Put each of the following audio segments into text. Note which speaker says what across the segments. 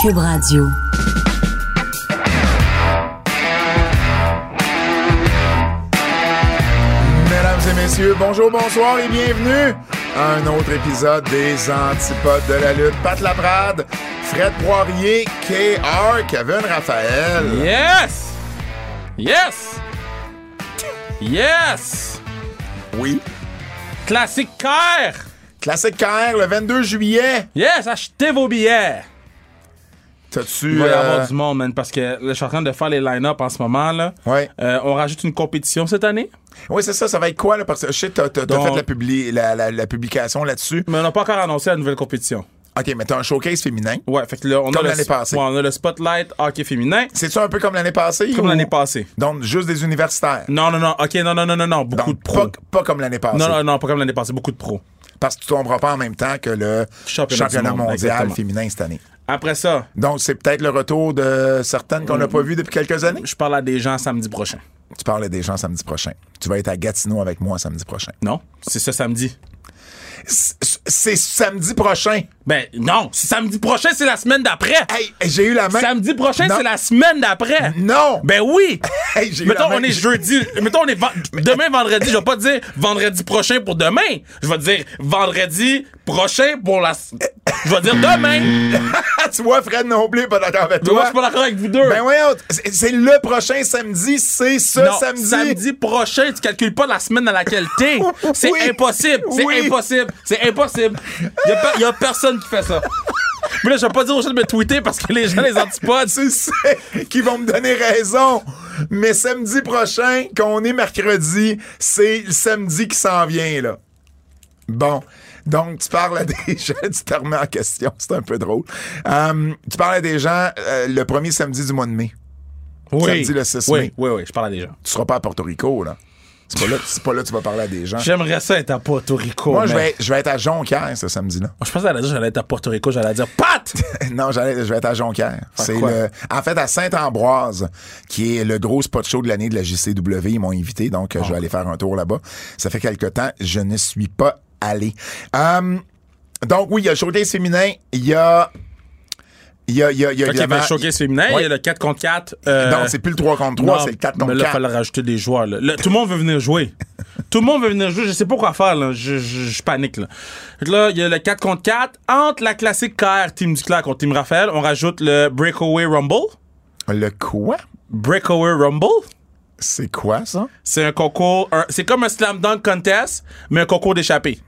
Speaker 1: Cube Radio.
Speaker 2: Mesdames et messieurs, bonjour, bonsoir et bienvenue à un autre épisode des Antipodes de la lutte. Pat Laprade, Fred Poirier, K.R., Kevin Raphaël.
Speaker 3: Yes! Yes! Yes!
Speaker 2: Oui.
Speaker 3: Classique car!
Speaker 2: Classique KR le 22 juillet.
Speaker 3: Yes, achetez vos billets! Il
Speaker 2: T'as-tu.
Speaker 3: va y
Speaker 2: euh,
Speaker 3: avoir du monde, man, parce que là, je suis en train de faire les line-up en ce moment, là.
Speaker 2: Ouais.
Speaker 3: Euh, on rajoute une compétition cette année,
Speaker 2: Oui, c'est ça, ça va être quoi, là? Parce que je sais, t'as, t'as- t'as
Speaker 3: Donc-
Speaker 2: fait la, publi- la, la- la publication là-dessus.
Speaker 3: mais on n'a pas encore annoncé la nouvelle compétition.
Speaker 2: OK, mais t'as un showcase féminin.
Speaker 3: Ouais, fait que là, on,
Speaker 2: Comme
Speaker 3: a, le,
Speaker 2: l'année passée.
Speaker 3: ouais, on a le Spotlight Hockey Féminin,
Speaker 2: C'est-tu un peu comme l'année passée?
Speaker 3: comme
Speaker 2: ou-
Speaker 3: l'année passée.
Speaker 2: Donc, juste des universitaires.
Speaker 3: Non, non, non, ok, non, non, non, non, non, beaucoup
Speaker 2: Donc,
Speaker 3: de pros.
Speaker 2: pas, pas comme l'année passée.
Speaker 3: Non, non, non, pas comme l'année passée, beaucoup de pros.
Speaker 2: Parce que tu tomberas pas en même temps que le championnat,
Speaker 3: Championnat du monde,
Speaker 2: mondial
Speaker 3: exactement.
Speaker 2: féminin cette année.
Speaker 3: Après ça,
Speaker 2: Donc, c'est peut-être le retour de certaines qu'on n'a pas vues depuis quelques années.
Speaker 3: je parle à des gens samedi prochain.
Speaker 2: Tu parles des gens samedi prochain. Tu vas être à Gatineau avec moi samedi prochain.
Speaker 3: Non? C'est ce samedi.
Speaker 2: C- c- C'est samedi prochain.
Speaker 3: Ben, non, c'est samedi prochain, c'est la semaine d'après!
Speaker 2: Hey, j'ai eu la main.
Speaker 3: Samedi prochain,
Speaker 2: Non.
Speaker 3: c'est la semaine d'après.
Speaker 2: Non!
Speaker 3: Ben oui!
Speaker 2: Hey, j'ai eu
Speaker 3: mettons,
Speaker 2: la même-
Speaker 3: on est jeudi. mettons, on est ven- demain, vendredi. Je vais pas dire vendredi prochain pour demain. Je vais dire vendredi prochain pour la. s- Je vais dire demain.
Speaker 2: Ah, tu vois, Fred non plus, est pas d'accord avec
Speaker 3: Mais moi,
Speaker 2: toi.
Speaker 3: je suis pas d'accord avec vous deux.
Speaker 2: Ben voyons, c'est c'est le prochain samedi, c'est ce
Speaker 3: Non,
Speaker 2: samedi.
Speaker 3: prochain, tu calcules pas la semaine à laquelle t'es. C'est
Speaker 2: Oui.
Speaker 3: impossible. C'est
Speaker 2: Oui.
Speaker 3: impossible. C'est impossible. Y a, pe- y a personne qui fait ça. Mais là, je vais pas dire aux gens de me tweeter parce que les gens les antipodes.
Speaker 2: Tu sais qu'ils vont me donner raison. Mais samedi prochain, qu'on est mercredi, c'est le samedi qui s'en vient, là. Bon. Donc, tu parles à des gens, tu te remets en question, c'est un peu drôle. Hum, tu parles à des gens euh, le premier samedi du mois de mai. Samedi le 6
Speaker 3: oui,
Speaker 2: mai.
Speaker 3: oui, oui, je parle à des gens.
Speaker 2: Tu seras pas à Porto Rico, là. C'est pas là, c'est pas là que tu vas parler à des gens.
Speaker 3: J'aimerais ça être à Porto Rico.
Speaker 2: Moi, je
Speaker 3: man.
Speaker 2: vais, je vais être à Jonquière ce samedi-là.
Speaker 3: Je pensais qu'elle dire j'allais être à Porto Rico, j'allais dire Pat!
Speaker 2: Non, j'allais- je vais être à Jonquière. C'est
Speaker 3: quoi?
Speaker 2: le, en fait, à Saint-Ambroise, qui est le gros spot show de l'année de la JCW. Ils m'ont invité, donc euh, je vais
Speaker 3: Ah.
Speaker 2: aller faire un tour là-bas. Ça fait quelque temps, je ne suis pas allé. Hum, donc oui, il y a le showcase féminin, il y a... Il y a, il y a, il y a
Speaker 3: Fait qu'il y avait
Speaker 2: évidemment-
Speaker 3: le ben, showcase féminin, il y a
Speaker 2: Ouais.
Speaker 3: le 4 contre 4. euh,
Speaker 2: Non, c'est plus le 3 contre 3,
Speaker 3: non,
Speaker 2: c'est le 4
Speaker 3: Mais
Speaker 2: contre
Speaker 3: là, il
Speaker 2: 4.
Speaker 3: fallait rajouter des joueurs. là. Là, tout le monde veut venir jouer. tout le monde veut venir jouer. Je sais pas quoi faire. Là. Je, je- je panique. Là, Fait que là, il y a le 4 contre 4. Entre la classique KR Team Duclair contre Team Raphaël, on rajoute le Breakaway Rumble.
Speaker 2: Le quoi?
Speaker 3: Breakaway Rumble?
Speaker 2: C'est quoi, ça?
Speaker 3: C'est un concours. un- c'est comme un slam dunk contest, mais un concours d'échappée.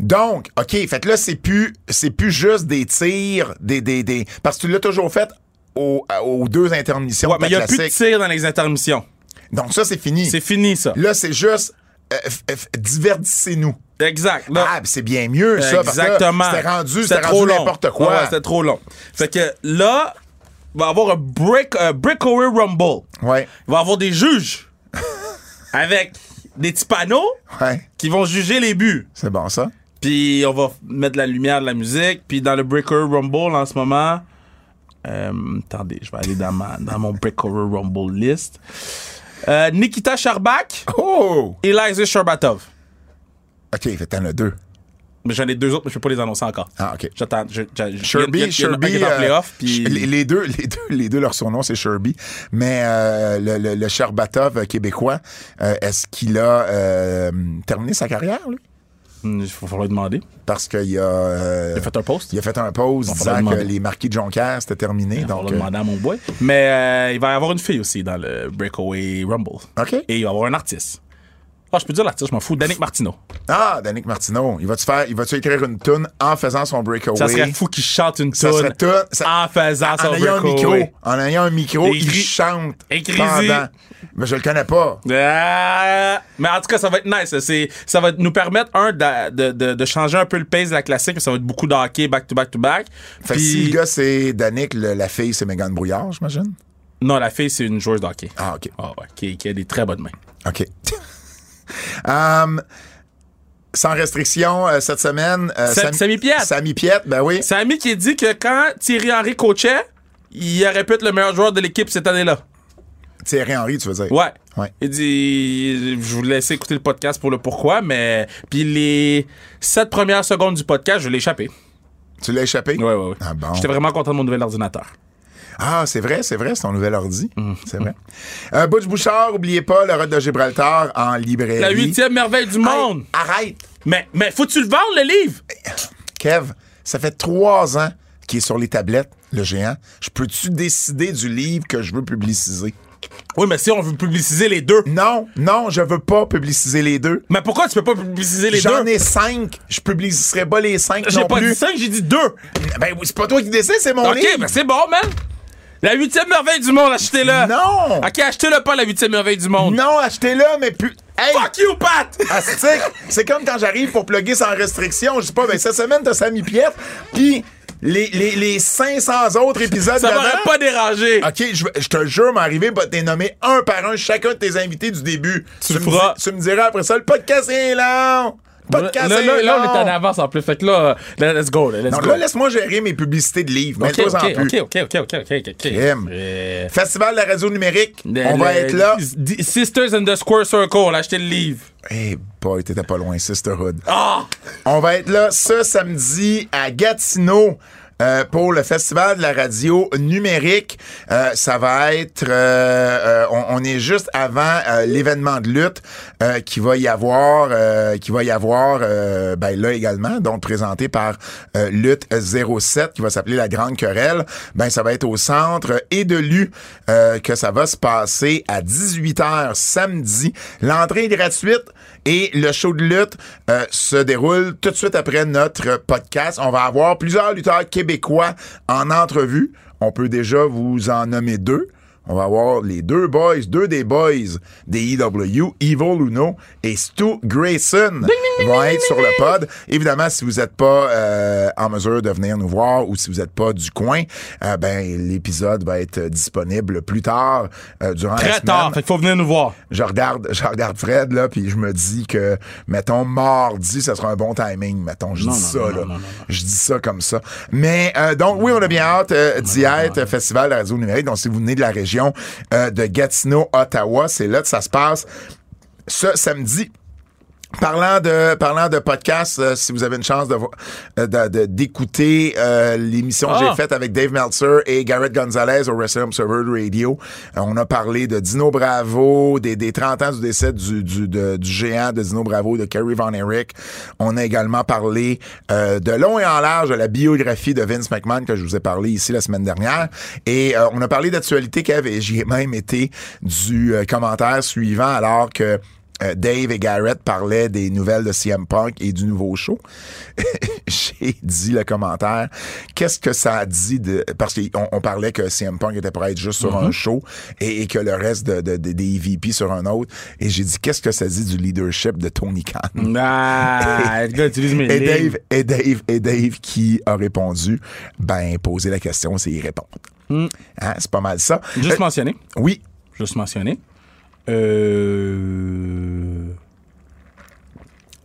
Speaker 2: Donc, OK, fait que là, c'est plus, c'est plus juste des tirs, des, des, des... Parce que tu l'as toujours fait aux, aux deux intermissions
Speaker 3: Ouais,
Speaker 2: de
Speaker 3: mais
Speaker 2: ta
Speaker 3: il y a plus de
Speaker 2: classique.
Speaker 3: tir dans les intermissions.
Speaker 2: Donc ça, c'est fini.
Speaker 3: C'est fini, ça.
Speaker 2: Là, c'est juste euh, f- f- divertissez-nous.
Speaker 3: Exact. Là,
Speaker 2: Ah, pis c'est bien mieux, ça. parce que là,
Speaker 3: Exactement.
Speaker 2: C'était rendu, c'était rendu
Speaker 3: long.
Speaker 2: n'importe
Speaker 3: Ouais, ouais,
Speaker 2: quoi.
Speaker 3: c'était trop long. Fait que là, il va y avoir un break, un breakaway rumble.
Speaker 2: Ouais.
Speaker 3: Il va y avoir des juges avec des petits panneaux
Speaker 2: Ouais.
Speaker 3: qui vont juger les buts.
Speaker 2: C'est bon, ça.
Speaker 3: Puis on va mettre de la lumière, de la musique. Puis dans le breakaway rumble en ce moment, euh, attendez, je vais aller dans, ma- dans mon breakaway rumble list. Euh, Nikita Sharbak,
Speaker 2: Oh!
Speaker 3: Eliza Sherbatov.
Speaker 2: OK, fait que t'en as deux.
Speaker 3: Mais j'en ai deux autres, mais je peux pas les annoncer encore.
Speaker 2: Ah, OK.
Speaker 3: J'attends. Je, je, je- il y en a-
Speaker 2: Sherby,
Speaker 3: il y en a un qui
Speaker 2: Sherby.
Speaker 3: est en
Speaker 2: euh,
Speaker 3: playoff, puis-
Speaker 2: les, les deux, les, deux, les deux, leur surnom, c'est Sherby. Mais euh, le, le, le Sherbatov euh, québécois, euh, est-ce qu'il a euh, terminé sa carrière, lui?
Speaker 3: Hmm, Il faut falloir lui demander.
Speaker 2: Parce qu'il a, euh,
Speaker 3: Il a fait un post.
Speaker 2: il a fait un pause
Speaker 3: faudra
Speaker 2: disant que
Speaker 3: demander.
Speaker 2: les marquis de Jonquière, c'était terminé.
Speaker 3: On
Speaker 2: Donc, euh,
Speaker 3: va le demander à mon boy. Mais euh, il va y avoir une fille aussi dans le Breakaway Rumble.
Speaker 2: euh, OK.
Speaker 3: Et il va y avoir un artiste. Ah, je peux dire l'artiste, je m'en fous. Danick Martineau.
Speaker 2: Ah, Danick Martineau, il va-tu faire, il va-tu écrire une tune en faisant son breakaway?
Speaker 3: Ça serait fou qu'il chante une
Speaker 2: Ça serait
Speaker 3: tune
Speaker 2: tout. ça- Ah,
Speaker 3: en faisant
Speaker 2: en
Speaker 3: son
Speaker 2: ayant un micro,
Speaker 3: Breakaway.
Speaker 2: en ayant un micro, il
Speaker 3: Écris-
Speaker 2: chante.
Speaker 3: écris-y.
Speaker 2: pendant. Mais je le connais pas.
Speaker 3: Ah, mais en tout cas, ça va être nice. C'est, ça va nous permettre, un, d'a- de, de- de changer un peu le pace de la classique. Ça va être beaucoup de hockey, back to back to back.
Speaker 2: Fait que
Speaker 3: Puis-
Speaker 2: si le gars c'est Danick, le- la fille c'est Megan Brouillard, j'imagine.
Speaker 3: Non, la fille, c'est une joueuse de hockey.
Speaker 2: Ah, ok.
Speaker 3: Ah ouais, qui, qui a des très bonnes mains.
Speaker 2: Ok. Hum, sans restriction euh, cette semaine. euh,
Speaker 3: Sa- Samy Piette.
Speaker 2: Samy Piette, ben oui.
Speaker 3: C'est ami qui dit que quand Thierry Henry coachait, il aurait pu être le meilleur joueur de l'équipe cette année-là.
Speaker 2: Thierry Henry, tu veux dire.
Speaker 3: Ouais.
Speaker 2: Ouais.
Speaker 3: Il dit, je vous laisse écouter le podcast pour le pourquoi, mais puis les sept premières secondes du podcast, je l'ai échappé.
Speaker 2: Tu l'as échappé?
Speaker 3: Ouais, ouais, ouais.
Speaker 2: Ah bon?
Speaker 3: J'étais vraiment content de mon nouvel ordinateur.
Speaker 2: Ah, c'est vrai, c'est vrai, c'est ton nouvel ordi.
Speaker 3: Mm.
Speaker 2: C'est vrai. Euh, Butch Bouchard, oubliez pas, le Rock de Gibraltar en librairie.
Speaker 3: La huitième merveille du monde.
Speaker 2: Hey, arrête!
Speaker 3: Mais, mais faut-tu le vendre, le livre?
Speaker 2: Kev, ça fait trois ans qu'il est sur les tablettes, le géant. Je peux-tu décider du livre que je veux publiciser?
Speaker 3: Oui, mais si on veut publiciser les deux.
Speaker 2: Non, non, je veux pas publiciser les deux.
Speaker 3: Mais pourquoi tu peux pas publiciser les
Speaker 2: J'en
Speaker 3: deux?
Speaker 2: ai cinq. Je publicerai pas les cinq
Speaker 3: J'ai
Speaker 2: non
Speaker 3: pas
Speaker 2: plus.
Speaker 3: dit cinq, j'ai dit deux.
Speaker 2: Ben oui, c'est pas toi qui décide, c'est mon
Speaker 3: OK,
Speaker 2: livre.
Speaker 3: ben c'est bon, man. La huitième merveille du monde, achetez-le.
Speaker 2: Non.
Speaker 3: OK, achetez-le pas, la huitième merveille du monde.
Speaker 2: Non, achetez-le, mais plus. Hey!
Speaker 3: Fuck you, Pat!
Speaker 2: Astique, c'est comme quand j'arrive pour plugger sans restriction. Je dis pas, ben cette semaine, t'as Samy Piette, puis les, les, les 500 autres épisodes
Speaker 3: Ça m'aurait
Speaker 2: d'avant-
Speaker 3: pas dérangé.
Speaker 2: OK, je, vais- je te jure, m'en arriver, va t'es nommé un par un chacun de tes invités du début.
Speaker 3: Tu
Speaker 2: me
Speaker 3: le feras.
Speaker 2: dis- tu me diras après ça, le podcast est long! Le
Speaker 3: Là,
Speaker 2: podcast
Speaker 3: là,
Speaker 2: est
Speaker 3: là,
Speaker 2: long!
Speaker 3: on est en avance en plus. Fait que là, euh, let's go. Là, let's
Speaker 2: Donc
Speaker 3: go.
Speaker 2: là, laisse-moi gérer mes publicités de livres.
Speaker 3: OK,
Speaker 2: Mets-toi en
Speaker 3: OK,
Speaker 2: plus.
Speaker 3: OK, OK, OK, OK, OK, OK.
Speaker 2: Crime.
Speaker 3: Euh,
Speaker 2: Festival de la radio numérique,
Speaker 3: le-
Speaker 2: on va
Speaker 3: le-
Speaker 2: être là.
Speaker 3: D- Sisters and the Square Circle, achetez le livre.
Speaker 2: Eh boy, t'étais pas loin, Sisterhood.
Speaker 3: Ah!
Speaker 2: On va être là ce samedi à Gatineau. euh, pour le Festival de la radio numérique, Euh, ça va être... euh, euh, on, on est juste avant euh, l'événement de lutte euh, qui va y avoir, euh, qui va y avoir euh, ben, là également, donc présenté par euh, Lutte 07, qui va s'appeler La Grande Querelle. Ben, ça va être au centre et de l'U euh, que ça va se passer à 18h samedi. L'entrée est gratuite. Et le show de lutte euh, se déroule tout de suite après notre podcast. On va avoir plusieurs lutteurs québécois en entrevue. On peut déjà vous en nommer deux. On va avoir les deux boys, deux des boys des EW, Evil Uno et Stu Grayson vont être sur le pod. Évidemment, si vous n'êtes pas euh, en mesure de venir nous voir ou si vous n'êtes pas du coin, euh, ben l'épisode va être disponible plus tard euh, durant la
Speaker 3: Très
Speaker 2: semaine
Speaker 3: tard, fait qu'il faut venir nous voir.
Speaker 2: je regarde, je regarde Fred, là, puis je me dis que, mettons, mardi, ça sera un bon timing, mettons. Je dis ça, là. Je dis ça comme ça. Mais, euh, donc, oui, on a bien hâte euh, d'y être, euh, Festival de la radio numérique. Donc, si vous venez de la région euh, de Gatineau, Ottawa, c'est là que ça se passe ce samedi. Parlant de parlant de podcast, euh, si vous avez une chance de vo- euh, de- de- d'écouter euh, l'émission que
Speaker 3: Ah.
Speaker 2: j'ai faite avec Dave Meltzer et Garrett Gonzalez au Wrestling Observer Radio, euh, on a parlé de Dino Bravo, des, des 30 ans du décès du, du, de- du géant de Dino Bravo, de Kerry Von Erich. On a également parlé euh, de long et en large de la biographie de Vince McMahon que je vous ai parlé ici la semaine dernière. Et euh, on a parlé d'actualité, Kev, et j'y ai même été du euh, commentaire suivant alors que euh, Dave et Garrett parlaient des nouvelles de CM Punk et du nouveau show. J'ai dit le commentaire. Qu'est-ce que ça a dit de. Parce qu'on on parlait que CM Punk était pour être juste sur
Speaker 3: Mm-hmm.
Speaker 2: un show et, et que le reste de, de- de- des EVP sur un autre. Et j'ai dit, qu'est-ce que ça dit du leadership de Tony Khan?
Speaker 3: Ah, le gars utilise mes
Speaker 2: Et
Speaker 3: lignes.
Speaker 2: Dave, et Dave, et Dave qui a répondu, ben, poser la question, c'est y répondre. Hein, c'est pas mal ça.
Speaker 3: Mm. Juste
Speaker 2: Euh,
Speaker 3: mentionner.
Speaker 2: oui.
Speaker 3: Juste mentionner. Euh...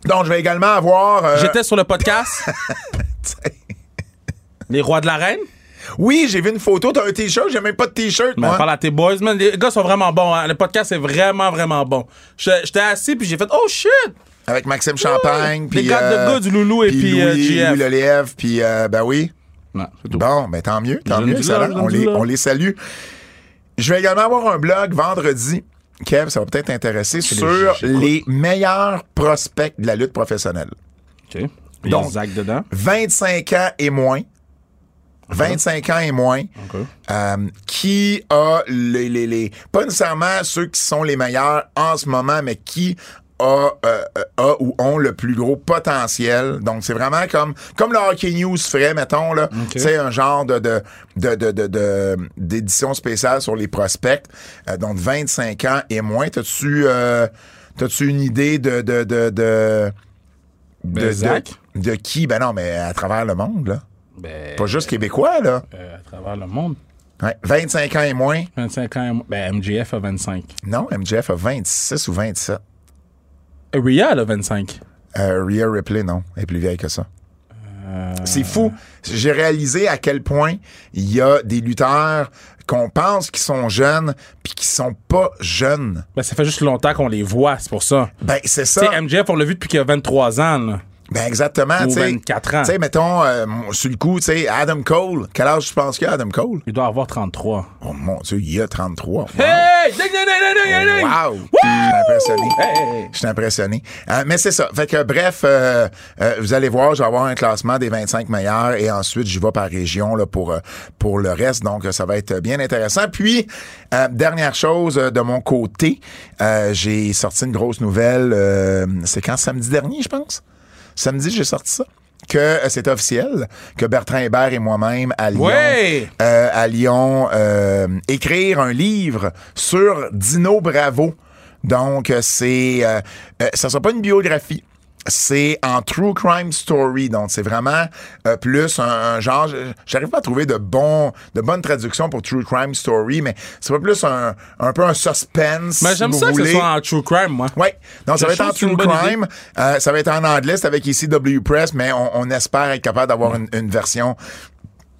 Speaker 2: Donc, je vais également avoir. euh,
Speaker 3: J'étais sur le podcast. Les rois de la reine.
Speaker 2: oui, j'ai vu une photo. T'as un t-shirt, j'ai même pas de t-shirt,
Speaker 3: Mais
Speaker 2: moi.
Speaker 3: Ben, parle à tes boys, man. Les gars sont vraiment bons. hein. Le podcast est vraiment, vraiment bon. Je- J'étais assis puis j'ai fait Oh shit!
Speaker 2: Avec Maxime Champagne,
Speaker 3: Les
Speaker 2: puis. euh,
Speaker 3: gars- le gars du Loulou et
Speaker 2: puis
Speaker 3: puis,
Speaker 2: Louis,
Speaker 3: euh, GF.
Speaker 2: Louis Lelièvre, puis euh, ben oui.
Speaker 3: Non, c'est tout.
Speaker 2: Bon, ben tant mieux, tant
Speaker 3: Je
Speaker 2: mieux,
Speaker 3: le dis
Speaker 2: excellent.
Speaker 3: là, je le
Speaker 2: on,
Speaker 3: dis
Speaker 2: les,
Speaker 3: là.
Speaker 2: on les salue. Je vais également avoir un blog vendredi. Kev, ça va peut-être t'intéresser sur
Speaker 3: j'écoute.
Speaker 2: les meilleurs prospects de la lutte professionnelle.
Speaker 3: OK. Il y a
Speaker 2: Donc-
Speaker 3: Zach dedans.
Speaker 2: 25 ans et moins. 25 ans et moins.
Speaker 3: OK.
Speaker 2: Euh, qui a les, les, les- Pas nécessairement ceux qui sont les meilleurs en ce moment, mais qui a, euh, euh, a ou ont le plus gros potentiel. Donc, c'est vraiment comme comme le Hockey News ferait, mettons, là. Tu sais, un genre de, de, de, de, de- de- d'édition spéciale sur les prospects. Euh, donc, 25 ans et moins. T'as-tu, euh, t'as-tu une idée de... de, de, de de,
Speaker 3: Zach.
Speaker 2: de, de qui? Ben non, mais à travers le monde, là.
Speaker 3: Ben,
Speaker 2: Pas juste québécois, là.
Speaker 3: euh, à travers le monde.
Speaker 2: Ouais, 25 ans et moins.
Speaker 3: 25 ans. Ben, MJF a 25.
Speaker 2: Non, MJF a 26 ou 27.
Speaker 3: Ria, elle a 25.
Speaker 2: Euh, Rhea Ripley, non, elle est plus vieille que ça.
Speaker 3: Euh.
Speaker 2: C'est fou. J'ai réalisé à quel point il y a des lutteurs qu'on pense qui sont jeunes puis qui sont pas jeunes.
Speaker 3: Ben, ça fait juste longtemps qu'on les voit, c'est pour ça.
Speaker 2: Ben, c'est ça.
Speaker 3: Tu sais, MJF, on l'a vu depuis qu'il a 23 ans. là.
Speaker 2: Ben exactement,
Speaker 3: Ou
Speaker 2: tu sais.
Speaker 3: 24 ans.
Speaker 2: Tu sais, mettons, euh, sur le coup, tu sais, Adam Cole. Quel âge tu penses qu'il a, Adam Cole?
Speaker 3: Il doit avoir 33.
Speaker 2: Oh mon Dieu, il a 33.
Speaker 3: Hey! Ding, ding, ding, ding, ding, ding!
Speaker 2: Wow! ben,
Speaker 3: Wouh!
Speaker 2: Je suis impressionné.
Speaker 3: Hey!
Speaker 2: Je suis impressionné. Euh, mais c'est ça. Fait que, bref, euh, euh, vous allez voir, je vais avoir un classement des 25 meilleurs et ensuite, je vais par région là, pour, euh, pour le reste. Donc, euh, ça va être bien intéressant. Puis, euh, dernière chose euh, de mon côté, euh, j'ai sorti une grosse nouvelle. euh, c'est quand? Samedi dernier, je pense? Samedi, j'ai sorti ça. Que euh, c'est officiel, que Bertrand Hébert et moi-même à Lyon,
Speaker 3: Ouais!
Speaker 2: euh, à Lyon euh, écrire un livre sur Dino Bravo. Donc, euh, c'est, euh, euh, ça sera pas une biographie. C'est en true crime story, donc c'est vraiment euh, plus un, un genre. je- J'arrive pas à trouver de bon, de bonne traduction pour true crime story, mais c'est pas plus un, un peu un suspense.
Speaker 3: Mais Ben, j'aime
Speaker 2: si
Speaker 3: ça
Speaker 2: vous
Speaker 3: que ce
Speaker 2: voulez.
Speaker 3: soit en true crime, moi.
Speaker 2: Oui. Donc, ça
Speaker 3: Je
Speaker 2: va être en
Speaker 3: trouve que c'est une
Speaker 2: True
Speaker 3: bonne idée.
Speaker 2: Crime. Euh, ça va être en anglais. C'est avec ici W Press, mais on, on espère être capable d'avoir une, une version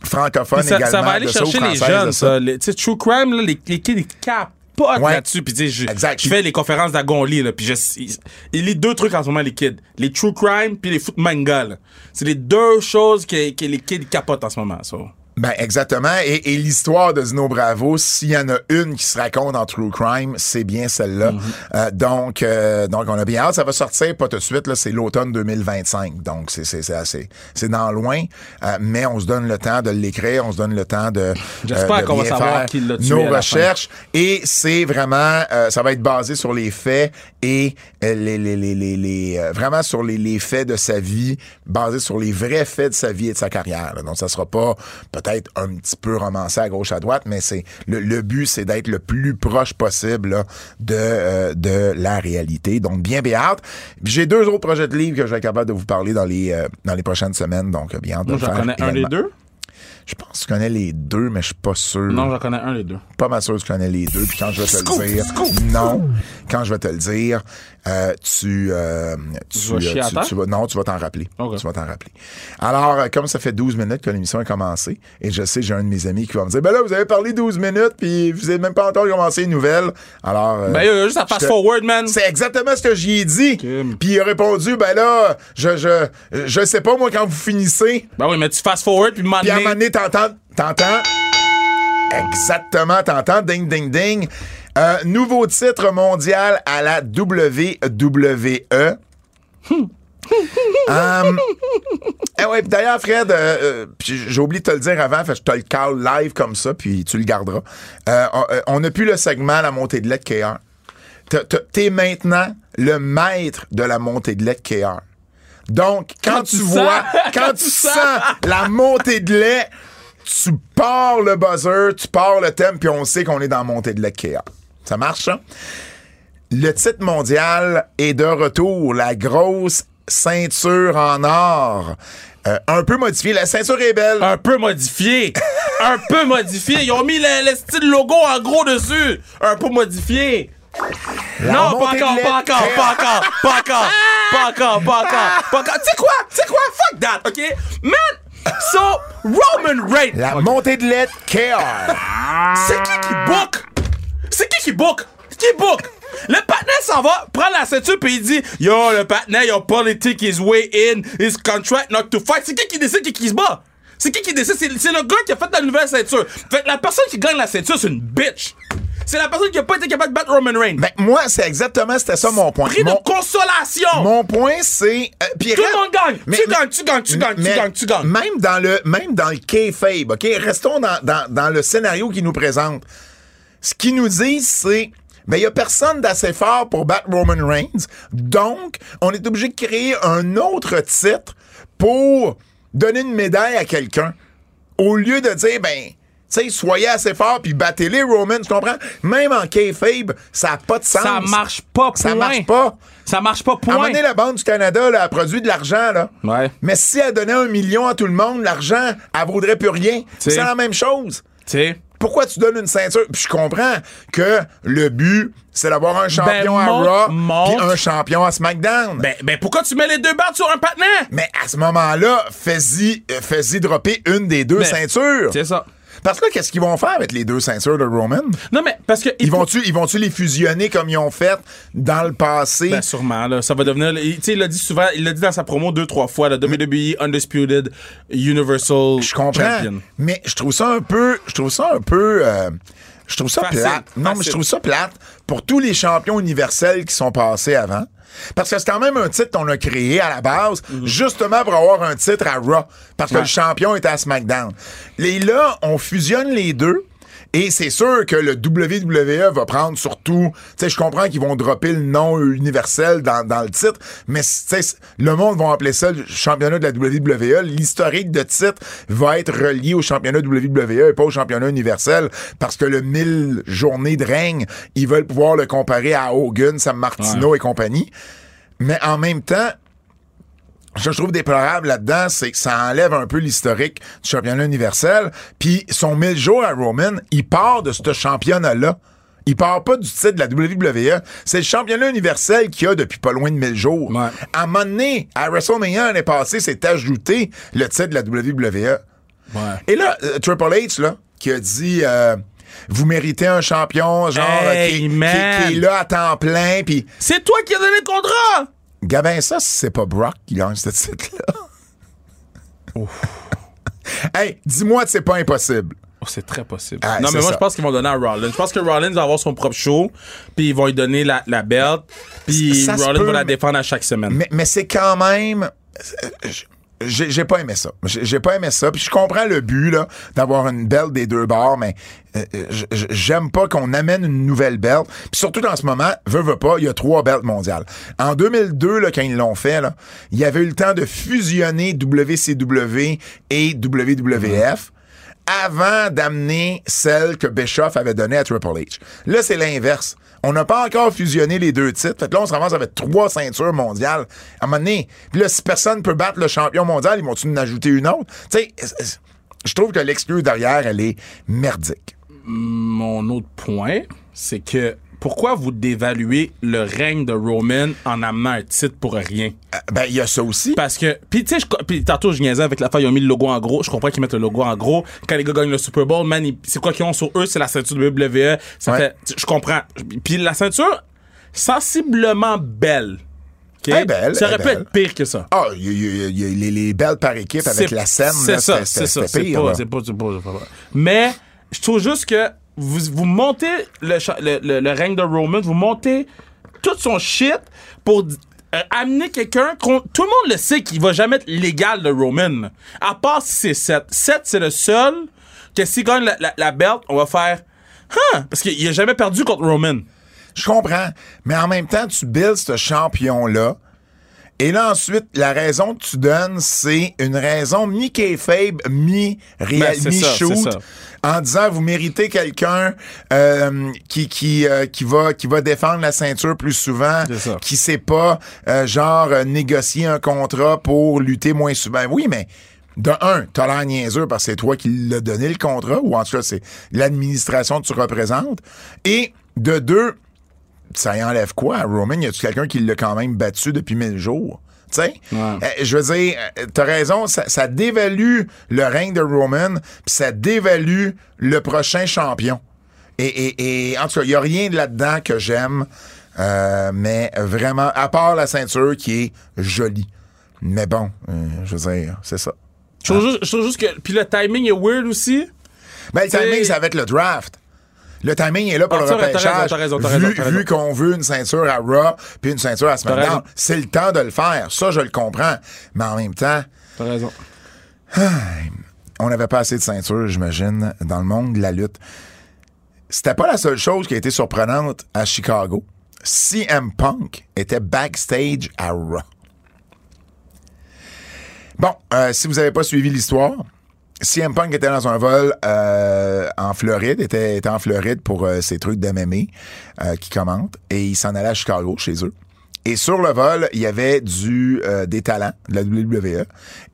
Speaker 2: francophone
Speaker 3: Ça,
Speaker 2: également.
Speaker 3: ça va aller
Speaker 2: de
Speaker 3: chercher
Speaker 2: ou
Speaker 3: les
Speaker 2: française, de
Speaker 3: jeunes, ça. Les- Tu sais, True Crime, là, les, les kids, ils capotent
Speaker 2: Ouais.
Speaker 3: là-dessus. Puis, tu sais, je,
Speaker 2: Exact.
Speaker 3: je fais les conférences d'Agonli, là. Puis, je, ils, ils lisent deux trucs en ce moment, les kids. Les True Crime, puis les foot manga, là. C'est les deux choses que, que les kids capotent en ce moment, ça.
Speaker 2: Ben, exactement. Et, et l'histoire de Zino Bravo, s'il y en a une qui se raconte en True Crime, c'est bien celle-là.
Speaker 3: Mhm.
Speaker 2: Euh, donc, euh, donc, on a bien hâte. Ça va sortir pas tout de suite, là. C'est l'automne 2025. Donc, c'est, c'est, c'est assez, c'est dans loin. Euh, mais on se donne le temps de l'écrire. On se donne le temps de, euh,
Speaker 3: J'espère
Speaker 2: de
Speaker 3: qu'on va
Speaker 2: bien
Speaker 3: savoir
Speaker 2: faire
Speaker 3: qui l'a tué à
Speaker 2: nos
Speaker 3: la
Speaker 2: recherches. Et c'est vraiment, euh, ça va être basé sur les faits et euh, les, les, les, les, les, euh, vraiment sur les, les faits de sa vie, basé sur les vrais faits de sa vie et de sa carrière. là. Donc, ça sera pas peut-être un petit peu romancé à gauche à droite, mais c'est le, le but, c'est d'être le plus proche possible là, de, euh, de la réalité. Donc, bien, bien hâte. Puis J'ai deux autres projets de livres que je vais être capable de vous parler dans les, euh, dans les prochaines semaines. Donc, bien hâte de
Speaker 3: Moi,
Speaker 2: le
Speaker 3: j'en
Speaker 2: faire
Speaker 3: connais un des
Speaker 2: également.
Speaker 3: deux.
Speaker 2: Je pense que je connais les deux, mais je suis pas sûr
Speaker 3: Non, j'en connais un des deux.
Speaker 2: pas mal sûr que tu connais les deux. Puis quand je vais te
Speaker 3: Scoop,
Speaker 2: le dire,
Speaker 3: scoop.
Speaker 2: non. Quand je vais te le dire, euh, tu, euh, tu,
Speaker 3: vas
Speaker 2: euh,
Speaker 3: chier à
Speaker 2: tu-
Speaker 3: terre?
Speaker 2: tu vas- non, tu vas t'en rappeler.
Speaker 3: Ok.
Speaker 2: Tu vas t'en rappeler. Alors, euh, comme ça fait 12 minutes que l'émission a commencé, et je sais, j'ai un de mes amis qui va me dire, ben là, vous avez parlé 12 minutes, puis vous avez même pas encore commencé une nouvelle. Alors, euh,
Speaker 3: Ben, il y a juste à
Speaker 2: je te-
Speaker 3: fast forward, man.
Speaker 2: c'est exactement ce que j'y ai dit.
Speaker 3: Kim.
Speaker 2: Puis il a répondu, ben là, je, je, je sais pas, moi, quand vous finissez,
Speaker 3: Ben oui, mais tu fast forward, puis
Speaker 2: puis à un moment donné,
Speaker 3: m'amener.
Speaker 2: t'entends, t'entends. Exactement, t'entends. Ding, ding, ding. Euh, nouveau titre mondial à la E. WWE. Hum. Eh ouais, puis d'ailleurs, Fred, euh, euh, puis j'ai oublié de te le dire avant, fait que je te le cale live comme ça, puis tu le garderas. Euh, on- euh, on n'a plus le segment La montée de lait de KR. T'as- t'as- T'es maintenant le maître de la montée de lait de KR. Donc, quand, tu
Speaker 3: tu
Speaker 2: vois,
Speaker 3: sens-
Speaker 2: quand tu sens la montée de lait, tu pars le buzzer, tu pars le thème, puis on sait qu'on est dans la montée de lait de KR. Ça marche, ça? Le titre mondial est de retour, la grosse ceinture en or. Euh, un peu modifiée, la ceinture est belle.
Speaker 3: Un peu modifié. un peu modifié. Ils ont mis le, le style logo en gros dessus. Un peu modifié.
Speaker 2: La
Speaker 3: non, pas
Speaker 2: montée de
Speaker 3: encore,
Speaker 2: lait.
Speaker 3: pas encore, pas encore, pas encore, pas encore, pas encore, pas encore. Tu sais quoi? Tu sais quoi? Fuck that, OK? Man, so, Roman Reigns.
Speaker 2: La montée de lait KR.
Speaker 3: C'est qui qui book? C'est qui qui book? Qui book? Le patinet s'en va, prend la ceinture puis il dit Yo, le patinet, your politic is way in, his contract not to fight. C'est qui qui décide qui, qui se bat? C'est qui qui décide? C'est c'est le gars qui a fait la nouvelle ceinture. Fait que la personne qui gagne la ceinture, c'est une bitch. C'est la personne qui a pas été capable de battre Roman Reigns.
Speaker 2: Ben, moi, c'est exactement, c'était ça mon point.
Speaker 3: Prix
Speaker 2: Mon,
Speaker 3: de consolation!
Speaker 2: mon point, c'est... euh, puis
Speaker 3: Tout le
Speaker 2: reste-
Speaker 3: monde gagne!
Speaker 2: Mais-
Speaker 3: tu
Speaker 2: mais-
Speaker 3: gagnes, tu gagnes, tu gagnes, tu
Speaker 2: Mais
Speaker 3: gagnes, tu gagnes.
Speaker 2: Même dans le, même dans le kayfabe, OK? Restons dans, dans, dans le scénario qu'ils nous présentent. Ce qu'ils nous disent, c'est, ben, il n'y a personne d'assez fort pour battre Roman Reigns. Donc, on est obligé de créer un autre titre pour donner une médaille à quelqu'un. Au lieu de dire, ben, tu sais, soyez assez fort puis battez-les, Roman, tu comprends? Même en kayfabe, ça n'a pas de sens.
Speaker 3: Ça marche pas, point.
Speaker 2: Ça marche pas.
Speaker 3: Ça marche pas,
Speaker 2: À un moment
Speaker 3: point.
Speaker 2: donné, la Banque du Canada là, a produit de l'argent. là.
Speaker 3: Ouais.
Speaker 2: Mais si elle donnait un million à tout le monde, l'argent, elle vaudrait plus rien.
Speaker 3: T'sais.
Speaker 2: C'est la même chose.
Speaker 3: Tu sais.
Speaker 2: Pourquoi tu donnes une ceinture? Puis je comprends que le but, c'est d'avoir un champion à
Speaker 3: montre-
Speaker 2: Raw
Speaker 3: montre.
Speaker 2: puis un champion à SmackDown.
Speaker 3: Ben, ben pourquoi tu mets les deux barres sur un patinet?
Speaker 2: Mais à ce moment-là, fais-y euh, fais-y dropper une des deux
Speaker 3: Mais-
Speaker 2: ceintures.
Speaker 3: C'est ça.
Speaker 2: Parce que là, qu'est-ce qu'ils vont faire avec les deux ceintures de Roman?
Speaker 3: Non, mais parce que.
Speaker 2: Ils vont-tu ils vont les fusionner comme ils ont fait dans le passé?
Speaker 3: Ben, sûrement, là, ça va devenir. il- Tu sais, il l'a dit souvent, il l'a dit dans sa promo deux, trois fois, là, WWE Undisputed Universal
Speaker 2: je comprends.
Speaker 3: Champion.
Speaker 2: Mais je trouve ça un peu. Je trouve ça un peu. euh, je trouve ça
Speaker 3: Facile,
Speaker 2: plate. Non, mais
Speaker 3: facile.
Speaker 2: je trouve ça plate pour tous les champions universels qui sont passés avant. Parce que c'est quand même un titre qu'on a créé à la base, justement pour avoir un titre à Raw. Parce que
Speaker 3: Mhm. Ouais.
Speaker 2: le champion était à SmackDown. Et là, on fusionne les deux. Et c'est sûr que le WWE va prendre surtout, tu sais, je comprends qu'ils vont dropper le nom universel dans, dans le titre, mais tu sais, c- le monde va appeler ça le championnat de la WWE. L'historique de titre va être relié au championnat WWE E et pas au championnat universel parce que le 1000 journées de règne, ils veulent pouvoir le comparer à Hogan, Sam Martino et compagnie. Mais en même temps, ce que je trouve déplorable là-dedans, c'est que ça enlève un peu l'historique du championnat universel. Puis son 1000 jours à Roman, il part de ce championnat-là. Il part pas du titre de la WWE. C'est le championnat universel qu'il y a depuis pas loin de 1000 jours.
Speaker 3: Ouais.
Speaker 2: À un moment donné, à WrestleMania l'année passée, c'est ajouté le titre de la WWE.
Speaker 3: Ouais.
Speaker 2: Et là, euh, Triple H, là, qui a dit euh, Vous méritez un champion, genre,
Speaker 3: Hey,
Speaker 2: qui, qui-
Speaker 3: man.
Speaker 2: qui est là à temps plein. Puis,
Speaker 3: C'est toi qui as donné le contrat!
Speaker 2: Gabin, ça, si c'est pas Brock qui gagne ce titre-là. hey, dis-moi que c'est pas impossible.
Speaker 3: Oh, c'est très possible.
Speaker 2: Ah,
Speaker 3: non,
Speaker 2: c'est
Speaker 3: mais moi,
Speaker 2: ça.
Speaker 3: je pense qu'ils vont donner à Rollins. Je pense que Rollins va avoir son propre show, puis ils vont lui donner la, la belt, puis
Speaker 2: Ça se
Speaker 3: Rollins
Speaker 2: peut,
Speaker 3: va la
Speaker 2: mais-
Speaker 3: défendre à chaque semaine.
Speaker 2: Mais, mais c'est quand même. J'ai j'ai pas aimé ça. J'ai j'ai pas aimé ça. Puis je comprends le but là d'avoir une belle des deux bords, mais euh, j- j- j'aime pas qu'on amène une nouvelle belle. Puis surtout dans ce moment, veut veut pas, il y a trois belles mondiales. En 2002 là quand ils l'ont fait là, il y avait eu le temps de fusionner WCW et WWF avant d'amener celle que Bischoff avait donnée à Triple H. Là, c'est l'inverse. On n'a pas encore fusionné les deux titres. Fait que là, on se ramasse avec trois ceintures mondiales. À un moment donné, puis là, si personne peut battre le champion mondial, ils vont-tu en ajouter une autre? Tu sais, c- c- je trouve que l'excuse derrière, elle est merdique.
Speaker 3: Mon autre point, c'est que pourquoi vous dévaluez le règne de Roman en amenant un titre pour rien?
Speaker 2: Euh, Ben, il y a ça aussi.
Speaker 3: Parce que, puis tu sais, je co- puis tantôt je niaisais avec la fin, ils ont mis le logo en gros. Je comprends qu'ils mettent le logo en gros. Quand les gars gagnent le Super Bowl, man, ils- c'est quoi qu'ils ont sur eux? C'est la ceinture de WWE. Ça
Speaker 2: Ouais.
Speaker 3: fait, tu- je comprends. Puis la ceinture, sensiblement belle. OK?
Speaker 2: Elle est belle,
Speaker 3: Ça
Speaker 2: elle est
Speaker 3: aurait pu
Speaker 2: belle.
Speaker 3: être pire que ça.
Speaker 2: Ah, il y a- il y a- il y a les, les belles par équipe avec
Speaker 3: C'est-
Speaker 2: la scène.
Speaker 3: C'est
Speaker 2: là,
Speaker 3: ça,
Speaker 2: c'était-
Speaker 3: c'est ça.
Speaker 2: c'était
Speaker 3: C'est
Speaker 2: pire,
Speaker 3: pas,
Speaker 2: là.
Speaker 3: c'est pas, c'est pas, c'est pas vrai. Mais je trouve juste que vous, vous montez le, cha- le, le- le règne de Roman, vous montez tout son shit pour d- euh, amener quelqu'un qu'on- tout le monde le sait qu'il va jamais être légal de Roman. À part si c'est 7. 7, c'est le seul que s'il gagne la, la, la belt, on va faire. Huh! Parce qu'il a jamais perdu contre Roman.
Speaker 2: Je comprends. Mais en même temps, tu builds ce champion-là. Et là, ensuite, la raison que tu donnes, c'est une raison mi-kayfabe,
Speaker 3: Ben,
Speaker 2: mi-réel,
Speaker 3: c'est ça, c'est
Speaker 2: mi-shoot,
Speaker 3: ça.
Speaker 2: en disant, vous méritez quelqu'un euh, qui, qui, euh, qui, va, qui va défendre la ceinture plus souvent,
Speaker 3: C'est ça.
Speaker 2: qui sait pas, euh, genre, euh, négocier un contrat pour lutter moins souvent. Ben Oui, mais... De un, t'as l'air niaiseux parce que c'est toi qui l'as donné le contrat, ou en tout cas, c'est l'administration que tu représentes. Et de deux, ça y enlève quoi à Roman? Y a-tu quelqu'un qui l'a quand même battu depuis mille jours? Tu sais? Euh, je veux dire, euh, t'as raison, ça, ça dévalue le règne de Roman, puis ça dévalue le prochain champion. Et, et- et, en tout cas, il n'y a rien de là-dedans que j'aime, euh, mais vraiment, à part la ceinture qui est jolie. Mais bon, euh, je veux dire, c'est ça.
Speaker 3: Je
Speaker 2: Ah.
Speaker 3: trouve, juste, je trouve juste que. Puis le timing est weird aussi.
Speaker 2: Ben, le
Speaker 3: C'est-
Speaker 2: timing, c'est avec le draft. Le timing est là pour
Speaker 3: Ah,
Speaker 2: le
Speaker 3: t'as raison, t'as
Speaker 2: repêchage.
Speaker 3: raison, t'as raison,
Speaker 2: Vu-
Speaker 3: t'as raison.
Speaker 2: Vu qu'on veut une ceinture à Raw puis une ceinture à SmackDown,
Speaker 3: raison.
Speaker 2: c'est le temps de le faire. Ça, je le comprends. Mais en même temps,
Speaker 3: T'as raison.
Speaker 2: on n'avait pas assez de ceintures, j'imagine, dans le monde de la lutte. C'était pas la seule chose qui a été surprenante à Chicago. CM Punk était backstage à Raw. Bon, euh, si vous n'avez pas suivi l'histoire, CM Punk était dans un vol euh, en Floride, était, était en Floride pour euh, ses trucs d'MMA euh, qui commentent, et il s'en allait à Chicago, chez eux. Et sur le vol, il y avait du, euh, des talents de la WWE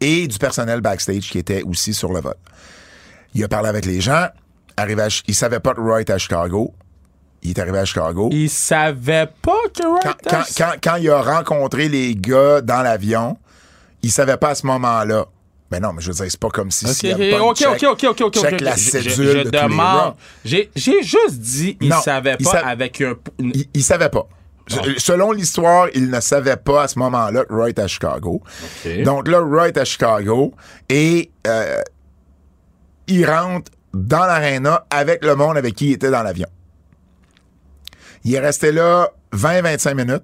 Speaker 2: et du personnel backstage qui était aussi sur le vol. Il a parlé avec les gens, arrivé à Chi- il savait pas que Roy était à Chicago. Il est arrivé à Chicago
Speaker 3: Il savait pas que
Speaker 2: quand,
Speaker 3: Roman.
Speaker 2: quand- quand- quand il a rencontré les gars dans l'avion, il savait pas à ce moment-là Ben non, mais je veux dire, c'est pas comme si.
Speaker 3: Ok,
Speaker 2: s'il y avait pas
Speaker 3: ok,
Speaker 2: une
Speaker 3: ok,
Speaker 2: check-
Speaker 3: ok, ok, ok.
Speaker 2: Check
Speaker 3: ok.
Speaker 2: la
Speaker 3: Je- je-
Speaker 2: cédule.
Speaker 3: Je,
Speaker 2: de tous les
Speaker 3: demande.
Speaker 2: rounds.
Speaker 3: J'ai j'ai juste dit, il
Speaker 2: Non,
Speaker 3: savait
Speaker 2: il
Speaker 3: pas
Speaker 2: sav-
Speaker 3: avec un. p- une-
Speaker 2: Il, il savait pas. Je- Selon l'histoire, il ne savait pas à ce moment-là que Wright à Chicago.
Speaker 3: Ok.
Speaker 2: Donc là, Wright à Chicago et euh, il rentre dans l'aréna avec le monde avec qui il était dans l'avion. Il est resté là 20-25 minutes.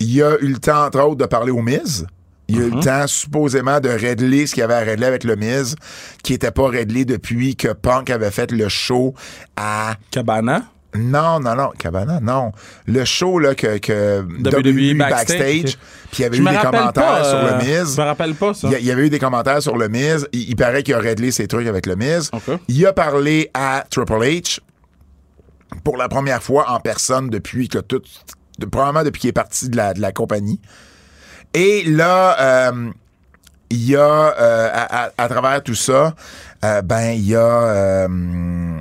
Speaker 2: Il a eu le temps, entre autres, de parler au Miz. Il a eu le temps, supposément, de régler ce qu'il y avait à régler avec le Miz, qui n'était pas réglé depuis que Punk avait fait le show à
Speaker 3: Cabana.
Speaker 2: non, non, non, Cabana, non. Le show là, que, que E
Speaker 3: WWE E backstage.
Speaker 2: backstage, puis il y avait
Speaker 3: Je
Speaker 2: eu
Speaker 3: me
Speaker 2: des
Speaker 3: rappelle
Speaker 2: commentaires
Speaker 3: pas,
Speaker 2: sur
Speaker 3: euh,
Speaker 2: le Miz.
Speaker 3: Je me rappelle pas ça.
Speaker 2: Il y a- il y avait eu des commentaires sur le Miz. Il, il paraît qu'il a réglé ses trucs avec le Miz.
Speaker 3: Ok.
Speaker 2: Il a parlé à Triple H pour la première fois en personne depuis que tout. de- probablement depuis qu'il est parti de la, de la compagnie. Et là, euh, il y a, euh, à, à- à travers tout ça, euh, ben, il y a. euh,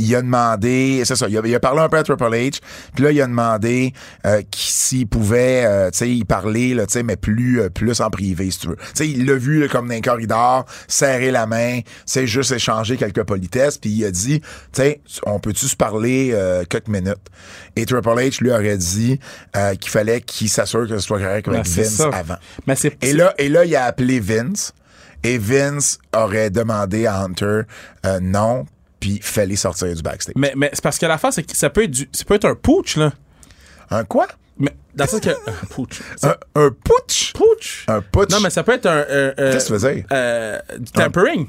Speaker 2: il a demandé, c'est ça, il a, il a parlé un peu à Triple H, puis là, il a demandé euh, qui- s'il pouvait, euh, tu sais, y parler, là, tu sais, mais plus, euh, plus en privé, si tu veux. Tu sais, il l'a vu, là, comme dans un corridor, serrer la main, tu sais, juste échanger quelques politesses, puis il a dit, tu sais, on peut-tu se parler euh, quelques minutes? Et Triple H lui aurait dit euh, qu'il fallait qu'il s'assure que ce soit correct avec
Speaker 3: Ben, c'est
Speaker 2: Vince
Speaker 3: ça.
Speaker 2: avant.
Speaker 3: Mais c'est
Speaker 2: Et là, et là, il a appelé Vince. Et Vince aurait demandé à Hunter euh, non, puis fallait sortir du backstage.
Speaker 3: Mais, mais c'est parce que l'affaire, c'est que ça peut être du, ça peut être un pooch, là.
Speaker 2: Un quoi?
Speaker 3: Mais dans le sens que. Un pooch.
Speaker 2: Un, un putsch?
Speaker 3: Pooch?
Speaker 2: Un putsch?
Speaker 3: Non, mais ça peut être un. euh, euh,
Speaker 2: Qu'est-ce que tu veux dire?
Speaker 3: euh, du tampering.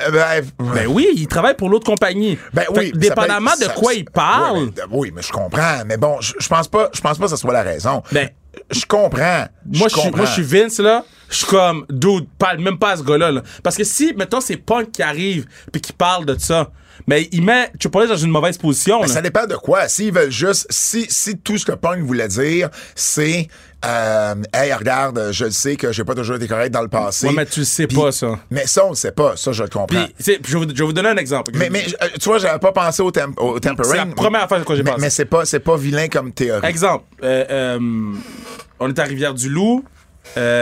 Speaker 2: Euh, ben,
Speaker 3: Ben oui, il travaille pour l'autre compagnie.
Speaker 2: ben
Speaker 3: Fait
Speaker 2: oui.
Speaker 3: que
Speaker 2: ça peut
Speaker 3: Dépendamment
Speaker 2: être-
Speaker 3: de
Speaker 2: ça-
Speaker 3: quoi
Speaker 2: ça-
Speaker 3: il parle.
Speaker 2: Ouais, ben, oui, mais je comprends. Mais bon, je je pense pas, je pense pas que ce soit la raison.
Speaker 3: Ben,
Speaker 2: je comprends.
Speaker 3: Moi,
Speaker 2: je
Speaker 3: je suis,
Speaker 2: comprends.
Speaker 3: moi, je suis Vince, là. Je suis comme, dude, parle même pas à ce gars-là. là. Parce que si, mettons, c'est Punk qui arrive puis qui parle de ça, mais il met Triple H dans une mauvaise position.
Speaker 2: Mais
Speaker 3: là.
Speaker 2: Ben, ça dépend de quoi. S'ils veulent juste, si, si tout ce que Punk voulait dire, c'est, euh, hey, regarde, je le sais que j'ai pas toujours été correct dans le passé.
Speaker 3: Ouais, mais tu le sais
Speaker 2: Puis-
Speaker 3: pas, ça.
Speaker 2: Mais ça, on le sait pas. Ça, je le comprends.
Speaker 3: Puis, tu sais, puis je, vais vous- je vais vous donner un exemple.
Speaker 2: mais, mais euh, tu vois, j'avais pas pensé au, tem- au tempering.
Speaker 3: C'est la première affaire à quoi j'ai
Speaker 2: Mais-
Speaker 3: pensé.
Speaker 2: Mais c'est pas, c'est pas vilain comme théorie.
Speaker 3: Exemple, euh, euh, on est à Rivière-du-Loup,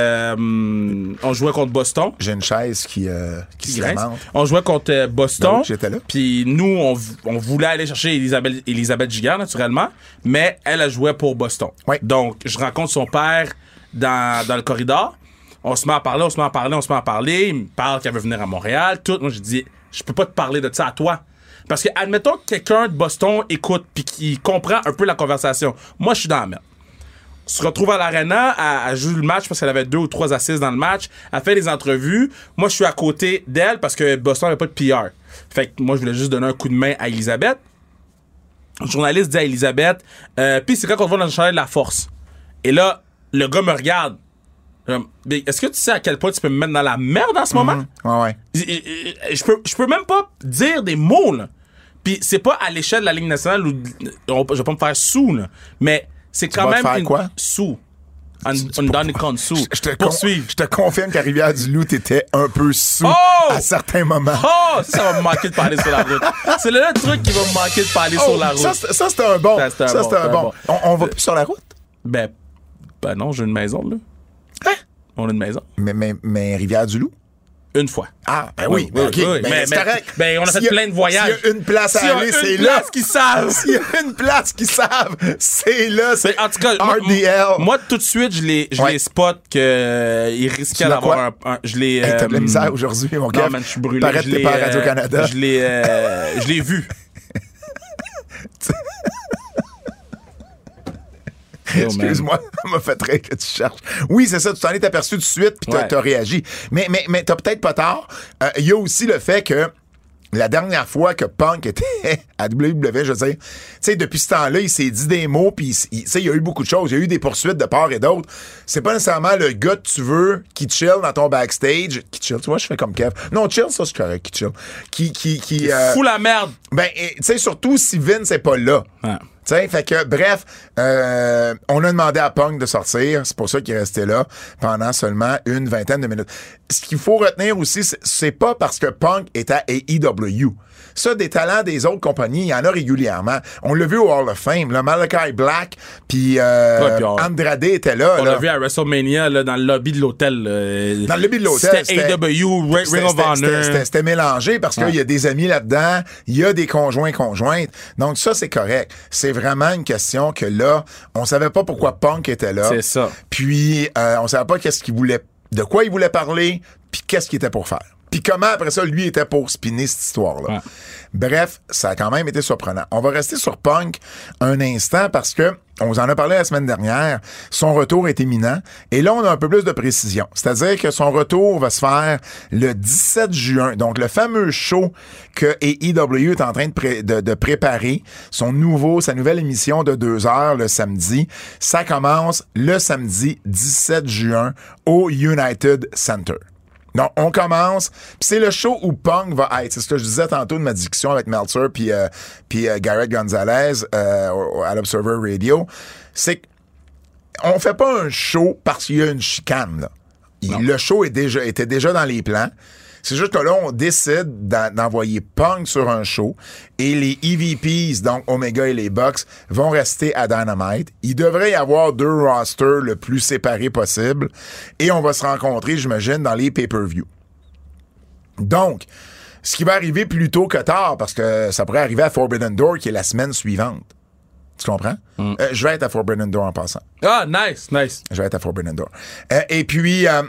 Speaker 3: euh, on jouait contre Boston.
Speaker 2: J'ai une chaise qui, euh, qui se lamente.
Speaker 3: On jouait contre euh, Boston.
Speaker 2: Ben oui, j'étais là.
Speaker 3: Puis nous, on, v- on voulait aller chercher Elisabeth, Elisabeth Giguère, naturellement, mais elle a joué pour Boston.
Speaker 2: Oui.
Speaker 3: Donc, je rencontre son père dans, dans le corridor. On se met à parler, on se met à parler, on se met à parler. Il me parle qu'elle veut venir à Montréal, tout. Moi, je dis, je peux pas te parler de ça à toi. Parce que, admettons que quelqu'un de Boston écoute puis qui comprend un peu la conversation. Moi, je suis dans la merde se retrouve à l'arena, elle, elle joue le match parce qu'elle avait deux ou trois assises dans le match, elle fait des entrevues. Moi, je suis à côté d'elle parce que Boston n'avait pas de PR. Fait que moi, je voulais juste donner un coup de main à Elisabeth. Le journaliste dit à Elisabeth, euh, puis c'est quand qu'on va dans le chalet de la force. Et là, le gars me regarde. Comme, Mais Est-ce que tu sais à quel point tu peux me mettre dans la merde en ce moment?
Speaker 2: Ouais, ouais.
Speaker 3: Je- je je peux, je peux même pas dire des mots, là. Puis c'est pas à l'échelle de la Ligue nationale où on- je vais pas me faire sous, là. Mais c'est quand
Speaker 2: vas te
Speaker 3: même.
Speaker 2: faire
Speaker 3: une-
Speaker 2: quoi?
Speaker 3: Sous. On, on donne compte sous.
Speaker 2: Je te, con-
Speaker 3: Poursuivre.
Speaker 2: je te confirme qu'à Rivière-du-Loup, t'étais un peu sous
Speaker 3: Oh!
Speaker 2: à certains moments.
Speaker 3: Oh, ça, ça va me manquer de parler sur la route. C'est le truc qui va me manquer de parler sur la route.
Speaker 2: Oh, Ça, c'est- ça, c'était un bon.
Speaker 3: Ça, c'était un
Speaker 2: Ça,
Speaker 3: bon,
Speaker 2: c'était un
Speaker 3: c'était un
Speaker 2: bon.
Speaker 3: bon.
Speaker 2: On, on va plus sur la route?
Speaker 3: ben, ben non, j'ai une maison, là.
Speaker 2: Hein?
Speaker 3: On a une maison.
Speaker 2: Mais, mais, mais Rivière-du-Loup?
Speaker 3: Une fois.
Speaker 2: Ah, ben oui,
Speaker 3: Oui,
Speaker 2: ok.
Speaker 3: oui, oui.
Speaker 2: Ben,
Speaker 3: Mais-
Speaker 2: c'est
Speaker 3: mais-
Speaker 2: correct.
Speaker 3: ben, on a fait
Speaker 2: S'il y
Speaker 3: plein de voyages.
Speaker 2: S'il y a une place
Speaker 3: S'il y
Speaker 2: à
Speaker 3: a
Speaker 2: aller,
Speaker 3: une
Speaker 2: c'est là.
Speaker 3: place qui savent.
Speaker 2: S'il y a une place qui savent, c'est là. C'est
Speaker 3: En tout cas, moi-
Speaker 2: RDL.
Speaker 3: Moi, tout de suite, je les, je
Speaker 2: Ouais.
Speaker 3: les spot que euh, ils risquaient
Speaker 2: l'as
Speaker 3: d'avoir un, un- Je les.
Speaker 2: Hey, T'as de la
Speaker 3: euh,
Speaker 2: misère aujourd'hui, mon gars.
Speaker 3: Non, man, je suis brûlé.
Speaker 2: Paraît que
Speaker 3: Je
Speaker 2: t'es
Speaker 3: l'ai,
Speaker 2: pas à
Speaker 3: euh,
Speaker 2: Radio-Canada.
Speaker 3: Je l'ai, euh, je l'ai vu. Yo, man.
Speaker 2: Excuse-moi, ça m'a fait très que tu cherches. Oui, c'est ça, tu t'en es aperçu tout de suite, puis t'as
Speaker 3: Ouais.
Speaker 2: t'as réagi. Mais, mais, mais t'as peut-être pas tort. Euh, Il y a aussi le fait que la dernière fois que Punk était à WWE, je veux dire, tu sais, depuis ce temps-là, il s'est dit des mots, puis il- il- tu sais, il y a eu beaucoup de choses. Il y a eu des poursuites de part et d'autre. C'est pas nécessairement le gars que tu veux qui chill dans ton backstage. Qui chill, tu vois, je fais comme Kev. Non, chill, ça, c'est correct, qui chill. Qui, qui, qui, euh,
Speaker 3: Fous la merde.
Speaker 2: ben, et, tu sais, surtout si Vince n'est pas là.
Speaker 3: Ouais.
Speaker 2: Tu sais, fait que, bref, euh, on a demandé à Punk de sortir. C'est pour ça qu'il est resté là pendant seulement une vingtaine de minutes. Ce qu'il faut retenir aussi, c'est- c'est pas parce que Punk est à AEW. E Ça, des talents des autres compagnies, il y en a régulièrement. On l'a vu au Hall of Fame, là, Malachi Black, puis euh,
Speaker 3: Ouais, puis on-
Speaker 2: Andrade était là.
Speaker 3: On
Speaker 2: là.
Speaker 3: l'a vu à WrestleMania là, dans le lobby de l'hôtel. euh,
Speaker 2: Dans le lobby de l'hôtel,
Speaker 3: C'était
Speaker 2: c'était-
Speaker 3: AW, Ra-
Speaker 2: C'était-
Speaker 3: Ring of
Speaker 2: c'était- c'était-
Speaker 3: Honor.
Speaker 2: C'était c'était mélangé parce qu'il y a des amis là-dedans, il y a des conjoints conjointes. Donc ça, c'est correct. C'est vraiment une question que là, on savait pas pourquoi Punk était là.
Speaker 3: C'est ça.
Speaker 2: Puis euh, on savait pas qu'est-ce qu'il voulait, de quoi il voulait parler, puis qu'est-ce qu'il était pour faire. Puis comment après ça, lui était pour spinner cette histoire-là.
Speaker 3: Ouais.
Speaker 2: Bref, ça a quand même été surprenant. On va rester sur Punk un instant parce que on vous en a parlé la semaine dernière. Son retour est imminent. Et là, on a un peu plus de précision. C'est-à-dire que son retour va se faire le 17 juin. Donc, le fameux show que AEW est en train de, pré- de- de préparer, son nouveau, sa nouvelle émission de deux heures le samedi, ça commence le samedi 17 juin au United Center. Donc, on commence. Puis c'est le show où Punk va être. C'est ce que je disais tantôt de ma discussion avec Meltzer puis euh, puis, euh, Garrett Gonzalez euh, au- à l'Observer Radio. C'est que on fait pas un show parce qu'il y a une chicane. là. Il- le show est déjà, était déjà dans les plans. C'est juste que là, on décide d'en- d'envoyer Punk sur un show et les EVPs, donc Omega et les Bucks, vont rester à Dynamite. Il devrait y avoir deux rosters le plus séparés possible et on va se rencontrer, j'imagine, dans les pay-per-view. Donc, ce qui va arriver plus tôt que tard, parce que ça pourrait arriver à Forbidden Door qui est la semaine suivante. Tu comprends? Euh, je vais être à Forbidden Door en passant.
Speaker 3: Ah, nice, nice.
Speaker 2: Je vais être à Forbidden Door. Euh, et puis, euh,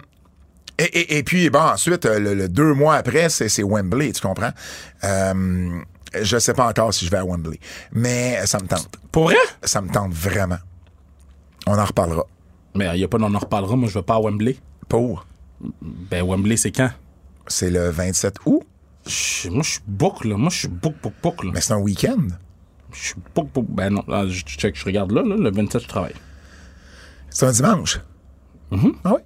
Speaker 2: et, et- et puis, bon, ensuite, euh, le, le deux mois après, c'est c'est Wembley, tu comprends? Euh, je sais pas encore si je vais à Wembley, mais ça me tente.
Speaker 3: Pour vrai?
Speaker 2: Ça me tente vraiment. On en reparlera.
Speaker 3: Mais il n'y a pas, on en reparlera. Moi, je veux pas à Wembley.
Speaker 2: Pour,
Speaker 3: Ben, Wembley, c'est quand?
Speaker 2: c'est le 27 août,
Speaker 3: Je- moi, je suis book, là. Moi, je suis book, book, book, là.
Speaker 2: mais c'est un week-end.
Speaker 3: Je suis book, book. Ben, non, ah, je check, je regarde là, là. Le 27, je travaille.
Speaker 2: C'est un dimanche.
Speaker 3: Mm-hmm.
Speaker 2: Ah oui?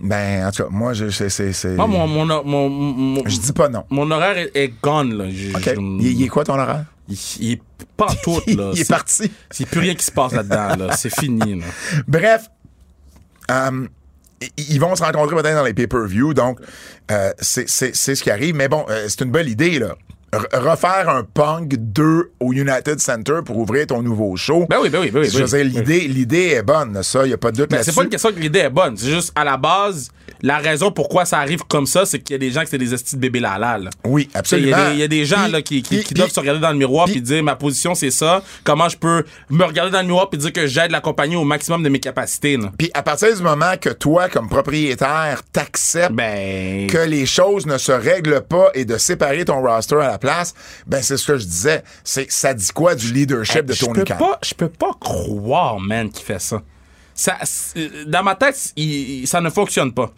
Speaker 2: Ben, en tout cas, moi, je, c'est- c'est- c'est-
Speaker 3: Ah, mon, mon, mon, mon,
Speaker 2: je dis pas non.
Speaker 3: mon horaire est, est gone, là. Je-
Speaker 2: OK?
Speaker 3: je-
Speaker 2: Il, il est quoi ton horaire?
Speaker 3: il- il est pas en tout, là.
Speaker 2: il est
Speaker 3: C'est-
Speaker 2: parti.
Speaker 3: C'est plus rien qui se passe là-dedans, là. C'est fini, là.
Speaker 2: Bref, euh, i- ils vont se rencontrer peut-être dans les pay-per-view, donc euh, c'est c'est- c'est ce qui arrive. Mais bon, euh, c'est une belle idée, là. R- refaire un Punk 2 au United Center pour ouvrir ton nouveau show.
Speaker 3: Ben oui, ben oui, ben oui.
Speaker 2: Je
Speaker 3: ben
Speaker 2: veux
Speaker 3: oui.
Speaker 2: dire, l'idée l'idée est bonne, ça, il n'y a pas de doute
Speaker 3: Mais c'est pas une
Speaker 2: là-dessus.
Speaker 3: question que l'idée est bonne. C'est juste, à la base, la raison pourquoi ça arrive comme ça, c'est qu'il y a des gens qui c'est des estis de bébé lala, là.
Speaker 2: Oui,
Speaker 3: Tu sais, Il y,
Speaker 2: absolument.
Speaker 3: a des- il y a des gens
Speaker 2: Puis-
Speaker 3: là, qui, qui,
Speaker 2: puis-
Speaker 3: qui doivent
Speaker 2: puis-
Speaker 3: se regarder dans le miroir
Speaker 2: puis-
Speaker 3: puis dire ma position c'est ça, comment je peux me regarder dans le miroir puis dire que j'aide la compagnie au maximum de mes capacités. là.
Speaker 2: Puis à partir du moment que toi, comme propriétaire, t'acceptes
Speaker 3: Ben
Speaker 2: que les choses ne se règlent pas et de séparer ton roster à la place, ben c'est ce que je disais. C'est ça dit quoi du leadership de
Speaker 3: je
Speaker 2: Tony
Speaker 3: peux
Speaker 2: Khan?
Speaker 3: pas je peux pas croire man qu'il fait ça. Ça c'est- dans ma tête, il- il- ça ne fonctionne pas.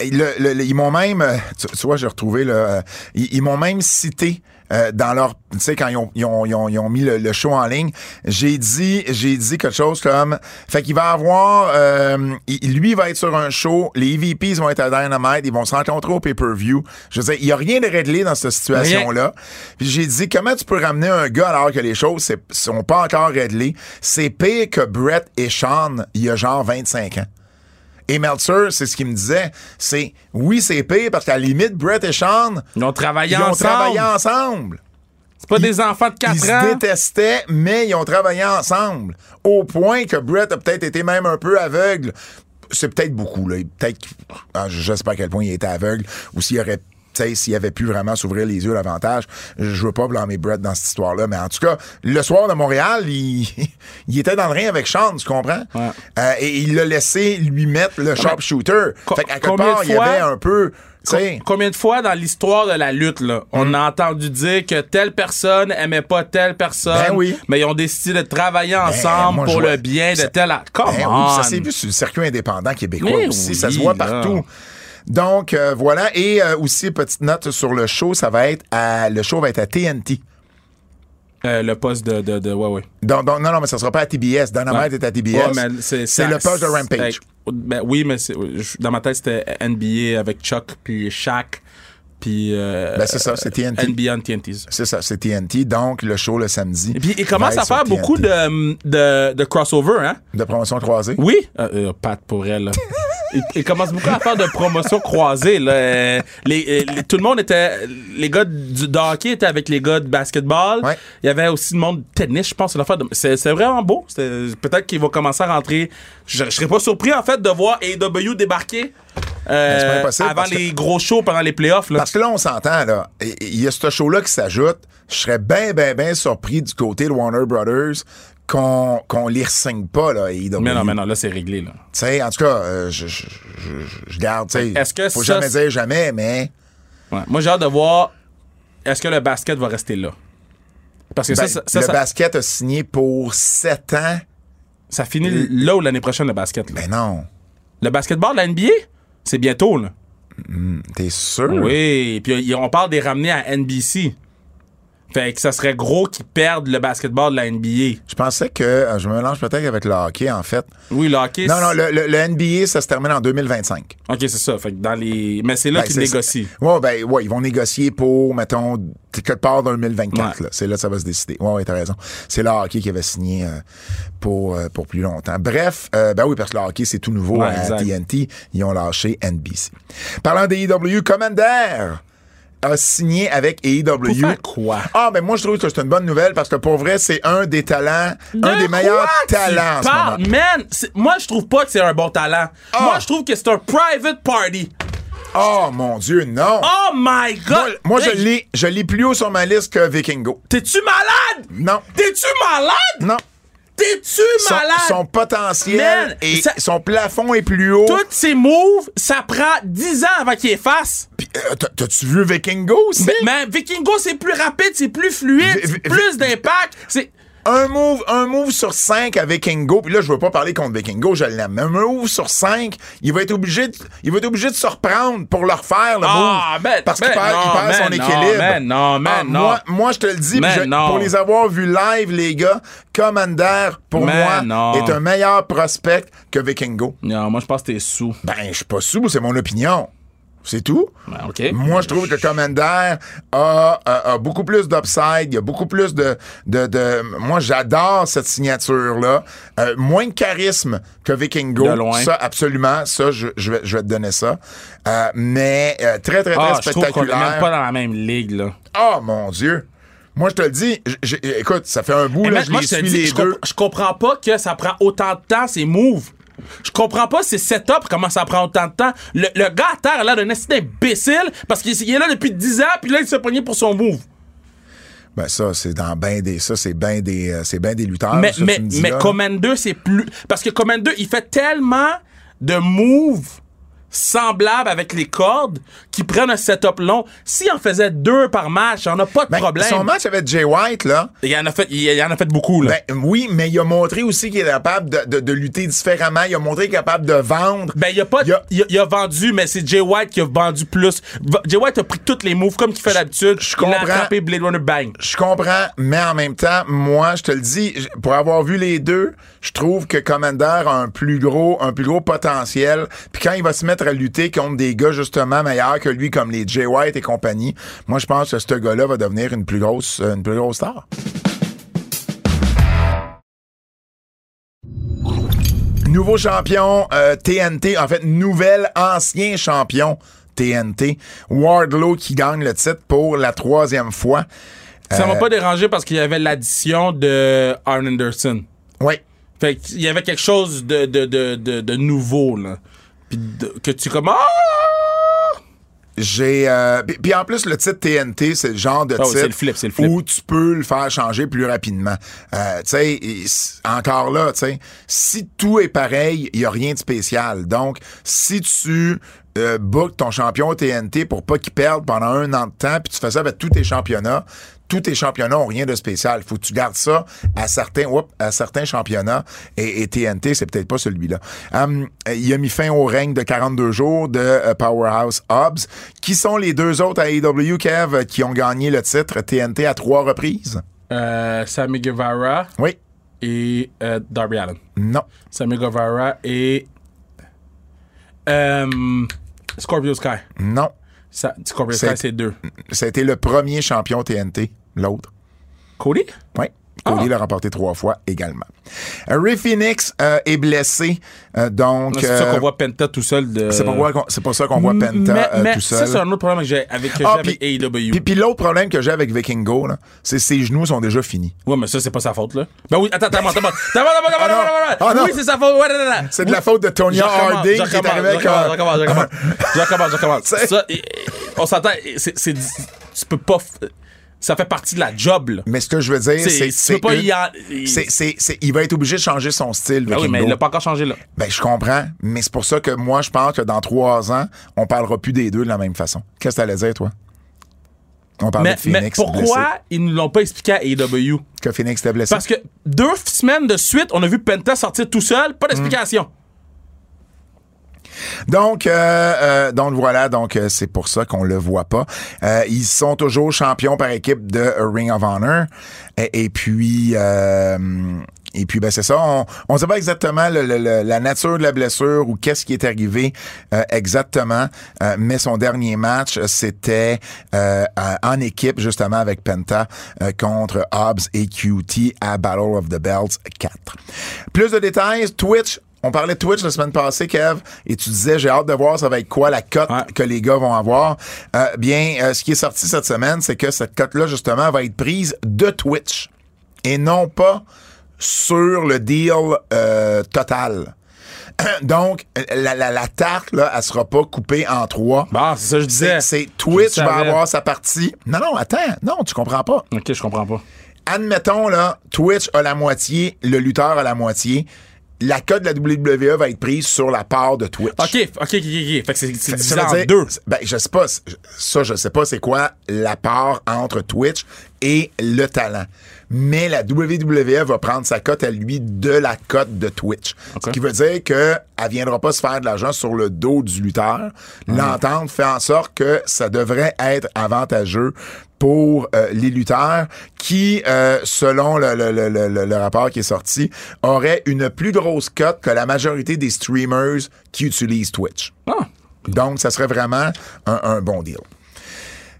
Speaker 2: Et le- le- le- ils m'ont même, euh, tu, tu vois, j'ai retrouvé le, euh, ils, ils m'ont même cité euh, dans leur, tu sais, quand ils ont, ils ont, ils ont, ils ont mis le, le show en ligne, j'ai dit, j'ai dit quelque chose comme, fait qu'il va avoir, euh, il- lui va être sur un show, les EVPs vont être à Dynamite, ils vont se rencontrer au pay-per-view. Je veux dire, il y a rien de réglé dans cette situation-là. Puis j'ai dit, comment tu peux ramener un gars alors que les choses c'est- sont pas encore réglées? C'est pire que Brett et Sean il y a genre 25 ans. Et Meltzer, c'est ce qu'il me disait, c'est oui, c'est pire parce qu'à la limite, Brett et Sean,
Speaker 3: Ils ont travaillé
Speaker 2: ils ont
Speaker 3: ensemble.
Speaker 2: travaillé ensemble.
Speaker 3: C'est pas des enfants de 4
Speaker 2: Ils se
Speaker 3: ans.
Speaker 2: détestaient, mais ils ont travaillé ensemble. Au point que Brett a peut-être été même un peu aveugle. C'est peut-être beaucoup, là. Peut-être, qu'il- ah, je sais pas à quel point il était aveugle ou s'il aurait tu sais, s'il avait pu vraiment s'ouvrir les yeux davantage, je veux pas blâmer Brett dans cette histoire-là, mais en tout cas, le soir de Montréal, il, il était dans le ring avec Sean, tu comprends?
Speaker 3: Ouais. Ah,
Speaker 2: Euh, et il l'a laissé lui mettre le sharpshooter.
Speaker 3: co-
Speaker 2: Fait qu'à quelque
Speaker 3: combien de
Speaker 2: part, il y
Speaker 3: fois-
Speaker 2: avait un peu, tu sais,
Speaker 3: Com- Combien de fois dans l'histoire de la lutte, là,
Speaker 2: Hmm.
Speaker 3: on a entendu dire que telle personne aimait pas telle personne,
Speaker 2: Ben oui. Ben,
Speaker 3: mais ils ont décidé de travailler ensemble
Speaker 2: moi, je
Speaker 3: pour
Speaker 2: vois-
Speaker 3: le bien de
Speaker 2: ça-
Speaker 3: telle... a- Come
Speaker 2: Ben oui,
Speaker 3: on!
Speaker 2: ça s'est vu sur le circuit indépendant québécois
Speaker 3: Mais
Speaker 2: aussi.
Speaker 3: Ah, Eh oui,
Speaker 2: ça se voit
Speaker 3: là.
Speaker 2: partout. Donc euh, voilà et euh, aussi petite note sur le show, ça va être à le show va être à TNT.
Speaker 3: Euh, le poste de... de, de ouais, ouais.
Speaker 2: Donc, donc, non non mais ça sera pas à TBS. Dynamite est à
Speaker 3: Ouais,
Speaker 2: TBS.
Speaker 3: mais
Speaker 2: c'est
Speaker 3: ça-
Speaker 2: le poste de Rampage.
Speaker 3: c'est- ben oui, mais c'est- je- dans ma tête, c'était NBA avec Chuck, puis Shaq, puis... euh,
Speaker 2: Ben, c'est ça, c'est TNT.
Speaker 3: NBA on TNT. ça.
Speaker 2: C'est ça, c'est TNT. Donc le show le samedi.
Speaker 3: Et puis, il commence
Speaker 2: va
Speaker 3: à
Speaker 2: être sur
Speaker 3: faire
Speaker 2: TNT.
Speaker 3: beaucoup de, de, de crossover, hein?
Speaker 2: de promotion croisée.
Speaker 3: Oui. Euh, euh, Pat pour elle. ils, ils commencent beaucoup à faire de promotions croisées. là. Euh, Les, les- tout le monde était. Les gars du de hockey étaient avec les gars de basketball.
Speaker 2: Ouais.
Speaker 3: Il y avait aussi le monde de tennis, je pense. une affaire de- C'est c'est vraiment beau. C'était- Peut-être qu'il va commencer à rentrer. Je, je serais pas surpris, en fait, de voir AEW débarquer euh,
Speaker 2: Ben, c'est pas impossible,
Speaker 3: avant
Speaker 2: parce que-
Speaker 3: les gros shows pendant les playoffs. Là.
Speaker 2: Parce que là, on s'entend, là. Et- et Il y a ce show-là qui s'ajoute. Je serais bien, bien, bien surpris du côté de Warner Brothers qu'on qu'on les re-signe pas, là. Et
Speaker 3: Mais non, mais non, là, c'est réglé. Là.
Speaker 2: Tu sais, en tout cas, euh, je, je, je- je garde, tu sais.
Speaker 3: Est-ce que
Speaker 2: Faut
Speaker 3: ça,
Speaker 2: jamais
Speaker 3: c'est-
Speaker 2: dire jamais, mais.
Speaker 3: Ouais. Moi, j'ai hâte de voir est-ce que le basket va rester là. Parce que
Speaker 2: ben,
Speaker 3: ça, ça, ça,
Speaker 2: le
Speaker 3: ça-
Speaker 2: basket a signé pour 7 ans.
Speaker 3: ça finit là ou l'année prochaine, le basket. là.
Speaker 2: Ben non.
Speaker 3: Le basketball de la NBA, c'est bientôt. Là.
Speaker 2: T'es sûr?
Speaker 3: Oui, puis y- on parle des ramener à NBC. Fait que ça serait gros qu'ils perdent le basketball de la NBA.
Speaker 2: Je pensais que. euh, Je me mélange peut-être avec le hockey, en fait.
Speaker 3: Oui, le hockey.
Speaker 2: Non, non,
Speaker 3: c'est-
Speaker 2: le, le- le NBA, ça se termine en 2025.
Speaker 3: OK, c'est ça. Fait que dans les... Mais c'est là
Speaker 2: Ben,
Speaker 3: qu'ils
Speaker 2: c'est-
Speaker 3: négocient.
Speaker 2: Ouais, ben, ouais, ils vont négocier pour, mettons, quelque part dans 2024.
Speaker 3: Ouais.
Speaker 2: là. C'est là que ça va se décider. Ouais, ouais, t'as raison. C'est le hockey qui avait signé euh, pour, euh, pour plus longtemps. Bref, euh, ben oui, parce que le hockey, c'est tout nouveau
Speaker 3: Ouais,
Speaker 2: à
Speaker 3: exact.
Speaker 2: TNT. Ils ont lâché NBC. Parlant des EW, Commander a signé avec AEW.
Speaker 3: Pour faire quoi?
Speaker 2: Ah, ben moi, je trouve que c'est une bonne nouvelle parce que pour vrai, c'est un des talents, un
Speaker 3: De
Speaker 2: des meilleurs
Speaker 3: quoi tu
Speaker 2: talents en ce
Speaker 3: parles?
Speaker 2: moment.
Speaker 3: Man, c'est- moi, je trouve pas que c'est un bon talent.
Speaker 2: Ah.
Speaker 3: Moi, je trouve que c'est un private party.
Speaker 2: Oh, mon Dieu, non!
Speaker 3: Oh my God!
Speaker 2: Moi, je
Speaker 3: Hey,
Speaker 2: l'ai, je l'ai plus haut sur ma liste que Vikingo.
Speaker 3: T'es-tu malade?
Speaker 2: Non.
Speaker 3: T'es-tu malade?
Speaker 2: Non.
Speaker 3: T'es-tu
Speaker 2: Son,
Speaker 3: malade?
Speaker 2: son potentiel
Speaker 3: Man,
Speaker 2: et
Speaker 3: ça-
Speaker 2: son plafond est plus haut.
Speaker 3: Toutes ces moves, ça prend 10 ans avant qu'il les fasse.
Speaker 2: Puis, euh, t'as- T'as-tu vu Vikingo aussi?
Speaker 3: Mais, mais Ben, Vikingo, c'est plus rapide, c'est plus fluide,
Speaker 2: Vi- vi-
Speaker 3: plus d'impact. C'est.
Speaker 2: Un move, un move sur cinq à Vikingo. Puis là, je veux pas parler contre Vikingo, je l'aime. Mais un move sur cinq, il va être obligé de, il va être obligé de se reprendre pour le refaire, le
Speaker 3: Ah,
Speaker 2: move.
Speaker 3: man,
Speaker 2: parce qu'il
Speaker 3: man,
Speaker 2: perd, il
Speaker 3: non,
Speaker 2: perd son
Speaker 3: man, non,
Speaker 2: équilibre.
Speaker 3: man, non, man,
Speaker 2: Ah,
Speaker 3: non.
Speaker 2: Moi, moi, je te le dis, puis
Speaker 3: Man,
Speaker 2: je-
Speaker 3: non.
Speaker 2: pour les avoir vus live, les gars, Commander, pour moi,
Speaker 3: Man, Ben non.
Speaker 2: est un meilleur prospect que Vikingo.
Speaker 3: Non, moi, je pense que t'es sous.
Speaker 2: Ben, je suis pas sous, c'est mon opinion. C'est tout.
Speaker 3: Ben, OK.
Speaker 2: Moi, je trouve que Commander a, a- a beaucoup plus d'upside. Il y a beaucoup plus de. de, de- moi, j'adore cette signature-là. Euh, moins de charisme que Vikingo.
Speaker 3: De loin.
Speaker 2: Ça, absolument. Ça, je, je vais, je vais te donner ça. Euh, mais euh, très, très, très
Speaker 3: Ah, je trouve qu'on est même pas
Speaker 2: spectaculaire.
Speaker 3: dans la même ligue, là.
Speaker 2: Oh, mon Dieu. Moi, je te le dis. j- j'ai- écoute, ça fait un bout,
Speaker 3: Et
Speaker 2: là,
Speaker 3: man,
Speaker 2: je
Speaker 3: Eh, moi,
Speaker 2: les
Speaker 3: je te
Speaker 2: suis
Speaker 3: dis,
Speaker 2: les
Speaker 3: je,
Speaker 2: deux.
Speaker 3: comp- je comprends pas que ça prend autant de temps, ces moves. Je comprends pas ces setups, comment ça prend autant de temps. Le, le gars à terre, là, d'un esti d'imbécile, parce qu'il il est là depuis 10 ans, puis là, il se pognait pour son move.
Speaker 2: Ben, ça, c'est dans ben des. Ça, c'est ben des, euh, c'est ben des lutteurs.
Speaker 3: mais,
Speaker 2: ça, tu
Speaker 3: mais,
Speaker 2: me dis
Speaker 3: mais
Speaker 2: là.
Speaker 3: Commander, c'est plus. Parce que Commander, il fait tellement de moves semblables avec les cordes qui prennent un setup long. S'il en faisait deux par match, on n'a pas de
Speaker 2: Ben,
Speaker 3: problème.
Speaker 2: Son match avec Jay White, là.
Speaker 3: Il, en a fait, il, il en a fait beaucoup, là.
Speaker 2: Ben, oui, mais il a montré aussi qu'il est capable de, de- de lutter différemment. Il a montré qu'il est capable de vendre.
Speaker 3: Ben, il a pas.
Speaker 2: il a-
Speaker 3: Il a, il a vendu, mais c'est Jay White qui a vendu plus. Va- Jay White a pris tous les moves comme qu'il fait d'habitude.
Speaker 2: je
Speaker 3: Il a
Speaker 2: comprends.
Speaker 3: attrapé Blade Runner Bang.
Speaker 2: Je comprends, mais en même temps, moi, je te le dis, j- pour avoir vu les deux, je trouve que Commander a un plus gros, un plus gros potentiel. Puis quand il va se mettre à lutter contre des gars justement meilleurs que lui, comme les Jay White et compagnie, moi, je pense que ce gars-là va devenir une plus grosse, euh, une plus grosse star. Nouveau champion euh, TNT, en fait, nouvel ancien champion TNT, Wardlow qui gagne le titre pour la troisième fois.
Speaker 3: Ça m'a
Speaker 2: Euh,
Speaker 3: pas dérangé parce qu'il y avait l'addition de Arn Anderson.
Speaker 2: Oui.
Speaker 3: Fait qu'il y avait quelque chose de, de, de, de, de nouveau, là. Puis de- que tu comme. Ah!
Speaker 2: J'ai euh, puis- puis en plus le titre TNT c'est le genre de
Speaker 3: Ah oui,
Speaker 2: titre
Speaker 3: c'est le flip, c'est le flip.
Speaker 2: où tu peux le faire changer plus rapidement. Euh, tu sais et c- encore là, tu sais si tout est pareil, il y a rien de spécial. Donc si tu euh, book ton champion TNT pour pas qu'il perde pendant un an de temps puis tu fais ça avec tous tes championnats, tous tes championnats ont rien de spécial. Faut que tu gardes ça à certains oups, à certains championnats et, et TNT c'est peut-être pas celui-là. Hum, il a mis fin au règne de 42 jours de euh, Powerhouse Hobbs. Qui sont les deux autres à AEW, Kev, euh, qui ont gagné le titre TNT à trois reprises?
Speaker 3: Euh, Sammy Guevara
Speaker 2: Oui.
Speaker 3: et euh, Darby Allen.
Speaker 2: Non.
Speaker 3: Sammy Guevara et. euh, Scorpio Sky.
Speaker 2: Non.
Speaker 3: Ça- Scorpio
Speaker 2: C'est-
Speaker 3: Sky, c'est deux.
Speaker 2: Ça a été le premier champion TNT, l'autre.
Speaker 3: Cody?
Speaker 2: Oui. Cody
Speaker 3: Ah.
Speaker 2: l'a remporté trois fois également. Euh, Ray Phoenix euh, est blessé, euh, donc...
Speaker 3: C'est pour ça
Speaker 2: euh,
Speaker 3: qu'on voit Penta tout seul. De...
Speaker 2: c'est pour, qu'on- c'est pour ça qu'on voit
Speaker 3: M-
Speaker 2: Penta
Speaker 3: mais,
Speaker 2: euh,
Speaker 3: mais
Speaker 2: tout
Speaker 3: Ça,
Speaker 2: seul.
Speaker 3: c'est un autre problème que j'ai avec, que j'ai
Speaker 2: Ah,
Speaker 3: avec E
Speaker 2: puis-
Speaker 3: AEW.
Speaker 2: Puis, puis l'autre problème que j'ai avec Vikingo, là, c'est que ses genoux sont déjà finis.
Speaker 3: ouais, mais ça, c'est pas sa faute, là. Ben oui, attends, attends, attends, attends, attends, attends, attends, attends,
Speaker 2: non.
Speaker 3: attends, attends.
Speaker 2: Ah, non.
Speaker 3: Oui, c'est sa faute. Ouais, non, non, non.
Speaker 2: C'est de
Speaker 3: Oui.
Speaker 2: la faute de Tonya
Speaker 3: Je recommence,
Speaker 2: Harding
Speaker 3: je
Speaker 2: qui est
Speaker 3: recommence,
Speaker 2: arrivée avec
Speaker 3: je
Speaker 2: un-
Speaker 3: recommence, je recommence, je recommence, je recommence.
Speaker 2: sais.
Speaker 3: Ça, et- et- on s'entend, et c'est, c'est, tu peux pas, f- ça fait partie de la job, là.
Speaker 2: Mais ce que je veux dire,
Speaker 3: C'est-
Speaker 2: c'est
Speaker 3: tu
Speaker 2: c'est
Speaker 3: peux pas
Speaker 2: une-
Speaker 3: y en-
Speaker 2: c'est- c'est- c'est- il va être obligé de changer son style.
Speaker 3: Ah oui, mais
Speaker 2: Vikingo.
Speaker 3: il l'a pas encore changé, là.
Speaker 2: Ben, je comprends, mais c'est pour ça que moi, je pense que dans trois ans, on parlera plus des deux de la même façon. Qu'est-ce que t'allais dire, toi? On parlait
Speaker 3: Mais,
Speaker 2: de Ah,
Speaker 3: mais
Speaker 2: Phoenix blessé.
Speaker 3: pourquoi ils nous l'ont pas expliqué à AEW?
Speaker 2: Que Phoenix était blessé.
Speaker 3: Parce que deux f- semaines de suite, on a vu Penta sortir tout seul, pas d'explication.
Speaker 2: Donc, euh, euh, donc voilà, donc euh, c'est pour ça qu'on le voit pas. Euh, ils sont toujours champions par équipe de Ring of Honor. Et, et puis, euh, et puis ben c'est ça. On, on sait pas exactement le- le- le- la nature de la blessure ou qu'est-ce qui est arrivé euh, exactement. Euh, mais son dernier match, c'était euh, à- en équipe justement avec Penta euh, contre Hobbs et QT à Battle of the Belts 4. Plus de détails, Twitch. On parlait de Twitch la semaine passée, Kev, et tu disais, j'ai hâte de voir ça va être quoi la cote
Speaker 3: Ouais.
Speaker 2: que les gars vont avoir. Euh, bien, euh, ce qui est sorti cette semaine, c'est que cette cote-là, justement, va être prise de Twitch et non pas sur le deal euh, total. Donc, la, la, la tarte, là, elle sera pas coupée en trois.
Speaker 3: Bah, c'est ça que je disais.
Speaker 2: C'est c'est Twitch
Speaker 3: Je le
Speaker 2: va
Speaker 3: savais.
Speaker 2: avoir sa partie. Non, non, attends. Non, tu comprends pas.
Speaker 3: Ok, je comprends pas.
Speaker 2: Admettons, là, Twitch a la moitié, le lutteur a la moitié. La cote de la WWE va être prise sur la part de Twitch.
Speaker 3: Ok, f- ok, ok, ok. Fait que c'est, c'est divisé
Speaker 2: Ça veut
Speaker 3: en
Speaker 2: dire-
Speaker 3: deux.
Speaker 2: Ben, je sais pas. c- Ça, je sais pas c'est quoi la part entre Twitch et le talent. Mais la WWE va prendre sa cote à lui de la cote de Twitch. Ce
Speaker 3: Ok.
Speaker 2: qui veut dire qu'elle viendra pas se faire de l'argent sur le dos du
Speaker 3: Ah.
Speaker 2: lutteur. L'entente fait en sorte que ça devrait être avantageux pour euh, les lutteurs qui, euh, selon le, le- le- le- le- le rapport qui est sorti, auraient une plus grosse cote que la majorité des streamers qui utilisent Twitch.
Speaker 3: Ah.
Speaker 2: Donc, ça serait vraiment un, un bon deal.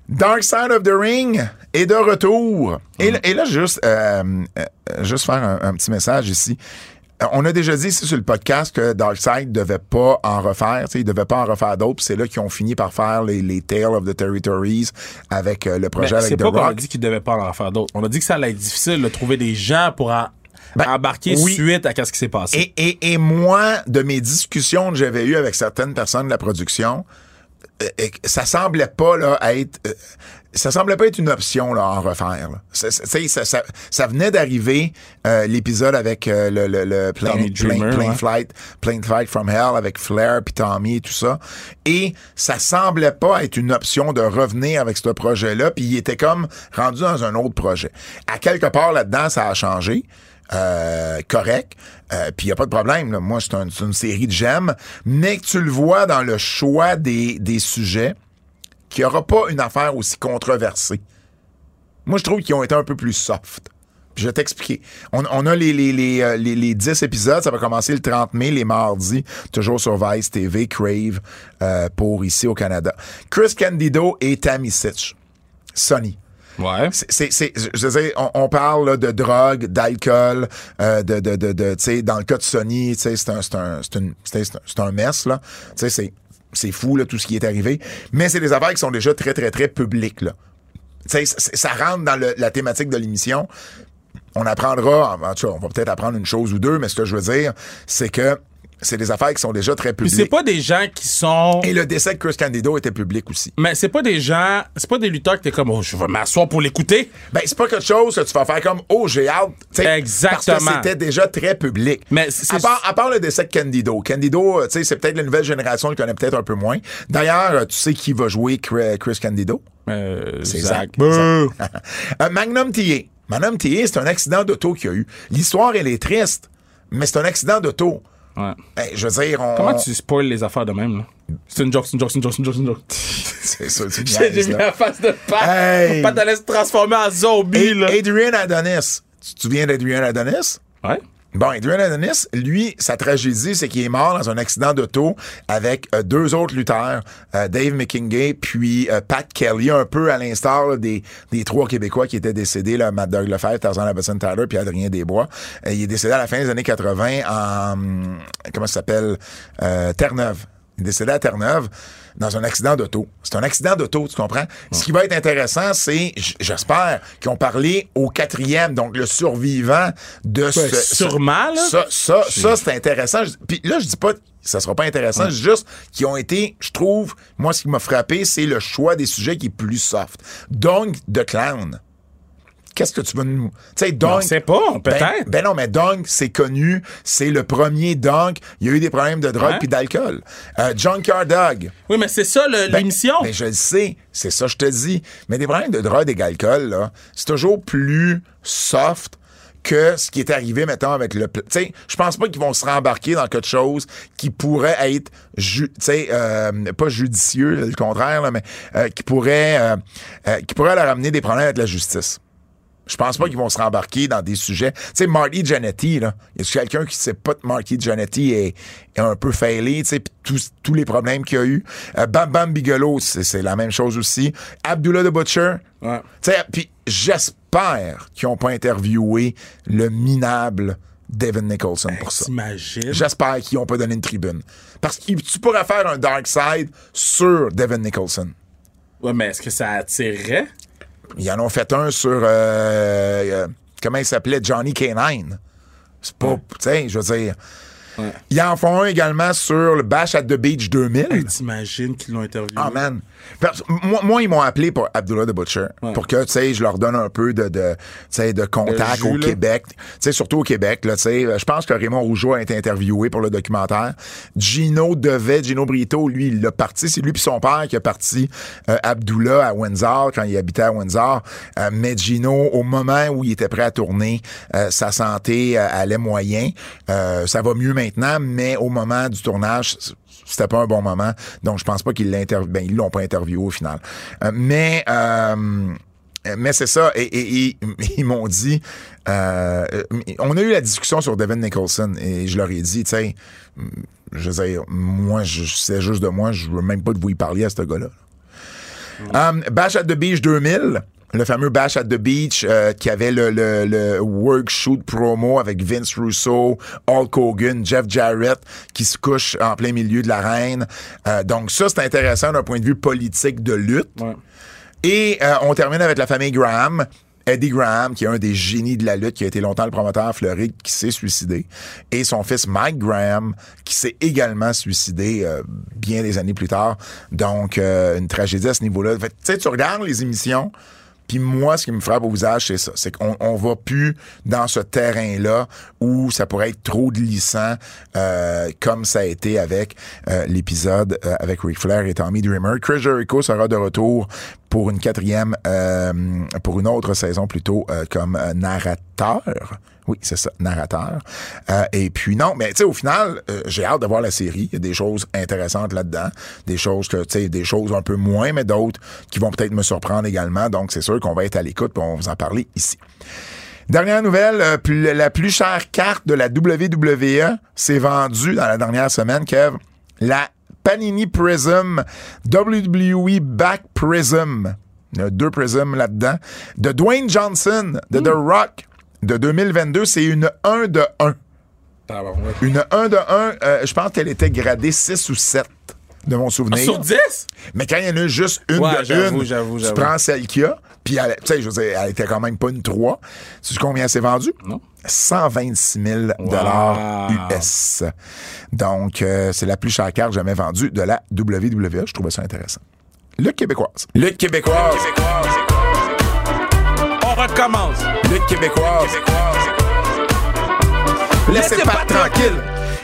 Speaker 2: Dark Side of the Ring est de retour.
Speaker 3: Mm.
Speaker 2: Et, là- et là, juste, euh, euh, euh, juste faire un, un petit message ici. Euh, On a déjà dit ici sur le podcast que Darkseid devait pas en refaire, tu sais, il devait pas en refaire d'autres, puis c'est là qu'ils ont fini par faire les, les Tales of the Territories avec euh, le
Speaker 3: Mais
Speaker 2: projet
Speaker 3: Ben, c'est
Speaker 2: avec The
Speaker 3: pas qu'on a
Speaker 2: Rock.
Speaker 3: dit qu'il devait pas en faire d'autres. On a dit que ça allait être difficile de trouver des gens pour en-
Speaker 2: Ben,
Speaker 3: embarquer
Speaker 2: oui.
Speaker 3: suite à ce qui s'est passé.
Speaker 2: Et, et, et moi, de mes discussions que j'avais eues avec certaines personnes de la production, euh, euh, ça semblait pas là, être. euh, ça semblait pas être une option là, à en refaire. là. C'est- c'est- tu sais, Ça, ça- ça venait d'arriver euh, l'épisode avec euh, le, le, le Plane,
Speaker 3: Tommy Dreamer,
Speaker 2: Plane- Plane
Speaker 3: ouais.
Speaker 2: Flight, Plane Flight from Hell avec Flair puis Tommy et tout ça. Et ça semblait pas être une option de revenir avec ce projet-là. Puis il était comme rendu dans un autre projet. À quelque part là-dedans, ça a changé. Euh, correct. Euh, Puis il n'y a pas de problème. là. Moi, c'est un- c'est une série de j'aime. Mais que tu le vois dans le choix des, des sujets, qu'il n'y aura pas une affaire aussi controversée. Moi, je trouve qu'ils ont été un peu plus soft. Puis je vais t'expliquer. On, on a les, les, les, euh, les, les 10 épisodes. Ça va commencer le 30 mai, les mardis, toujours sur Vice TV, Crave, euh, pour ici au Canada. Chris Candido et Tammy Sitch. Sonny.
Speaker 3: ouais.
Speaker 2: C'est- c'est- c'est- je veux dire, on, on parle là, de drogue, d'alcool, euh, de, de, de, de- tu sais, dans le cas de Sony, tu sais, c'est un, c'est un, c'est une- c'est un- c'est un mess, là. Tu sais, c'est, c'est fou, là, tout ce qui est arrivé. Mais c'est des affaires qui sont déjà très, très, très publiques, là. Tu sais, c'est- ça rentre dans le- la thématique de l'émission. On apprendra, en en tout cas, on va peut-être apprendre une chose ou deux, mais ce que je veux dire, c'est que c'est des affaires qui sont déjà très
Speaker 3: Puis c'est
Speaker 2: publiques.
Speaker 3: pas des gens qui sont.
Speaker 2: Et le décès de Chris Candido était public aussi.
Speaker 3: Mais c'est pas des gens. C'est pas des lutteurs que t'es comme, oh, je vais m'asseoir pour l'écouter.
Speaker 2: Ben, c'est pas quelque chose que tu vas faire comme Oh, j'ai hâte. Tu sais,
Speaker 3: Exactement.
Speaker 2: Parce que c'était déjà très public.
Speaker 3: Mais c'est-
Speaker 2: à part, à part le décès de Candido. Candido, euh, tu sais, c'est peut-être la nouvelle génération le connaît peut-être un peu moins. D'ailleurs, euh, tu sais qui va jouer Cr- Chris Candido?
Speaker 3: Euh,
Speaker 2: C'est
Speaker 3: Zach.
Speaker 2: Zach. Euh, Magnum T.A. Magnum T.A., c'est un accident d'auto qu'il y a eu. L'histoire, elle est triste, mais c'est un accident d'auto.
Speaker 3: Ouais.
Speaker 2: Ben, je veux dire, on.
Speaker 3: Comment tu spoil les affaires de même, là? C'est une joke, c'est une joke, c'est une joke, c'est une joke, c'est une joke.
Speaker 2: C'est ça, tu
Speaker 3: J'ai
Speaker 2: niaises,
Speaker 3: vu
Speaker 2: là.
Speaker 3: la face de Pat.
Speaker 2: Hey.
Speaker 3: Pat allait se transformer en zombie, là.
Speaker 2: Adrian Adonis. Tu te souviens d'Adrian Adonis?
Speaker 3: Ouais.
Speaker 2: Bon, Adrian Adonis, lui, sa tragédie, c'est qu'il est mort dans un accident d'auto avec euh, deux autres lutteurs, euh, Dave McKingay puis euh, Pat Kelly, un peu à l'instar là, des, des trois Québécois qui étaient décédés, là, Matt Doug Lefebvre, Tarzan Labatson Tyler puis Adrien Desbois. Euh, il est décédé à la fin des années 80 en, hum, comment ça s'appelle, Euh, Terre-Neuve. Il est décédé à Terre-Neuve dans un accident d'auto. C'est un accident d'auto, tu comprends? Ce qui va être intéressant, c'est, j- j'espère, qu'ils ont parlé au quatrième, donc le survivant de ce, ce-
Speaker 3: sûrement, là.
Speaker 2: Ça, ça, ça, c'est intéressant. Je- Puis là, je dis pas que ça sera pas intéressant, je dis juste qu'ils ont été, je trouve, moi, ce qui m'a frappé, c'est le choix des sujets qui est plus soft. Donc, de clown. Qu'est-ce que tu veux nous. Tu sais,
Speaker 3: On
Speaker 2: donc.
Speaker 3: sait pas, peut-être.
Speaker 2: Ben, ben non, mais Dunk, c'est connu. C'est le premier Dunk. Il y a eu des problèmes de drogue
Speaker 3: Ouais.
Speaker 2: puis d'alcool. Euh, Junkyard Dog.
Speaker 3: oui, mais c'est ça le-
Speaker 2: Ben,
Speaker 3: l'émission.
Speaker 2: ben, je le sais, c'est ça que je te dis. Mais des problèmes de drogue et d'alcool, là, c'est toujours plus soft que ce qui est arrivé, mettons, avec le... pl- Tu sais, je pense pas qu'ils vont se rembarquer dans quelque chose qui pourrait être, ju- tu sais, euh, pas judicieux, le contraire, là, mais euh, qui pourrait euh, euh, qui pourrait leur amener des problèmes avec la justice. Je pense pas qu'ils vont se rembarquer dans des sujets. Tu sais, Marty Jannetty, là. Y a quelqu'un qui sait pas que Marty Jannetty est, est un peu failé, tu sais, pis tous, tous les problèmes qu'il y a eu. Euh, Bam Bam Bigelow, c'est c'est la même chose aussi. Abdullah the Butcher.
Speaker 3: Ouais.
Speaker 2: Tu sais, puis j'espère qu'ils ont pas interviewé le minable Devin Nicholson pour ça.
Speaker 3: T'imagines?
Speaker 2: J'espère qu'ils ont pas donné une tribune. Parce que tu pourrais faire un Dark Side sur Devin Nicholson.
Speaker 3: Ouais, mais est-ce que ça attirerait?
Speaker 2: Ils en ont fait un sur. euh, euh, comment il s'appelait Johnny Canine. C'est pas. Tu sais, je veux dire. Ils en font un également sur le Bash at the Beach 2000.
Speaker 3: T'imagines qu'ils l'ont interviewé?
Speaker 2: Ah, man. Parce- moi, moi, ils m'ont appelé pour Abdullah the Butcher. Pour que, tu sais, je leur donne un peu de, de, tu sais, de contact
Speaker 3: Le jus,
Speaker 2: au
Speaker 3: là.
Speaker 2: Québec. Tu sais, surtout au Québec, là, tu sais. euh, Je pense que Raymond Rougeau a été interviewé pour le documentaire. Gino devait, Gino Brito, lui, il l'a parti. C'est lui puis son père qui a parti euh, Abdullah à Windsor quand il habitait à Windsor. Euh, mais Gino, au moment où il était prêt à tourner, euh, sa santé euh, allait moyen. Euh, ça va mieux maintenant, mais au moment du tournage, c'était pas un bon moment. Donc, je pense pas qu'ils l'inter- ben, ils l'ont pas interviewé au final. Euh, mais, euh, mais c'est ça. Et, et- et ils m'ont dit, euh, euh, on a eu la discussion sur Devin Nicholson et je leur ai dit, tu sais, mm, je veux dire, moi, je sais juste de moi, je veux même pas de vous y parler à ce gars-là. Um, Bash at the Beach 2000. Le fameux Bash at the Beach euh, qui avait le, le, le work shoot promo avec Vince Russo, Hulk Hogan, Jeff Jarrett qui se couche en plein milieu de l'arène. Euh, donc ça, c'est intéressant d'un point de vue politique de lutte.
Speaker 3: Ouais.
Speaker 2: Et euh, on termine avec la famille Graham. Eddie Graham, qui est un des génies de la lutte, qui a été longtemps le promoteur à Floride, qui s'est suicidé. Et son fils Mike Graham, qui s'est également suicidé euh, bien des années plus tard. Donc, euh, une tragédie à ce niveau-là. Fait que, Tu sais, tu regardes les émissions, puis moi, ce qui me frappe au visage, c'est ça. C'est qu'on on va plus dans ce terrain-là où ça pourrait être trop glissant, euh, comme ça a été avec euh, l'épisode euh, avec Ric Flair et Tommy Dreamer. Chris Jericho sera de retour pour une quatrième, euh, pour une autre saison plutôt euh, comme euh, narrateur. Oui, c'est ça, narrateur. Euh, et puis non, mais tu sais, au final, euh, j'ai hâte de voir la série. Il y a des choses intéressantes là-dedans, des choses que, tu sais, des choses un peu moins, mais d'autres qui vont peut-être me surprendre également. Donc, c'est sûr qu'on va être à l'écoute, puis on va vous en parler ici. Dernière nouvelle, euh, plus- la plus chère carte de la WWE s'est vendue dans la dernière semaine, Kev. La Panini Prism WWE Back Prism. Il y a deux Prism là-dedans. De Dwayne Johnson, de The Rock, de 2022, c'est une 1 de 1.
Speaker 3: Tabarouette.
Speaker 2: Une 1 de 1, euh, je pense qu'elle était gradée 6 ou 7, de mon souvenir.
Speaker 3: Sur 10?
Speaker 2: Mais quand il y en a juste une
Speaker 3: Ouais,
Speaker 2: de
Speaker 3: j'avoue,
Speaker 2: une,
Speaker 3: j'avoue,
Speaker 2: tu
Speaker 3: j'avoue.
Speaker 2: prends celle qu'il y a, puis elle, tu sais, je veux dire, elle était quand même pas une 3. Tu sais combien elle s'est vendue?
Speaker 3: Non.
Speaker 2: 126 000 dollars US. Donc, euh, c'est la plus chère carte jamais vendue de la WWE. Je trouvais ça intéressant. Le Québécoise. Le Québécoise.
Speaker 3: On recommence.
Speaker 2: Le Québécoise. Laissez pas tranquille.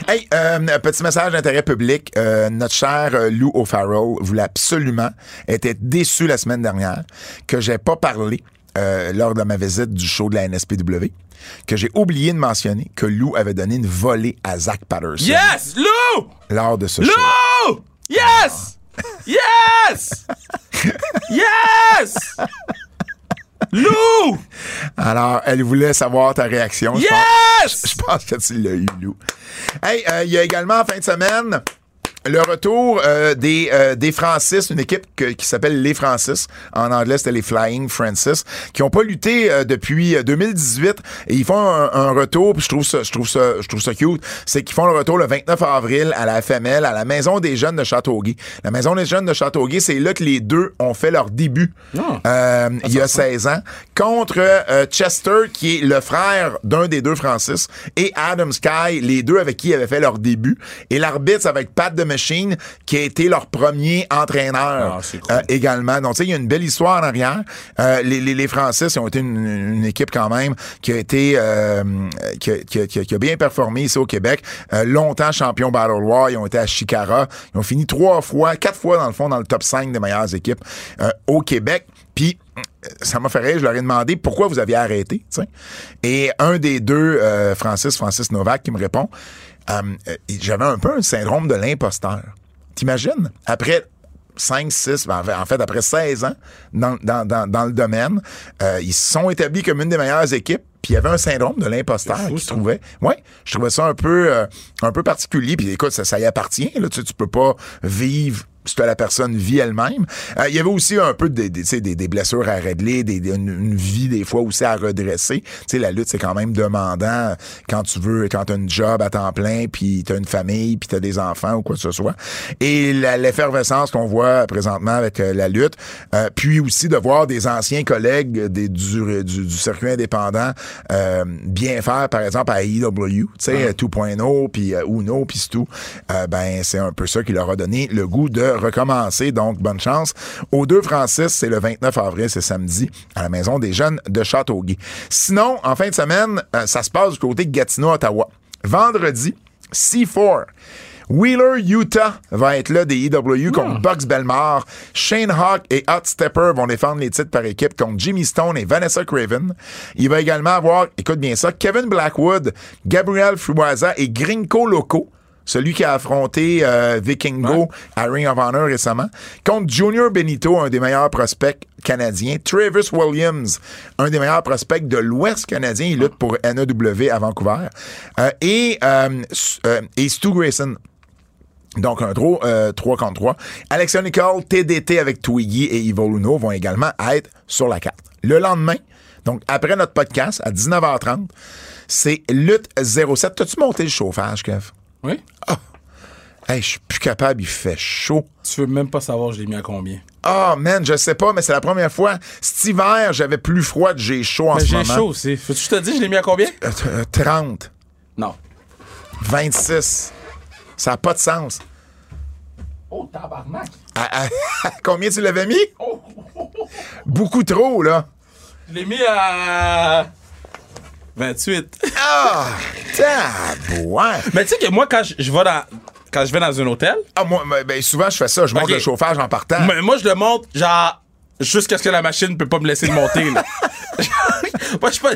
Speaker 2: Hey, euh, un petit message d'intérêt public. Euh, notre cher euh, Lou O'Farrell voulait absolument, était déçu la semaine dernière que j'ai pas parlé euh, lors de ma visite du show de la NSPW, que j'ai oublié de mentionner que Lou avait donné une volée à Zach Patterson
Speaker 3: Yes! Lou!
Speaker 2: lors de ce show.
Speaker 3: Lou! Yes! Yes! yes! Lou!
Speaker 2: Alors, elle voulait savoir ta réaction. Je pense-
Speaker 3: Yes!
Speaker 2: Je pense que tu l'as eu, Lou. Hey, euh, il y a également en fin de semaine le retour euh, des, euh, des Francis, une équipe que- qui s'appelle les Francis. En anglais, c'était les Flying Francis, qui n'ont pas lutté euh, depuis euh, 2018. Et ils font un, un retour, puis je trouve ça, je trouve ça, je trouve ça cute. C'est qu'ils font le retour le 29 avril à la FML, à la Maison des Jeunes de Châteauguay. La Maison des Jeunes de Châteauguay, c'est là que les deux ont fait leur début.
Speaker 3: Ah.
Speaker 2: Euh, il y a 16 ans, contre euh, Chester, qui est le frère d'un des deux Francis, et Adam Sky, les deux avec qui ils avaient fait leur début, et l'arbitre c'est avec Pat de Machine, qui a été leur premier entraîneur
Speaker 3: Ah, c'est cool.
Speaker 2: euh, également. Donc, tu sais, il y a une belle histoire en arrière. Euh, les, les, les Francis ils ont été une, une équipe quand même qui a été euh, qui, a, qui a- qui a- qui a bien performé ici au Québec. Euh, longtemps champion Battle War, ils ont été à Chicara. Ils ont fini trois fois, quatre fois dans le fond dans le top 5 des meilleures équipes euh, au Québec. Puis euh, ça m'a fait rire, je leur ai demandé pourquoi vous aviez arrêté. tu sais. Et un des deux, euh, Francis, Francis Novak, qui me répond, euh, euh, j'avais un peu un syndrome de l'imposteur. T'imagines? Après 5, 6, ben, en fait- en fait, après 16 ans dans, dans, dans, dans le domaine, euh, ils se sont établis comme une des meilleures équipes. Puis il y avait un syndrome de l'imposteur
Speaker 3: C'est fou,
Speaker 2: qui se
Speaker 3: ça.
Speaker 2: trouvait. Ouais, je trouvais ça un peu, euh, un peu particulier. Puis écoute, ça, ça y appartient. Là, tu, sais, tu peux pas vivre ce que la personne vit elle-même. Euh, il y avait aussi un peu des, des, tu sais, des- des blessures à régler, des, des- une, une vie des fois aussi à redresser. Tu sais, la lutte, c'est quand même demandant quand tu veux, quand tu as une job à temps plein, puis tu as une famille, puis tu as des enfants ou quoi que ce soit. Et la- l'effervescence qu'on voit présentement avec euh, la lutte, euh, puis aussi de voir des anciens collègues des, du, du, du circuit indépendant euh, bien faire, par exemple, à IW, tu sais, euh, 2.0, puis euh, Uno, puis c'est tout. Euh, ben, c'est un peu ça qui leur a donné le goût de recommencer. Donc, bonne chance. Aux deux Francis, c'est le 29 avril, c'est samedi, à la Maison des Jeunes de Châteauguay. Sinon, en fin de semaine, euh, ça se passe du côté de Gatineau, Ottawa. Vendredi, C4. Wheeler Utah va être là des IW contre Bucks Belmar. Shane Hawk et Hot Stepper vont défendre les titres par équipe contre Jimmy Stone et Vanessa Craven. Il va également avoir, écoute bien ça, Kevin Blackwood, Gabriel Fruaza et Grinko Loco. Celui qui a affronté euh, Vikingo à Ring of Honor récemment, contre Junior Benito, un des meilleurs prospects canadiens, Travis Williams, un des meilleurs prospects de l'Ouest canadien, il lutte pour NAW à Vancouver, Euh, et, euh, S- euh, et Stu Grayson. Donc, un gros euh, 3 contre 3. Alexia Nicole, TDT avec Twiggy et Ivo Luno vont également être sur la carte. Le lendemain, donc après notre podcast, à 19h30, c'est Lutte 07. T'as-tu monté le chauffage, Kev?
Speaker 3: Oui?
Speaker 2: Hey, je suis plus capable, il fait chaud.
Speaker 3: Tu veux même pas savoir, je l'ai mis à combien.
Speaker 2: Ah, man, je sais pas, mais c'est la première fois. Cet hiver, j'avais plus froid que j'ai chaud en
Speaker 3: Mais
Speaker 2: ce
Speaker 3: j'ai
Speaker 2: moment.
Speaker 3: chaud aussi. Faut-tu que je te dise, je l'ai mis à combien?
Speaker 2: Euh, t- euh, 30,
Speaker 3: Non.
Speaker 2: 26. Ça n'a pas de sens.
Speaker 3: Oh, tabarnak! Oh,
Speaker 2: À- à- ah, combien tu l'avais mis? Beaucoup trop, là.
Speaker 3: Je l'ai mis à. 28.
Speaker 2: Ah, tabouin.
Speaker 3: Mais tu sais que moi, quand je, je vais dans. Quand je vais dans un hôtel,
Speaker 2: Ah, moi, ben, ben, souvent, je fais ça. Je monte
Speaker 3: Ok.
Speaker 2: le chauffage en partant.
Speaker 3: mais moi, je le monte, genre, jusqu'à ce que la machine peut pas me laisser le monter, là. moi, je suis pas.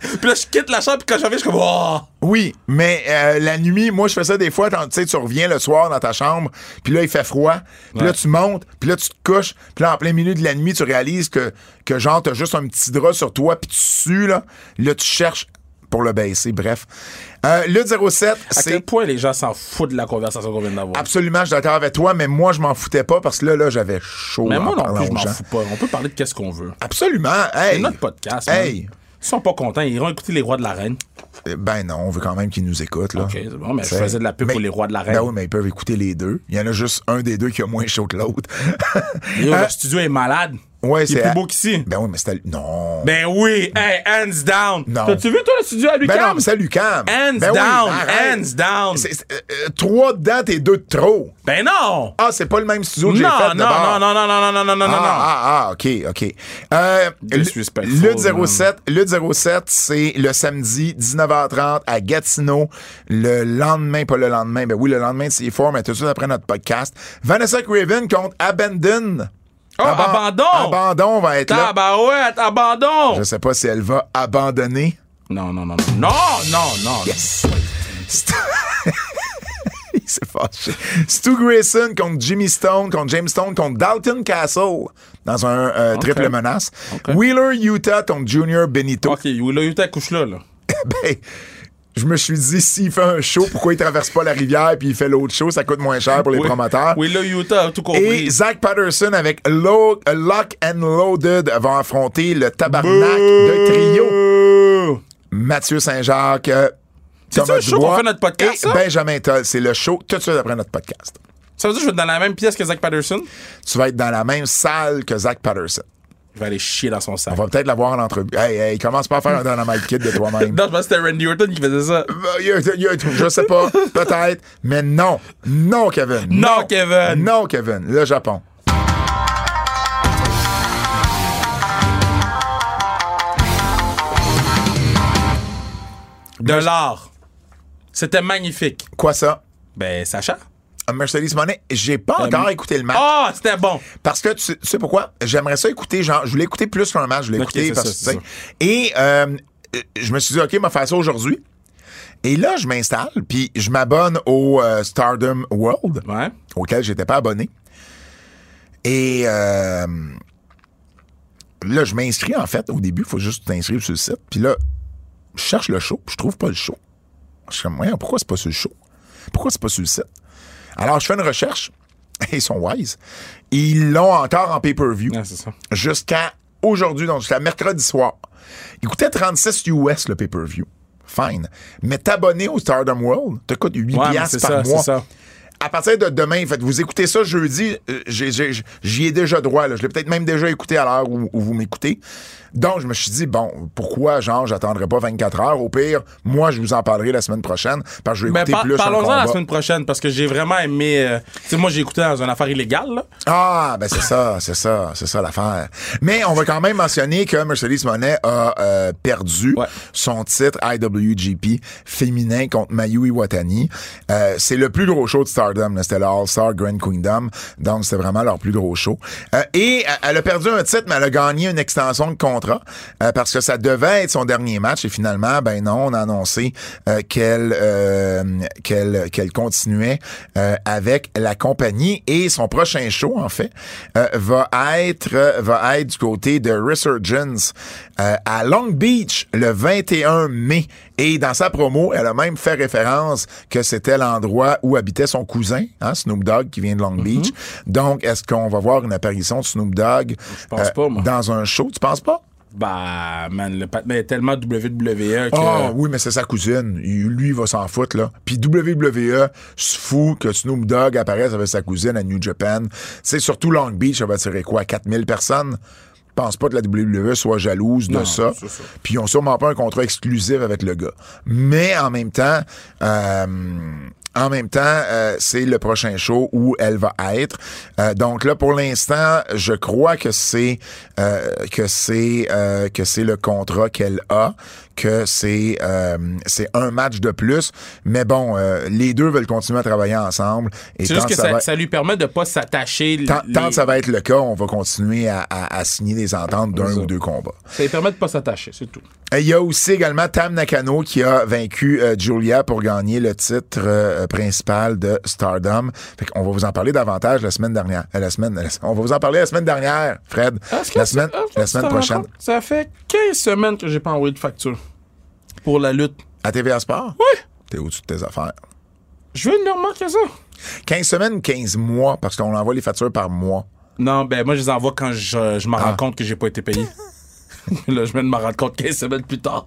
Speaker 3: Puis là, je quitte la chambre, puis quand je reviens, je suis comme. Oh!
Speaker 2: Oui, mais euh, la nuit, moi, je fais ça des fois quand tu sais, tu reviens le soir dans ta chambre, puis là, il fait froid, puis là,
Speaker 3: Ouais.
Speaker 2: tu montes, puis là, tu te couches, puis là, en plein milieu de la nuit, tu réalises que, que genre, t'as juste un petit drap sur toi, puis tu sues, là. Là, tu cherches pour le baisser, bref. Euh, le 07,
Speaker 3: À
Speaker 2: c'est
Speaker 3: quel point les gens s'en foutent de la conversation qu'on vient d'avoir?
Speaker 2: absolument, je suis d'accord avec toi, mais moi, je m'en foutais pas parce que là, là, j'avais chaud.
Speaker 3: Mais
Speaker 2: en
Speaker 3: moi non
Speaker 2: parlant
Speaker 3: plus, je
Speaker 2: aux
Speaker 3: m'en
Speaker 2: gens.
Speaker 3: fous pas. On peut parler de qu'est-ce qu'on veut.
Speaker 2: Absolument,
Speaker 3: C'est
Speaker 2: hey.
Speaker 3: notre podcast.
Speaker 2: Hey.
Speaker 3: man. Ils sont pas contents. Ils iront écouter les rois de la reine.
Speaker 2: Ben non, on veut quand même qu'ils nous écoutent, là.
Speaker 3: Ok, c'est bon, mais je
Speaker 2: T'sais.
Speaker 3: faisais de la pub
Speaker 2: Mais-
Speaker 3: pour les rois de la reine.
Speaker 2: Ben oui, mais ils peuvent écouter les deux. Il y en a juste un des deux qui a moins chaud que l'autre.
Speaker 3: Yo,
Speaker 2: Euh,
Speaker 3: le studio est malade.
Speaker 2: Ouais,
Speaker 3: Il est
Speaker 2: c'est-
Speaker 3: plus beau qu'ici.
Speaker 2: Ben oui, mais c'était. Non.
Speaker 3: Ben oui, hey, hands down.
Speaker 2: Non.
Speaker 3: T'as-tu vu, toi, le studio à
Speaker 2: Ben
Speaker 3: Lucam?
Speaker 2: non, mais c'est à l'UQAM.
Speaker 3: Hands
Speaker 2: Ben oui,
Speaker 3: down,
Speaker 2: arrête.
Speaker 3: hands down.
Speaker 2: C'est- c'est- euh, euh, trois dedans, t'es deux de trop.
Speaker 3: Ben non!
Speaker 2: Ah, c'est pas le même studio
Speaker 3: Non,
Speaker 2: que j'ai fait
Speaker 3: non,
Speaker 2: de
Speaker 3: non,
Speaker 2: bord.
Speaker 3: non, non, non, non, non, non, non,
Speaker 2: Ah,
Speaker 3: non.
Speaker 2: ah, ah, ok, ok. Euh,
Speaker 3: Disrespectful,
Speaker 2: le, le 07, le 07, c'est le samedi, 19h30 à Gatineau. Le lendemain, pas le lendemain, ben oui, le lendemain, c'est fort, mais tout de suite après notre podcast. Vanessa Craven contre Abandon.
Speaker 3: Oh,
Speaker 2: ah,
Speaker 3: Abandon!
Speaker 2: Abandon va être là.
Speaker 3: Tabarouette, abandon!
Speaker 2: Je sais pas si elle va abandonner.
Speaker 3: Non, non, non, non. Non, non, non.
Speaker 2: Yes. Stu- Il s'est fâché. Stu Grayson contre Jimmy Stone, contre James Stone, contre Dalton Castle. dans un euh, triple menace. Wheeler Utah contre Junior Benito.
Speaker 3: OK, là, Utah couche là, là.
Speaker 2: Ben, je me suis dit, s'il fait un show, pourquoi il traverse pas la rivière puis il fait l'autre show? Ça coûte moins cher pour les
Speaker 3: Oui.
Speaker 2: promoteurs.
Speaker 3: Oui, là, Utah a tout
Speaker 2: Et
Speaker 3: compris.
Speaker 2: Zach Patterson avec Lo- euh, Lock and Loaded va affronter le tabarnak de trio.
Speaker 3: trio.
Speaker 2: Mathieu Saint-Jacques, euh,
Speaker 3: C'est-tu
Speaker 2: Thomas
Speaker 3: le show
Speaker 2: Dubois
Speaker 3: qu'on fait notre podcast,
Speaker 2: et
Speaker 3: ça?
Speaker 2: Benjamin Toll. C'est le show tout de suite après notre podcast.
Speaker 3: Ça veut dire que je vais être dans la même pièce que Zach Patterson?
Speaker 2: Tu vas être dans la même salle que Zach Patterson.
Speaker 3: Je vais aller chier dans son sac.
Speaker 2: On va peut-être l'avoir en entrevue. Hey, hey, commence pas à faire un Dynamite Kid de toi-même.
Speaker 3: Non, je pense que c'était Randy Orton qui faisait ça.
Speaker 2: Euh, y a- y a- Je sais pas, peut-être, mais non. Non, Kevin.
Speaker 3: Non, Kevin.
Speaker 2: Non, Kevin. Le Japon.
Speaker 3: De l'art. C'était magnifique.
Speaker 2: Quoi ça?
Speaker 3: Ben, Sacha.
Speaker 2: Un Mercedes Money. J'ai pas encore écouté le match.
Speaker 3: Ah, c'était bon.
Speaker 2: Parce que tu, tu sais pourquoi? J'aimerais ça écouter, genre, je voulais écouter plus qu'un match, je voulais
Speaker 3: Ok,
Speaker 2: écouter
Speaker 3: c'est
Speaker 2: parce
Speaker 3: ça,
Speaker 2: que, tu
Speaker 3: c'est
Speaker 2: sais. Et euh, je me suis dit, OK, m'a faire ça aujourd'hui. Et là, je m'installe, puis je m'abonne au euh, Stardom World,
Speaker 3: Ouais.
Speaker 2: auquel j'étais pas abonné. Et euh, là, je m'inscris, en fait, au début, il faut juste t'inscrire sur le site. Puis là, je cherche le show, puis je trouve pas le show. Je suis comme, voyons, pourquoi c'est pas sur le show? Pourquoi c'est pas sur le site? Alors, je fais une recherche. Ils sont wise. Ils l'ont encore en pay-per-view
Speaker 3: Ouais, c'est ça.
Speaker 2: jusqu'à aujourd'hui, donc jusqu'à mercredi soir. Il coûtait 36 US le pay-per-view. Fine. Mais t'abonner au Stardom World te coûte 8
Speaker 3: Ouais, mais
Speaker 2: piastres
Speaker 3: c'est
Speaker 2: par
Speaker 3: ça,
Speaker 2: mois.
Speaker 3: c'est ça.
Speaker 2: À partir de demain, faites, vous écoutez ça jeudi, euh, j'ai- j'ai- j'y ai, déjà droit. là. Je l'ai peut-être même déjà écouté à l'heure où, où vous m'écoutez. Donc, je me suis dit, bon, pourquoi, genre, j'attendrai pas 24 heures? Au pire, moi, je vous en parlerai la semaine prochaine, parce que je vais
Speaker 3: Ben,
Speaker 2: écouter
Speaker 3: par-
Speaker 2: plus sur le
Speaker 3: parlons-en la
Speaker 2: combat.
Speaker 3: semaine prochaine parce que j'ai vraiment aimé. euh, tu sais, moi, j'ai écouté dans une affaire illégale, là.
Speaker 2: Ah, ben c'est ça, c'est ça, c'est ça l'affaire. Mais on va quand même mentionner que Mercedes Monet a euh, perdu
Speaker 3: Ouais.
Speaker 2: son titre IWGP féminin contre Mayu Iwatani. Euh, c'est le plus gros show de Stardom, là. c'était le All-Star Grand Kingdom, donc c'est vraiment leur plus gros show. Euh, et euh, elle a perdu un titre, mais elle a gagné une extension de contrat euh, parce que ça devait être son dernier match et finalement, ben non, on a annoncé euh, qu'elle euh, qu'elle qu'elle continuait euh, avec la compagnie et son prochain show en fait euh, va être euh, va être du côté de Resurgence euh, à Long Beach le 21 mai et dans sa promo elle a même fait référence que c'était l'endroit où habitait son cousin hein, Snoop Dogg qui vient de
Speaker 3: Mhm.
Speaker 2: Long Beach donc est-ce qu'on va voir une apparition de Snoop Dogg euh,
Speaker 3: Je pense pas, moi.
Speaker 2: dans un show tu penses pas
Speaker 3: Bah, man, le patin est tellement WWE que.
Speaker 2: Ah oui, mais c'est sa cousine. Il- lui, il va s'en foutre, là. Puis WWE se fout que Snoop Dogg apparaisse avec sa cousine à New Japan. C'est surtout Long Beach, ça va tirer quoi? 4000 personnes? Je pense pas que la WWE soit jalouse de
Speaker 3: Non,
Speaker 2: ça.
Speaker 3: c'est ça.
Speaker 2: Puis ils ont sûrement pas un contrat exclusif avec le gars. Mais en même temps, euh, en même temps, euh, c'est le prochain show où elle va être. Euh, donc là, pour l'instant, je crois que c'est euh, que c'est euh, que c'est le contrat qu'elle a, que c'est euh, c'est un match de plus. Mais bon, euh, les deux veulent continuer à travailler ensemble. Et
Speaker 3: C'est
Speaker 2: tant
Speaker 3: juste que
Speaker 2: ça
Speaker 3: ça,
Speaker 2: va-
Speaker 3: ça lui permet de pas s'attacher. l-
Speaker 2: Tant,
Speaker 3: les-
Speaker 2: tant que ça va être le cas, on va continuer à, à- à signer des ententes d'un
Speaker 3: ça.
Speaker 2: ou deux combats.
Speaker 3: ça lui permet de pas s'attacher, c'est tout.
Speaker 2: Et Il y a aussi également Tam Nakano qui a vaincu euh, Julia pour gagner le titre euh, principal de Stardom. on va vous en parler davantage la semaine dernière. euh, la semaine, la- on va vous en parler la semaine dernière, Fred.
Speaker 3: Est-ce que
Speaker 2: La
Speaker 3: tu-
Speaker 2: semaine,
Speaker 3: est-ce que
Speaker 2: la
Speaker 3: tu
Speaker 2: semaine
Speaker 3: t'en rends
Speaker 2: prochaine.
Speaker 3: compte? Ah, Ça fait 15 semaines que j'ai pas envoyé de facture pour la lutte.
Speaker 2: À TVA Sport?
Speaker 3: Oui,
Speaker 2: T'es au-dessus de tes affaires.
Speaker 3: je veux normal que ça.
Speaker 2: 15 semaines, 15 mois, parce qu'on envoie les factures par mois.
Speaker 3: Non, ben moi je les envoie quand je, je m'en
Speaker 2: Ah.
Speaker 3: rends compte que j'ai pas été payé. Là, je viens de m'en rendre compte 15 semaines plus tard.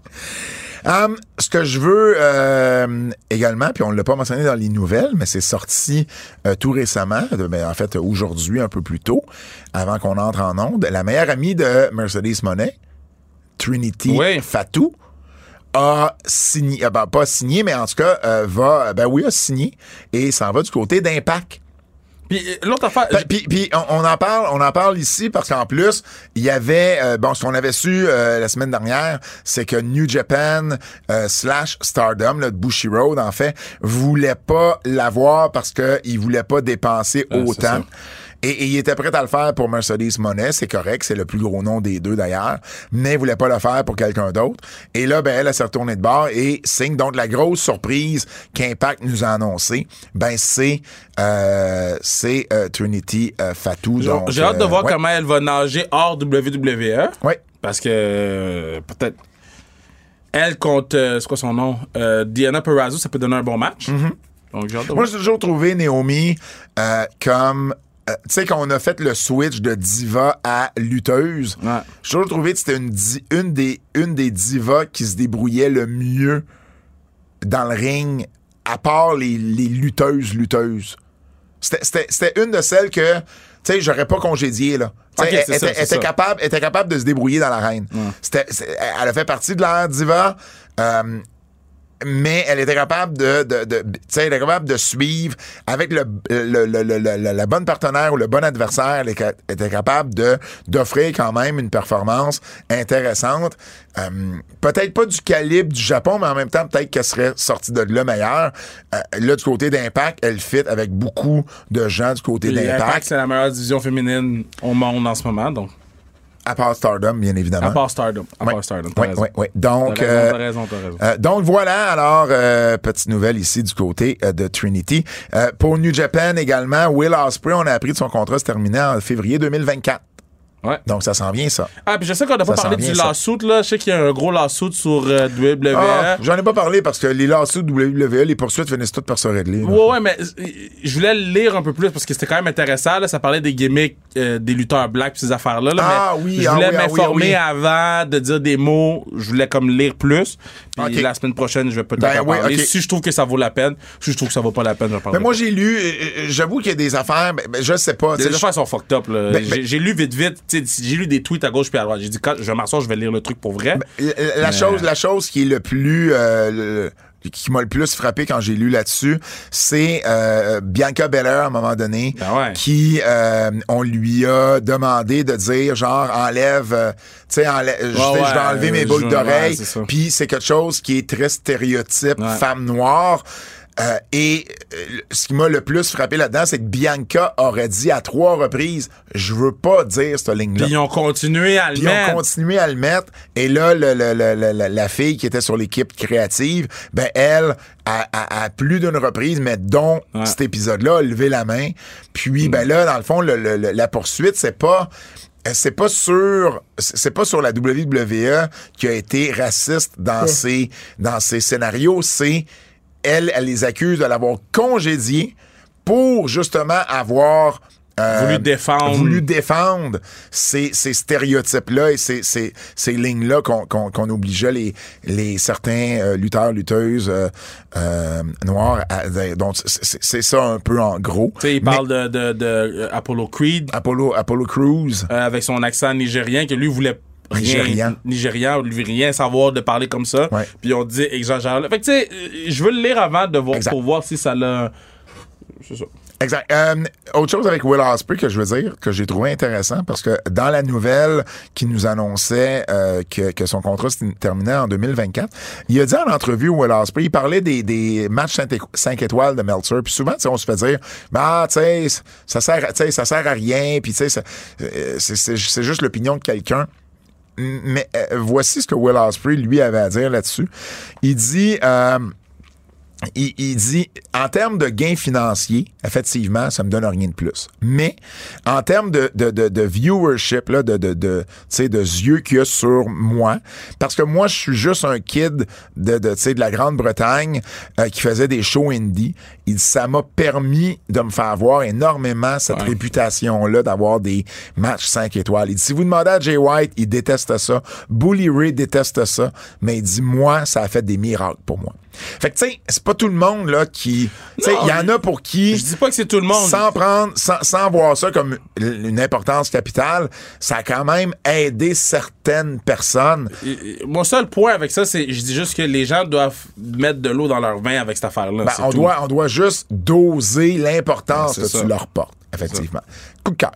Speaker 2: Hum, ce que je veux euh, également, puis on ne l'a pas mentionné dans les nouvelles, mais c'est sorti euh, tout récemment, de- ben, en fait aujourd'hui un peu plus tôt, avant qu'on entre en onde, la meilleure amie de Mercedes Monet, Trinity
Speaker 3: Oui.
Speaker 2: Fatou, a signé, ah, ben, pas signé, mais en tout cas euh, va, ben oui, a signé et s'en va du côté d'Impact.
Speaker 3: Puis euh, l'autre affaire,
Speaker 2: Puis- Puis, puis on, on en parle, on en parle ici parce qu'en plus, il y avait euh, bon ce qu'on avait su euh, la semaine dernière, c'est que New Japan euh, slash Stardom, là, de Bushiroad en fait, voulait pas l'avoir parce que il voulait pas dépenser
Speaker 3: c'est
Speaker 2: autant.
Speaker 3: ça.
Speaker 2: Et, et il était prêt à le faire pour Mercedes Monet, c'est correct, c'est le plus gros nom des deux d'ailleurs, mais il voulait pas le faire pour quelqu'un d'autre. Et là, ben, elle, elle s'est retournée de bord et signe donc la grosse surprise qu'Impact nous a annoncée, ben, c'est euh, c'est euh, Trinity euh, Fatou. donc,
Speaker 3: J'ai hâte de
Speaker 2: euh,
Speaker 3: voir
Speaker 2: ouais.
Speaker 3: comment elle va nager hors E. WWE.
Speaker 2: Ouais.
Speaker 3: Parce que euh, peut-être. Elle contre. euh, c'est quoi son nom? Euh, Diana Perazzo, ça peut donner un bon match. Donc j'ai hâte de
Speaker 2: Mm-hmm. Moi,
Speaker 3: voir.
Speaker 2: j'ai toujours trouvé Naomi euh, comme. euh, tu sais, qu'on a fait le switch de diva à lutteuse.
Speaker 3: Ouais.
Speaker 2: J'ai toujours trouvé que c'était une, di- une, des, une des divas qui se débrouillait le mieux dans le ring, à part les, les lutteuses, lutteuses. C'était- C'était c'était une de celles que, tu sais, j'aurais pas congédié, là. Tu sais,
Speaker 3: Ok, c'est
Speaker 2: elle,
Speaker 3: ça,
Speaker 2: était,
Speaker 3: c'est
Speaker 2: était
Speaker 3: ça.
Speaker 2: capable, était capable de se débrouiller dans l'arène. C'était- c'est- Elle a fait partie de l'ère diva. euh, mais elle était capable de, de, de- tu sais, elle était capable de suivre avec le, le, le- le- le- la bonne partenaire ou le bon adversaire, elle est ca- était capable de d'offrir quand même une performance intéressante. Euh, peut-être pas du calibre du Japon, mais en même temps, peut-être qu'elle serait sortie de là meilleure. Euh, là, du côté d'Impact, elle fit avec beaucoup de gens du côté
Speaker 3: Et Impact,
Speaker 2: d'Impact,
Speaker 3: c'est la meilleure division féminine au monde en ce moment. Donc,
Speaker 2: à part Stardom, bien évidemment.
Speaker 3: à part Stardom. À part Stardom. t'as
Speaker 2: Ouais,
Speaker 3: raison.
Speaker 2: ouais, ouais. Donc,
Speaker 3: T'as raison,
Speaker 2: euh,
Speaker 3: t'as raison, t'as raison.
Speaker 2: Euh, donc voilà, alors, euh, petite nouvelle ici du côté euh, de Trinity. Euh, pour New Japan également, Will Ospreay, on a appris que son contrat se terminait en février 2024.
Speaker 3: Ouais.
Speaker 2: Donc ça s'en vient, ça.
Speaker 3: Ah, puis je sais qu'on n'a pas
Speaker 2: Ça
Speaker 3: parlé
Speaker 2: s'en vient,
Speaker 3: du
Speaker 2: ça.
Speaker 3: lawsuit, là. Je sais qu'il y a un gros lawsuit sur euh, WWE.
Speaker 2: Ah, J'en ai pas parlé parce que les lawsuits de WWE, les poursuites finissent toutes par se régler. là.
Speaker 3: Ouais, ouais, mais euh, je voulais le lire un peu plus parce que c'était quand même intéressant. Là, ça parlait des gimmicks euh, des lutteurs blacks pis ces affaires-là. là,
Speaker 2: Ah
Speaker 3: mais
Speaker 2: oui,
Speaker 3: Je
Speaker 2: ah
Speaker 3: voulais
Speaker 2: oui, ah oui, ah
Speaker 3: m'informer
Speaker 2: oui.
Speaker 3: avant de dire des mots. Je voulais comme lire plus. Puis
Speaker 2: Ok.
Speaker 3: la semaine prochaine, je vais peut-être
Speaker 2: Ben
Speaker 3: en
Speaker 2: oui,
Speaker 3: parler.
Speaker 2: ok.
Speaker 3: Si je trouve que ça vaut la peine, si je trouve que ça vaut pas la peine, je vais parler.
Speaker 2: Mais moi, j'ai lu, euh, euh, j'avoue qu'il y a des affaires, ben, ben, je sais pas. tu sais,
Speaker 3: les affaires sont fucked up. là.
Speaker 2: Ben,
Speaker 3: J'ai-
Speaker 2: ben-
Speaker 3: j'ai lu vite, vite. T'sais, J'ai lu des tweets à gauche puis à droite. J'ai dit, quand je vais m'asseoir, je vais lire le truc pour vrai.
Speaker 2: La,
Speaker 3: Euh.
Speaker 2: la chose, la chose qui est le plus, euh, le- qui m'a le plus frappé quand j'ai lu là-dessus, c'est euh, Bianca Belair à un moment donné,
Speaker 3: Ben ouais.
Speaker 2: qui euh, on lui a demandé de dire genre enlève, euh, tu sais, enlè- je-
Speaker 3: Ouais,
Speaker 2: je vais
Speaker 3: ouais,
Speaker 2: enlever mes
Speaker 3: je-
Speaker 2: boucles
Speaker 3: ouais,
Speaker 2: d'oreilles.
Speaker 3: c'est ça.
Speaker 2: Puis c'est quelque chose qui est très stéréotype
Speaker 3: Ouais.
Speaker 2: femme noire. Euh, et euh, ce qui m'a le plus frappé là-dedans, c'est que Bianca aurait dit à trois reprises, je veux pas dire cette ligne-là.
Speaker 3: Puis ils ont continué à le
Speaker 2: Puis on
Speaker 3: mettre.
Speaker 2: continuait à le mettre. Et là, le- le- le- le- le- la fille qui était sur l'équipe créative, ben elle, à, à- à plus d'une reprise, mais dont
Speaker 3: Ouais. Mm.
Speaker 2: cet épisode-là, a levé la main. Puis ben là, dans le fond, le- le- le- la poursuite, c'est pas c'est pas sur c'est pas sur la WWE qui a été raciste dans ses dans ses scénarios, c'est elle, elle les accuse de l'avoir congédié pour justement avoir euh,
Speaker 3: Voulu défendre.
Speaker 2: voulu défendre ces, ces stéréotypes-là et ces, ces, ces lignes-là qu'on qu'on- qu'on obligeait les, les certains euh, lutteurs, lutteuses euh, euh, noirs. à- donc, c'est- c'est c'est ça un peu en gros.
Speaker 3: Tu sais, il
Speaker 2: Mais
Speaker 3: parle de, de, de euh, Apollo Creed.
Speaker 2: Apollo, Apollo Crews.
Speaker 3: euh, avec son accent nigérien que lui voulait rien
Speaker 2: Nigérian.
Speaker 3: nigérian lui rien savoir de parler comme ça
Speaker 2: Ouais.
Speaker 3: puis on dit exagère fait que tu sais euh, je veux le lire avant de voir
Speaker 2: Exact.
Speaker 3: pour voir si ça l'a c'est ça
Speaker 2: Exact. Euh, autre chose avec Will Osprey que je veux dire, que j'ai trouvé intéressant, parce que dans la nouvelle qui nous annonçait euh, que, que son contrat se terminait en 2024, il a dit en entrevue, Will Osprey, il parlait des, des matchs 5 étoiles de Meltzer, puis souvent, tu sais, on se fait dire, bah, tu sais, ça sert, à- tu sais, ça sert à rien, puis tu sais, ça- euh, c'est- c'est c'est juste l'opinion de quelqu'un. Mais euh, voici ce que Will Osprey lui avait à dire là-dessus. Il dit euh, il, il dit en termes de gains financiers, effectivement, ça me donne rien de plus. Mais en termes de, de, de, de viewership, là, de, de, de, tu sais, de yeux qu'il y a sur moi, parce que moi, je suis juste un kid de, de, tu sais, de la Grande-Bretagne euh, qui faisait des shows indie. Il dit, ça m'a permis de me faire voir énormément cette
Speaker 3: Ouais.
Speaker 2: réputation-là d'avoir des matchs 5 étoiles. Il dit, si vous demandez à Jay White, il déteste ça. Bully Ray déteste ça. Mais il dit, moi, ça a fait des miracles pour moi. Fait que, tu sais, c'est pas tout le monde, là, qui... Tu sais,
Speaker 3: Non,
Speaker 2: il y en a pour qui...
Speaker 3: je dis pas que c'est tout le monde
Speaker 2: Sans prendre, sans, sans voir ça comme l- une importance capitale, ça a quand même aidé certaines personnes.
Speaker 3: Et- et mon seul point avec ça c'est je dis juste que les gens doivent mettre de l'eau dans leur vin avec cette affaire là
Speaker 2: Ben, on, doit, on doit juste doser l'importance
Speaker 3: Ben,
Speaker 2: que
Speaker 3: c'est
Speaker 2: tu
Speaker 3: ça.
Speaker 2: leur portes, effectivement. Coup de cœur.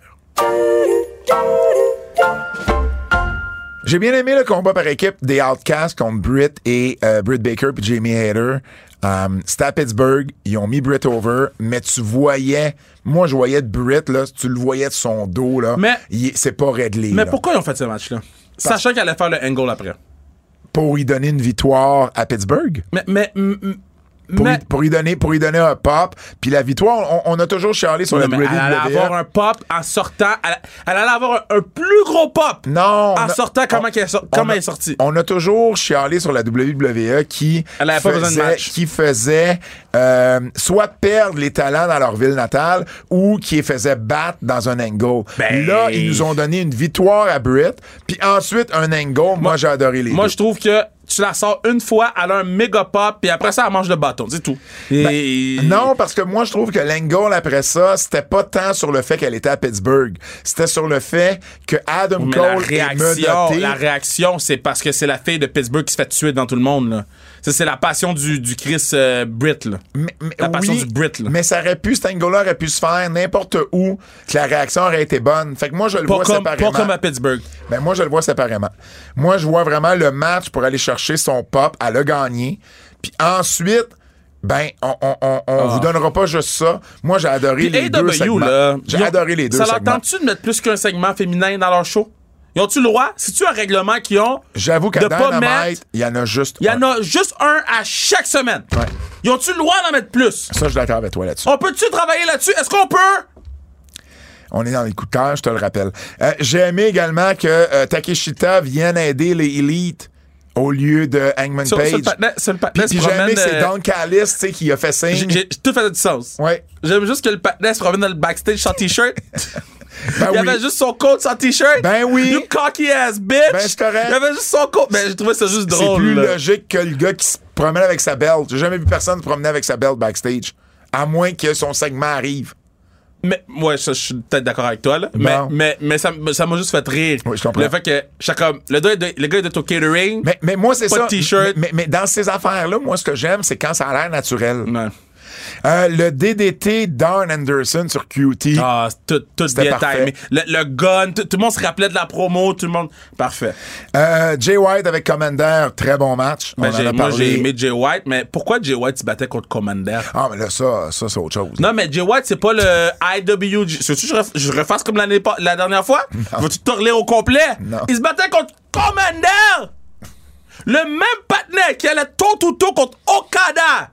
Speaker 2: J'ai bien aimé le combat par équipe des Outcasts contre Britt et euh, Britt Baker puis Jamie Hader. Um, C'était à Pittsburgh, ils ont mis Britt over, mais tu voyais, moi je voyais de Britt, là, tu le voyais de son dos, là.
Speaker 3: Mais-
Speaker 2: il est- c'est pas réglé.
Speaker 3: Mais
Speaker 2: là.
Speaker 3: pourquoi ils ont fait ce match-là? Sachant qu'elle allait faire le angle après.
Speaker 2: Pour y donner une victoire à Pittsburgh?
Speaker 3: Mais, mais, m- m-
Speaker 2: Pour,
Speaker 3: mais,
Speaker 2: y, pour y donner, pour y donner un pop. Puis la victoire, on, on a toujours chialé sur
Speaker 3: Non,
Speaker 2: la
Speaker 3: mais elle allait
Speaker 2: WWE.
Speaker 3: avoir un pop en sortant. Elle, elle allait avoir un, un plus gros pop
Speaker 2: Non. on
Speaker 3: en
Speaker 2: a-
Speaker 3: Ah, sortant comment,
Speaker 2: on-
Speaker 3: qu'elle est sor-
Speaker 2: on
Speaker 3: comment
Speaker 2: a-
Speaker 3: elle est sortie.
Speaker 2: On a toujours chialé sur la WWE qui
Speaker 3: Elle avait pas besoin de
Speaker 2: faisait,
Speaker 3: match.
Speaker 2: qui faisait euh, soit perdre les talents dans leur ville natale ou qui les faisait battre dans un angle.
Speaker 3: Ben-
Speaker 2: Là, ils nous ont donné une victoire à Britt, puis ensuite un angle. Moi, j'ai adoré les
Speaker 3: Moi,
Speaker 2: deux.
Speaker 3: je trouve que tu la sors une fois, elle a un méga pop, puis après ça, elle mange le bâton. C'est tout. Ben, Et-
Speaker 2: Non, parce que moi, je trouve que l'angle après ça, c'était pas tant sur le fait qu'elle était à Pittsburgh. C'était sur le fait que Adam
Speaker 3: Mais la
Speaker 2: Cole est
Speaker 3: réaction,
Speaker 2: menotté.
Speaker 3: la réaction, c'est parce que c'est la fille de Pittsburgh qui se fait tuer dans tout le monde. Là. Ça, c'est la passion du, du Chris euh, Britt. là.
Speaker 2: Mais- mais-
Speaker 3: La passion du Brit, là.
Speaker 2: Mais ça aurait pu, cet angle-là aurait pu se faire n'importe où, que la réaction aurait été bonne. Fait que moi, je le
Speaker 3: Pas
Speaker 2: vois
Speaker 3: comme, pas
Speaker 2: séparément.
Speaker 3: comme à Pittsburgh.
Speaker 2: Ben, moi, je le vois séparément. Moi, je vois vraiment le match pour aller chercher son pop. Elle a gagné. Puis ensuite, ben, on, on, on, on vous donnera pas juste ça. Moi, j'ai adoré
Speaker 3: Ah. Puis
Speaker 2: les
Speaker 3: AW,
Speaker 2: deux segments.
Speaker 3: là. ils
Speaker 2: J'ai
Speaker 3: ont-
Speaker 2: adoré les deux
Speaker 3: Ça leur
Speaker 2: segments.
Speaker 3: tente-tu de mettre plus qu'un segment féminin dans leur show? Ils ont-tu le droit? C'est-tu un règlement qu'ils ont?
Speaker 2: J'avoue qu'à
Speaker 3: de pas
Speaker 2: Dynamite,
Speaker 3: mettre-
Speaker 2: il y en a juste
Speaker 3: Il y
Speaker 2: un.
Speaker 3: en a juste un à chaque semaine.
Speaker 2: Ouais.
Speaker 3: Ils ont-tu le droit d'en mettre plus?
Speaker 2: Ça, je suis d'accord avec toi là-dessus.
Speaker 3: On peut-tu travailler là-dessus? Est-ce qu'on peut?
Speaker 2: On est dans les coups de cœur, je te le rappelle. Euh, J'ai aimé également que euh, Takeshita vienne aider les élites au lieu de Hangman
Speaker 3: Sur-
Speaker 2: Page.
Speaker 3: sur le patinet- sur le patinet
Speaker 2: Puis, puis
Speaker 3: se
Speaker 2: j'ai aimé
Speaker 3: promène,
Speaker 2: que c'est
Speaker 3: euh,
Speaker 2: Don Callis, tu sais, qui a fait signe.
Speaker 3: J'ai- J'ai tout fait du sens.
Speaker 2: Ouais.
Speaker 3: J'aime juste que le patinet se promène dans le backstage sans t-shirt.
Speaker 2: Ben
Speaker 3: Il y
Speaker 2: oui.
Speaker 3: avait juste son coat sans t-shirt.
Speaker 2: Ben oui.
Speaker 3: You cocky ass bitch.
Speaker 2: Ben, c'est correct.
Speaker 3: Il y avait juste son coat. Ben, je trouvais ça juste
Speaker 2: C'est
Speaker 3: drôle.
Speaker 2: plus
Speaker 3: là.
Speaker 2: logique que le gars qui se promène avec sa belt. J'ai jamais vu personne se promener avec sa belt backstage. À moins que son segment arrive.
Speaker 3: Mais, ouais, ça, je suis peut-être d'accord avec toi, là. Mais, mais, mais ça m- ça m'a juste fait rire.
Speaker 2: Oui, je comprends.
Speaker 3: Le fait que chacun. Le gars est de, le gars est de ton catering.
Speaker 2: Mais, mais moi, c'est
Speaker 3: Pas
Speaker 2: ça.
Speaker 3: de t-shirt.
Speaker 2: Mais, mais- mais dans ces affaires-là, moi, ce que j'aime, c'est quand ça a l'air naturel.
Speaker 3: Ouais.
Speaker 2: Euh, le DDT Darn Anderson sur QT.
Speaker 3: Ah, c'est tout, tout
Speaker 2: C'était
Speaker 3: bien
Speaker 2: parfait.
Speaker 3: timé. Le, le gun, tout, tout le monde se rappelait de la promo, tout le monde. Parfait.
Speaker 2: Euh, Jay White avec Commander, très bon match.
Speaker 3: Ben,
Speaker 2: On en
Speaker 3: j'ai-
Speaker 2: a
Speaker 3: moi,
Speaker 2: parlé.
Speaker 3: j'ai aimé Jay White, mais pourquoi Jay White se battait contre Commander?
Speaker 2: Ah, mais là, ça, ça c'est autre chose.
Speaker 3: Non, mais Jay White, c'est pas le IWG. Veux-tu que je, ref- je refasse comme l'année pa- la dernière fois? Veux-tu te relayer au complet?
Speaker 2: Non.
Speaker 3: Il se battait contre Commander! Le même patinet qui allait tôt ou tôt contre Okada!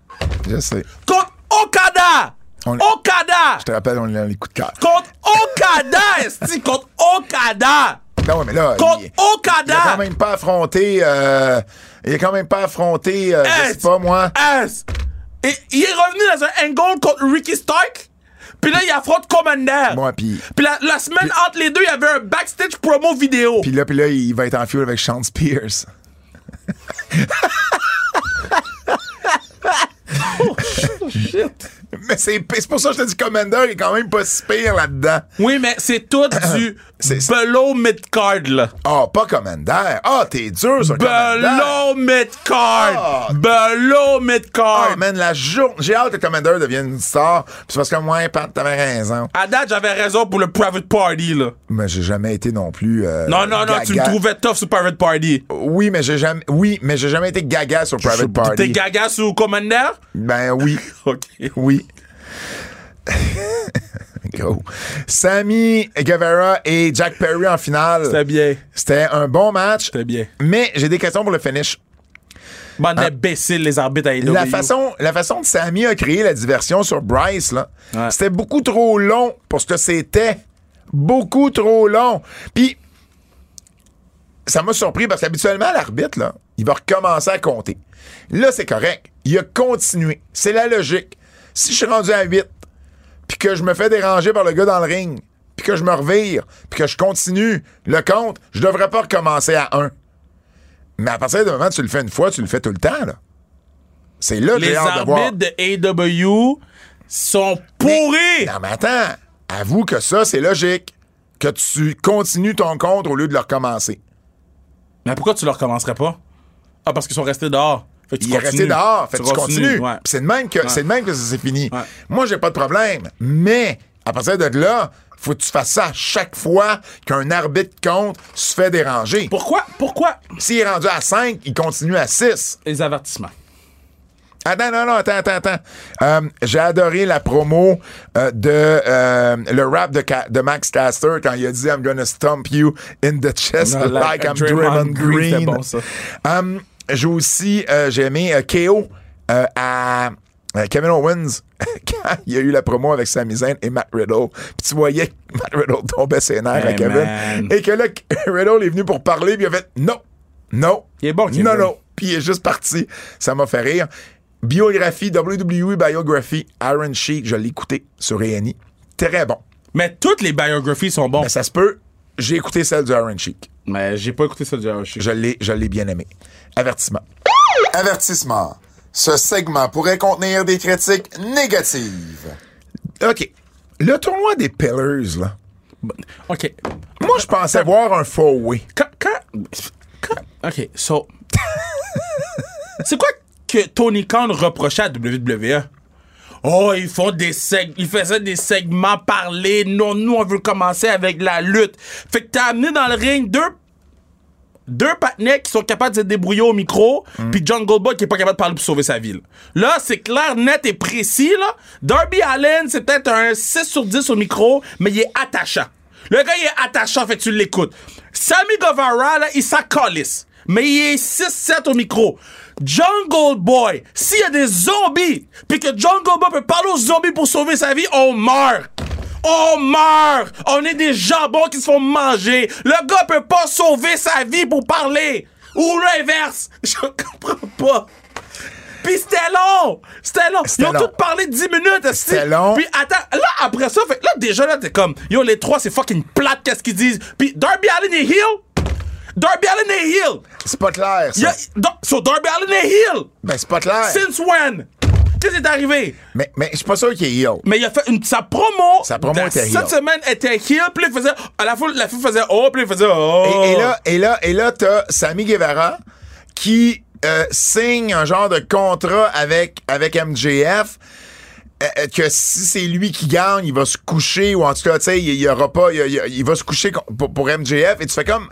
Speaker 2: Je sais.
Speaker 3: Contre Okada!
Speaker 2: On-
Speaker 3: Okada!
Speaker 2: Je te rappelle, on est dans les coups de cœur.
Speaker 3: Contre Okada! Esti! Contre Okada!
Speaker 2: Non, mais là,
Speaker 3: Contre
Speaker 2: il, il a quand
Speaker 3: Okada!
Speaker 2: même pas affronté. euh, il a quand même pas affronté. euh, je sais
Speaker 3: Est-
Speaker 2: pas, moi.
Speaker 3: Est- Et il est revenu dans un angle contre Ricky Stark. Puis là, il affronte Commander.
Speaker 2: Moi, puis-
Speaker 3: Puis la, la semaine entre les deux, il y avait un backstage promo vidéo.
Speaker 2: Puis là, puis là, il va être en fuel avec Sean Spears.
Speaker 3: Oh,
Speaker 2: Mais c'est c'est pour ça que je te dis Commander est quand même pas si pire là-dedans.
Speaker 3: Oui, mais c'est tout du
Speaker 2: C'est- c'est-
Speaker 3: below mid-card, là.
Speaker 2: Ah, pas Commander. Ah, t'es dur sur Commander.
Speaker 3: Below
Speaker 2: Ah.
Speaker 3: mid-card. Below mid-card.
Speaker 2: Ah, man, la journée. J'ai hâte que Commander devienne une star. Puis c'est parce que moi, Pat, t'avais raison.
Speaker 3: à date, j'avais raison pour le private party, là.
Speaker 2: Mais j'ai jamais été non plus. euh,
Speaker 3: Non, non, non, tu me
Speaker 2: gaga.
Speaker 3: trouvais tough sur private party.
Speaker 2: Oui, mais j'ai jamais. Oui, mais j'ai jamais été gaga sur Private
Speaker 3: T'es
Speaker 2: Party.
Speaker 3: gaga sur Commander?
Speaker 2: Ben oui.
Speaker 3: OK.
Speaker 2: Oui. Gros. Sammy Guevara et Jack Perry en
Speaker 3: C'était
Speaker 2: finale.
Speaker 3: bien.
Speaker 2: C'était un bon match.
Speaker 3: C'était bien.
Speaker 2: Mais j'ai des questions pour le finish.
Speaker 3: Bande d'imbéciles, les arbitres à AEW.
Speaker 2: Ah. La façon, la façon de Sammy a créé la diversion sur Bryce, là,
Speaker 3: Ouais.
Speaker 2: c'était beaucoup trop long pour ce que c'était. Beaucoup trop long. Puis, ça m'a surpris parce qu'habituellement, l'arbitre, là, il va recommencer à compter. Là, c'est correct. Il a continué. C'est la logique. Si je suis rendu à 8, puis que je me fais déranger par le gars dans le ring, puis que je me revire, puis que je continue le compte, je devrais pas recommencer à 1. Mais à partir du moment où tu le fais une fois, tu le fais tout le temps, là. C'est là que
Speaker 3: les
Speaker 2: j'ai hâte de voir.
Speaker 3: arbitres de AW sont pourris.
Speaker 2: Non, mais attends. Avoue que ça, c'est logique. Que tu continues ton compte au lieu de le recommencer.
Speaker 3: Mais pourquoi tu leur commencerais pas? Ah, parce qu'ils sont restés dehors. Fait que tu
Speaker 2: Il est resté
Speaker 3: continues.
Speaker 2: dehors. Fait que tu continues.
Speaker 3: ouais.
Speaker 2: Puis C'est de même que, c'est de même que ça s'est fini.
Speaker 3: Ouais.
Speaker 2: Moi, j'ai pas de problème. Mais, à partir de là, Faut que tu fasses ça à chaque fois qu'un arbitre compte se fait déranger.
Speaker 3: Pourquoi? Pourquoi?
Speaker 2: S'il est rendu à 5, il continue à 6.
Speaker 3: Les avertissements.
Speaker 2: Attends, non, non, attends, attends, attends. Euh, J'ai adoré la promo euh, de euh, le rap de, Ca- de Max Caster quand il a dit I'm gonna stomp you in the chest
Speaker 3: Non,
Speaker 2: like,
Speaker 3: like
Speaker 2: I'm Draymond
Speaker 3: Draymond Green.
Speaker 2: Green.
Speaker 3: C'était bon, ça.
Speaker 2: Euh, J'ai aussi euh, j'ai aimé euh, KO euh, à à Kevin Owens quand il y a eu la promo avec Sami Zayn et Matt Riddle. Puis tu voyais que Matt Riddle tombait ses nerfs à
Speaker 3: Hey,
Speaker 2: Kevin.
Speaker 3: Eh, man.
Speaker 2: Et que là, Riddle est venu pour parler, puis il a fait non, non.
Speaker 3: Il est bon, Kevin.
Speaker 2: Non, non. Puis il est juste parti. Ça m'a fait rire. Biographie, WWE Biography, Iron Sheik, je l'ai écouté sur E&E. Très bon.
Speaker 3: Mais toutes les biographies sont bonnes.
Speaker 2: Mais ça se peut, j'ai écouté celle du Iron Sheik.
Speaker 3: Mais j'ai pas écouté ça du Hershey.
Speaker 2: Je l'ai, je l'ai bien aimé. Avertissement. Avertissement. Ce segment pourrait contenir des critiques négatives. OK. Le tournoi des Pillars, là.
Speaker 3: OK.
Speaker 2: Moi, je pensais voir un faux oui.
Speaker 3: Quand, quand, quand- OK, so... C'est quoi que Tony Khan reprochait à WWE? Oh, ils font des seg ils faisaient des segments parlés. Non, nous, on veut commencer avec la lutte. Fait que t'as amené dans le ring deux deux patinets qui sont capables de se débrouiller au micro, puis John Goldberg qui est pas capable de parler pour sauver sa ville. Là, c'est clair, net et précis, là. Darby Allen, c'est peut-être un 6 sur 10 au micro, mais il est attachant. Le gars, il est attachant, fait que tu l'écoutes. Sammy Guevara, là, il s'accolisse, mais il est 6-7 au micro. Jungle Boy, s'il y a des zombies, puis que Jungle Boy peut parler aux zombies pour sauver sa vie, on meurt. On meurt! On est des jambons qui se font manger! Le gars peut pas sauver sa vie pour parler! Ou l'inverse! Je comprends pas! Puis c'était long! C'était long! Ils
Speaker 2: C'était
Speaker 3: ont
Speaker 2: long.
Speaker 3: tous parlé 10 minutes, esti.
Speaker 2: C'était long.
Speaker 3: Puis attends, là, après ça, fait, que là, déjà, là, t'es comme, yo, les trois, c'est fucking plate, qu'est-ce qu'ils disent? Puis Darby Allen est heel! Darby Allen est heel!
Speaker 2: C'est pas clair, ça.
Speaker 3: Il y a- Dar- so Darby Allen est heel!
Speaker 2: Ben, c'est pas clair.
Speaker 3: Since when? Qu'est-ce qui est arrivé?
Speaker 2: Mais, mais je suis pas sûr qu'il est ill.
Speaker 3: Mais il a fait une, sa promo.
Speaker 2: Sa promo
Speaker 3: de-
Speaker 2: était
Speaker 3: Cette
Speaker 2: heel.
Speaker 3: semaine était heel. Puis il faisait. À la fois, la fille faisait oh, puis il faisait oh.
Speaker 2: Et, et là, et là, et là, t'as Sammy Guevara qui euh, signe un genre de contrat avec avec MJF. euh, euh, Que si c'est lui qui gagne, il va se coucher, ou en tout cas, tu sais, il il y aura pas, il, il- il va se coucher con- pour, pour MJF, et tu fais comme.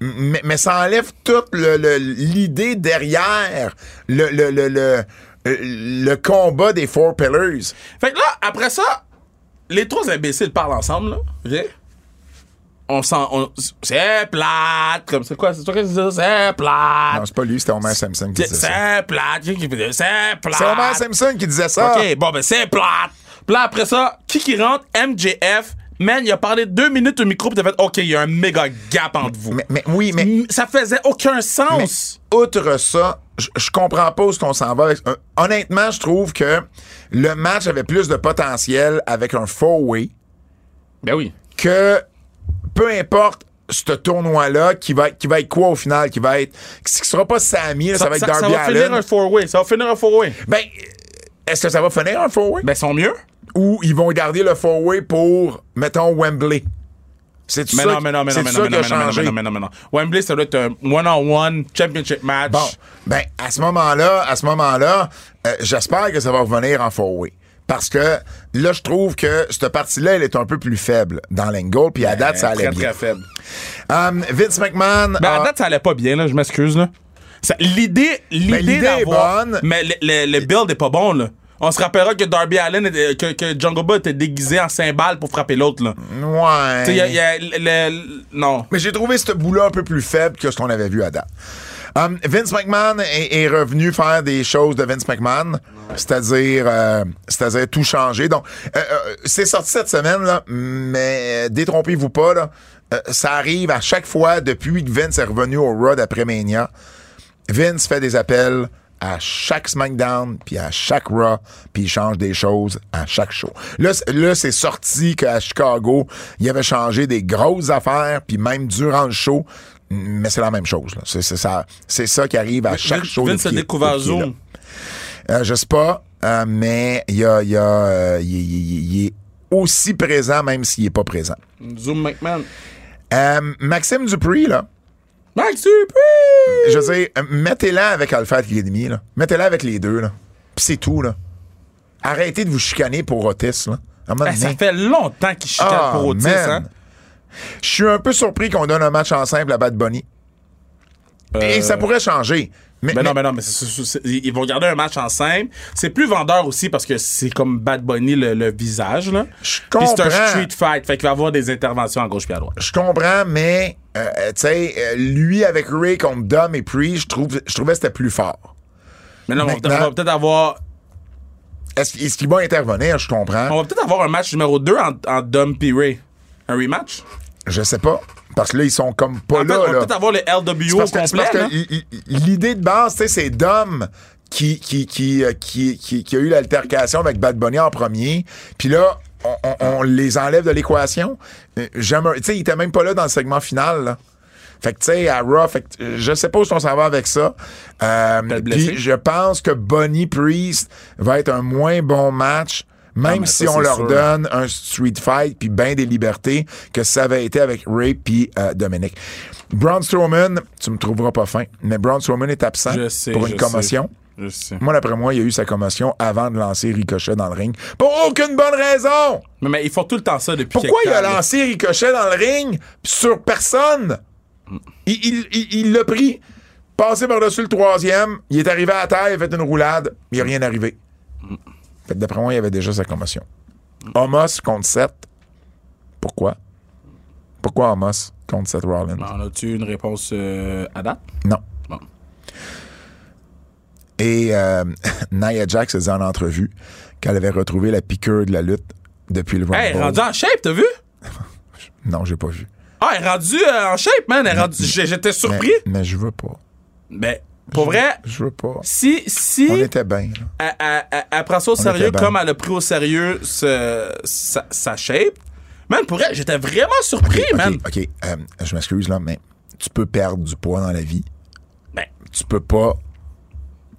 Speaker 2: Mais, mais ça enlève toute le- le- l'idée derrière le, le, le, le, euh, le combat des Four Pillars.
Speaker 3: Fait que là, après ça, les trois imbéciles parlent ensemble, là. OK? On sent. on- c'est plate. Comme c'est quoi? C'est toi qui dis ça? C'est
Speaker 2: Non,
Speaker 3: plate.
Speaker 2: c'est pas lui, c'était Homer Simpson qui disait ça.
Speaker 3: C'est plate. Qui qui fait- C'est plate.
Speaker 2: C'est Homer Simpson qui disait ça.
Speaker 3: OK, bon, ben c'est plate. Puis là, après ça, qui qui rentre? MJF. Man, il a parlé deux minutes au micro, puis t'as fait OK, il y a un méga gap entre vous.
Speaker 2: Mais, mais oui, mais.
Speaker 3: Mm, Ça faisait aucun sens.
Speaker 2: outre ça, je je comprends pas où est-ce qu'on s'en va avec. euh, Honnêtement, je trouve que le match avait plus de potentiel avec un faux way
Speaker 3: Ben oui.
Speaker 2: que peu importe ce tournoi-là qui va, être- qui va être quoi au final, qui va être. Ce qui sera pas Sammy, là, ça, va être Darby
Speaker 3: va
Speaker 2: Allin.
Speaker 3: finir un four-way. Ça va finir un four-way.
Speaker 2: Ben, est-ce que ça va finir un faux way?
Speaker 3: Ben, sont mieux.
Speaker 2: Ou ils vont garder le faux way pour, mettons, Wembley? C'est ça
Speaker 3: Mais non, mais non, mais non,
Speaker 2: c'est-tu
Speaker 3: mais
Speaker 2: ça
Speaker 3: non,
Speaker 2: qui
Speaker 3: mais non,
Speaker 2: a
Speaker 3: mais non, mais
Speaker 2: changé?
Speaker 3: non, mais non, mais non. Wembley, ça doit être un one-on-one championship match.
Speaker 2: Bon, ben à ce moment-là, à ce moment-là, euh, j'espère que ça va revenir en four-way. Parce que là, je trouve que cette partie-là, elle est un peu plus faible dans l'angle, puis à date, ça allait
Speaker 3: Ben, très,
Speaker 2: bien.
Speaker 3: très faible.
Speaker 2: Um, Vince McMahon,
Speaker 3: Ben,
Speaker 2: a-
Speaker 3: à date, ça allait pas bien, là. Je m'excuse, là. Ça- L'idée,
Speaker 2: Ben, l'idée
Speaker 3: l'idée
Speaker 2: est
Speaker 3: d'avoir...
Speaker 2: bonne.
Speaker 3: Mais le, le- le build est pas bon, là. On se rappellera que Darby Allen, était- que, que Jungle Boy était déguisé en cymbale pour frapper l'autre, là.
Speaker 2: ouais.
Speaker 3: Tu sais, il y a- il y a le- le- non.
Speaker 2: Mais j'ai trouvé ce bout-là un peu plus faible que ce qu'on avait vu à date. Um, Vince McMahon est, est revenu faire des choses de Vince McMahon, c'est-à-dire euh, c'est-à-dire tout changer. Donc, euh, euh, c'est sorti cette semaine, là, mais euh, détrompez-vous pas, là, euh, ça arrive à chaque fois depuis que Vince est revenu au Raw après Mania. Vince fait des appels à chaque SmackDown, puis à chaque Raw, puis il change des choses à chaque show. Là, c- là c'est sorti qu'à Chicago, il avait changé des grosses affaires, puis même durant le show, mais c'est la même chose. là. C'est c'est ça, c'est ça qui arrive à chaque
Speaker 3: Vince-
Speaker 2: show.
Speaker 3: Vince
Speaker 2: depuis
Speaker 3: a
Speaker 2: qu'il est-
Speaker 3: découvert
Speaker 2: depuis qu'il est là.
Speaker 3: Zoom.
Speaker 2: Euh, je sais pas, euh, mais il y a, il y a, euh, il- il- il est aussi présent, même s'il est pas présent.
Speaker 3: Zoom McMahon.
Speaker 2: Euh, Maxime Dupree, là,
Speaker 3: Max Dupree!
Speaker 2: je veux dire, euh, mettez-la avec Alpha Academy, là. Mettez-la avec les deux, là. Puis c'est tout, là. Arrêtez de vous chicaner pour Otis, là. À un moment
Speaker 3: Eh, ça
Speaker 2: donné.
Speaker 3: fait longtemps qu'il chicane
Speaker 2: Ben, Ah,
Speaker 3: pour Otis,
Speaker 2: man.
Speaker 3: hein?
Speaker 2: Je suis un peu surpris qu'on donne un match en simple à Bad Bunny. Et ça pourrait changer. Mais,
Speaker 3: Euh. Ben non,
Speaker 2: mais-
Speaker 3: ben non, mais c'est- c'est- c'est- ils vont garder un match en simple. C'est plus vendeur aussi parce que c'est comme Bad Bunny le, le visage, là.
Speaker 2: Je
Speaker 3: Puis c'est un
Speaker 2: comprends.
Speaker 3: street fight, fait qu'il va avoir des interventions à gauche puis à droite.
Speaker 2: je comprends, mais euh, euh, tu sais, euh, lui avec Ray contre Dom et Priest, je trouve, je trouvais que c'était plus fort.
Speaker 3: Mais là, on va,
Speaker 2: Maintenant-
Speaker 3: on va peut-être avoir,
Speaker 2: Est-ce est-ce qu'il va intervenir? Je comprends.
Speaker 3: on va peut-être avoir un match numéro 2 en, en Dom P. Ray. Un rematch?
Speaker 2: Je sais pas. Parce que là, ils sont comme pas
Speaker 3: En fait,
Speaker 2: là.
Speaker 3: on va
Speaker 2: là.
Speaker 3: peut-être avoir le LWO
Speaker 2: Parce que-
Speaker 3: complet.
Speaker 2: parce que
Speaker 3: là.
Speaker 2: i- i- l'idée de base, tu sais, c'est Dom qui, qui, qui, euh, qui, qui- qui a eu l'altercation avec Bad Bunny en premier. Puis là, on, on- on les enlève de l'équation. Euh, J'aime. un- Tu sais, il était même pas là dans le segment final. là. Fait que, tu sais, à Raw, fait que, euh, je sais pas où on s'en va avec ça. Euh,
Speaker 3: Peut-être blessé.
Speaker 2: puis je pense que Bonnie Priest va être un moins bon match, même
Speaker 3: Ah, mais
Speaker 2: si
Speaker 3: ça,
Speaker 2: on
Speaker 3: c'est
Speaker 2: leur
Speaker 3: sûr.
Speaker 2: donne un street fight puis ben des libertés que ça avait été avec Ray puis euh, Dominic. Braun Strowman, tu me trouveras pas fin, mais Braun Strowman est absent
Speaker 3: Je sais,
Speaker 2: pour une
Speaker 3: je
Speaker 2: commotion.
Speaker 3: sais. Je sais.
Speaker 2: Moi, d'après moi, il y a eu sa commotion avant de lancer Ricochet dans le ring. Pour aucune bonne raison!
Speaker 3: Mais, mais ils font tout le temps ça depuis
Speaker 2: Pourquoi
Speaker 3: quelque
Speaker 2: il a
Speaker 3: temps, là.
Speaker 2: lancé Ricochet dans le ring sur personne? Il- Il il- il l'a pris, passé par-dessus le troisième, il est arrivé à terre, il a fait une roulade, il n'y a rien arrivé. Fait que d'après moi, il y avait déjà sa commotion. Homos contre Seth. Pourquoi? Pourquoi Homos contre Seth Rollins?
Speaker 3: On a-tu une réponse euh, à date?
Speaker 2: Non.
Speaker 3: Bon.
Speaker 2: Et euh, Nia Jax a dit en entrevue qu'elle avait retrouvé la piqûre de la lutte depuis le Rumble.
Speaker 3: Hey, elle est rendue en shape, t'as vu?
Speaker 2: Non, j'ai pas vu.
Speaker 3: Ah, elle est rendue euh, en shape, man. Elle est rendue- j'ai- J'étais
Speaker 2: Mais,
Speaker 3: surpris.
Speaker 2: mais je veux pas.
Speaker 3: Mais Ben, pour vrai,
Speaker 2: Je veux pas.
Speaker 3: si, si
Speaker 2: On
Speaker 3: elle,
Speaker 2: était bien. là.
Speaker 3: elle- elle- elle prend ça au sérieux
Speaker 2: était bien.
Speaker 3: comme elle a pris au sérieux ce- sa, sa shape, man, pour vrai, j'étais vraiment surpris,
Speaker 2: OK,
Speaker 3: man.
Speaker 2: OK, euh, je m'excuse, là, mais tu peux perdre du poids dans la vie.
Speaker 3: Ben,
Speaker 2: Tu peux pas.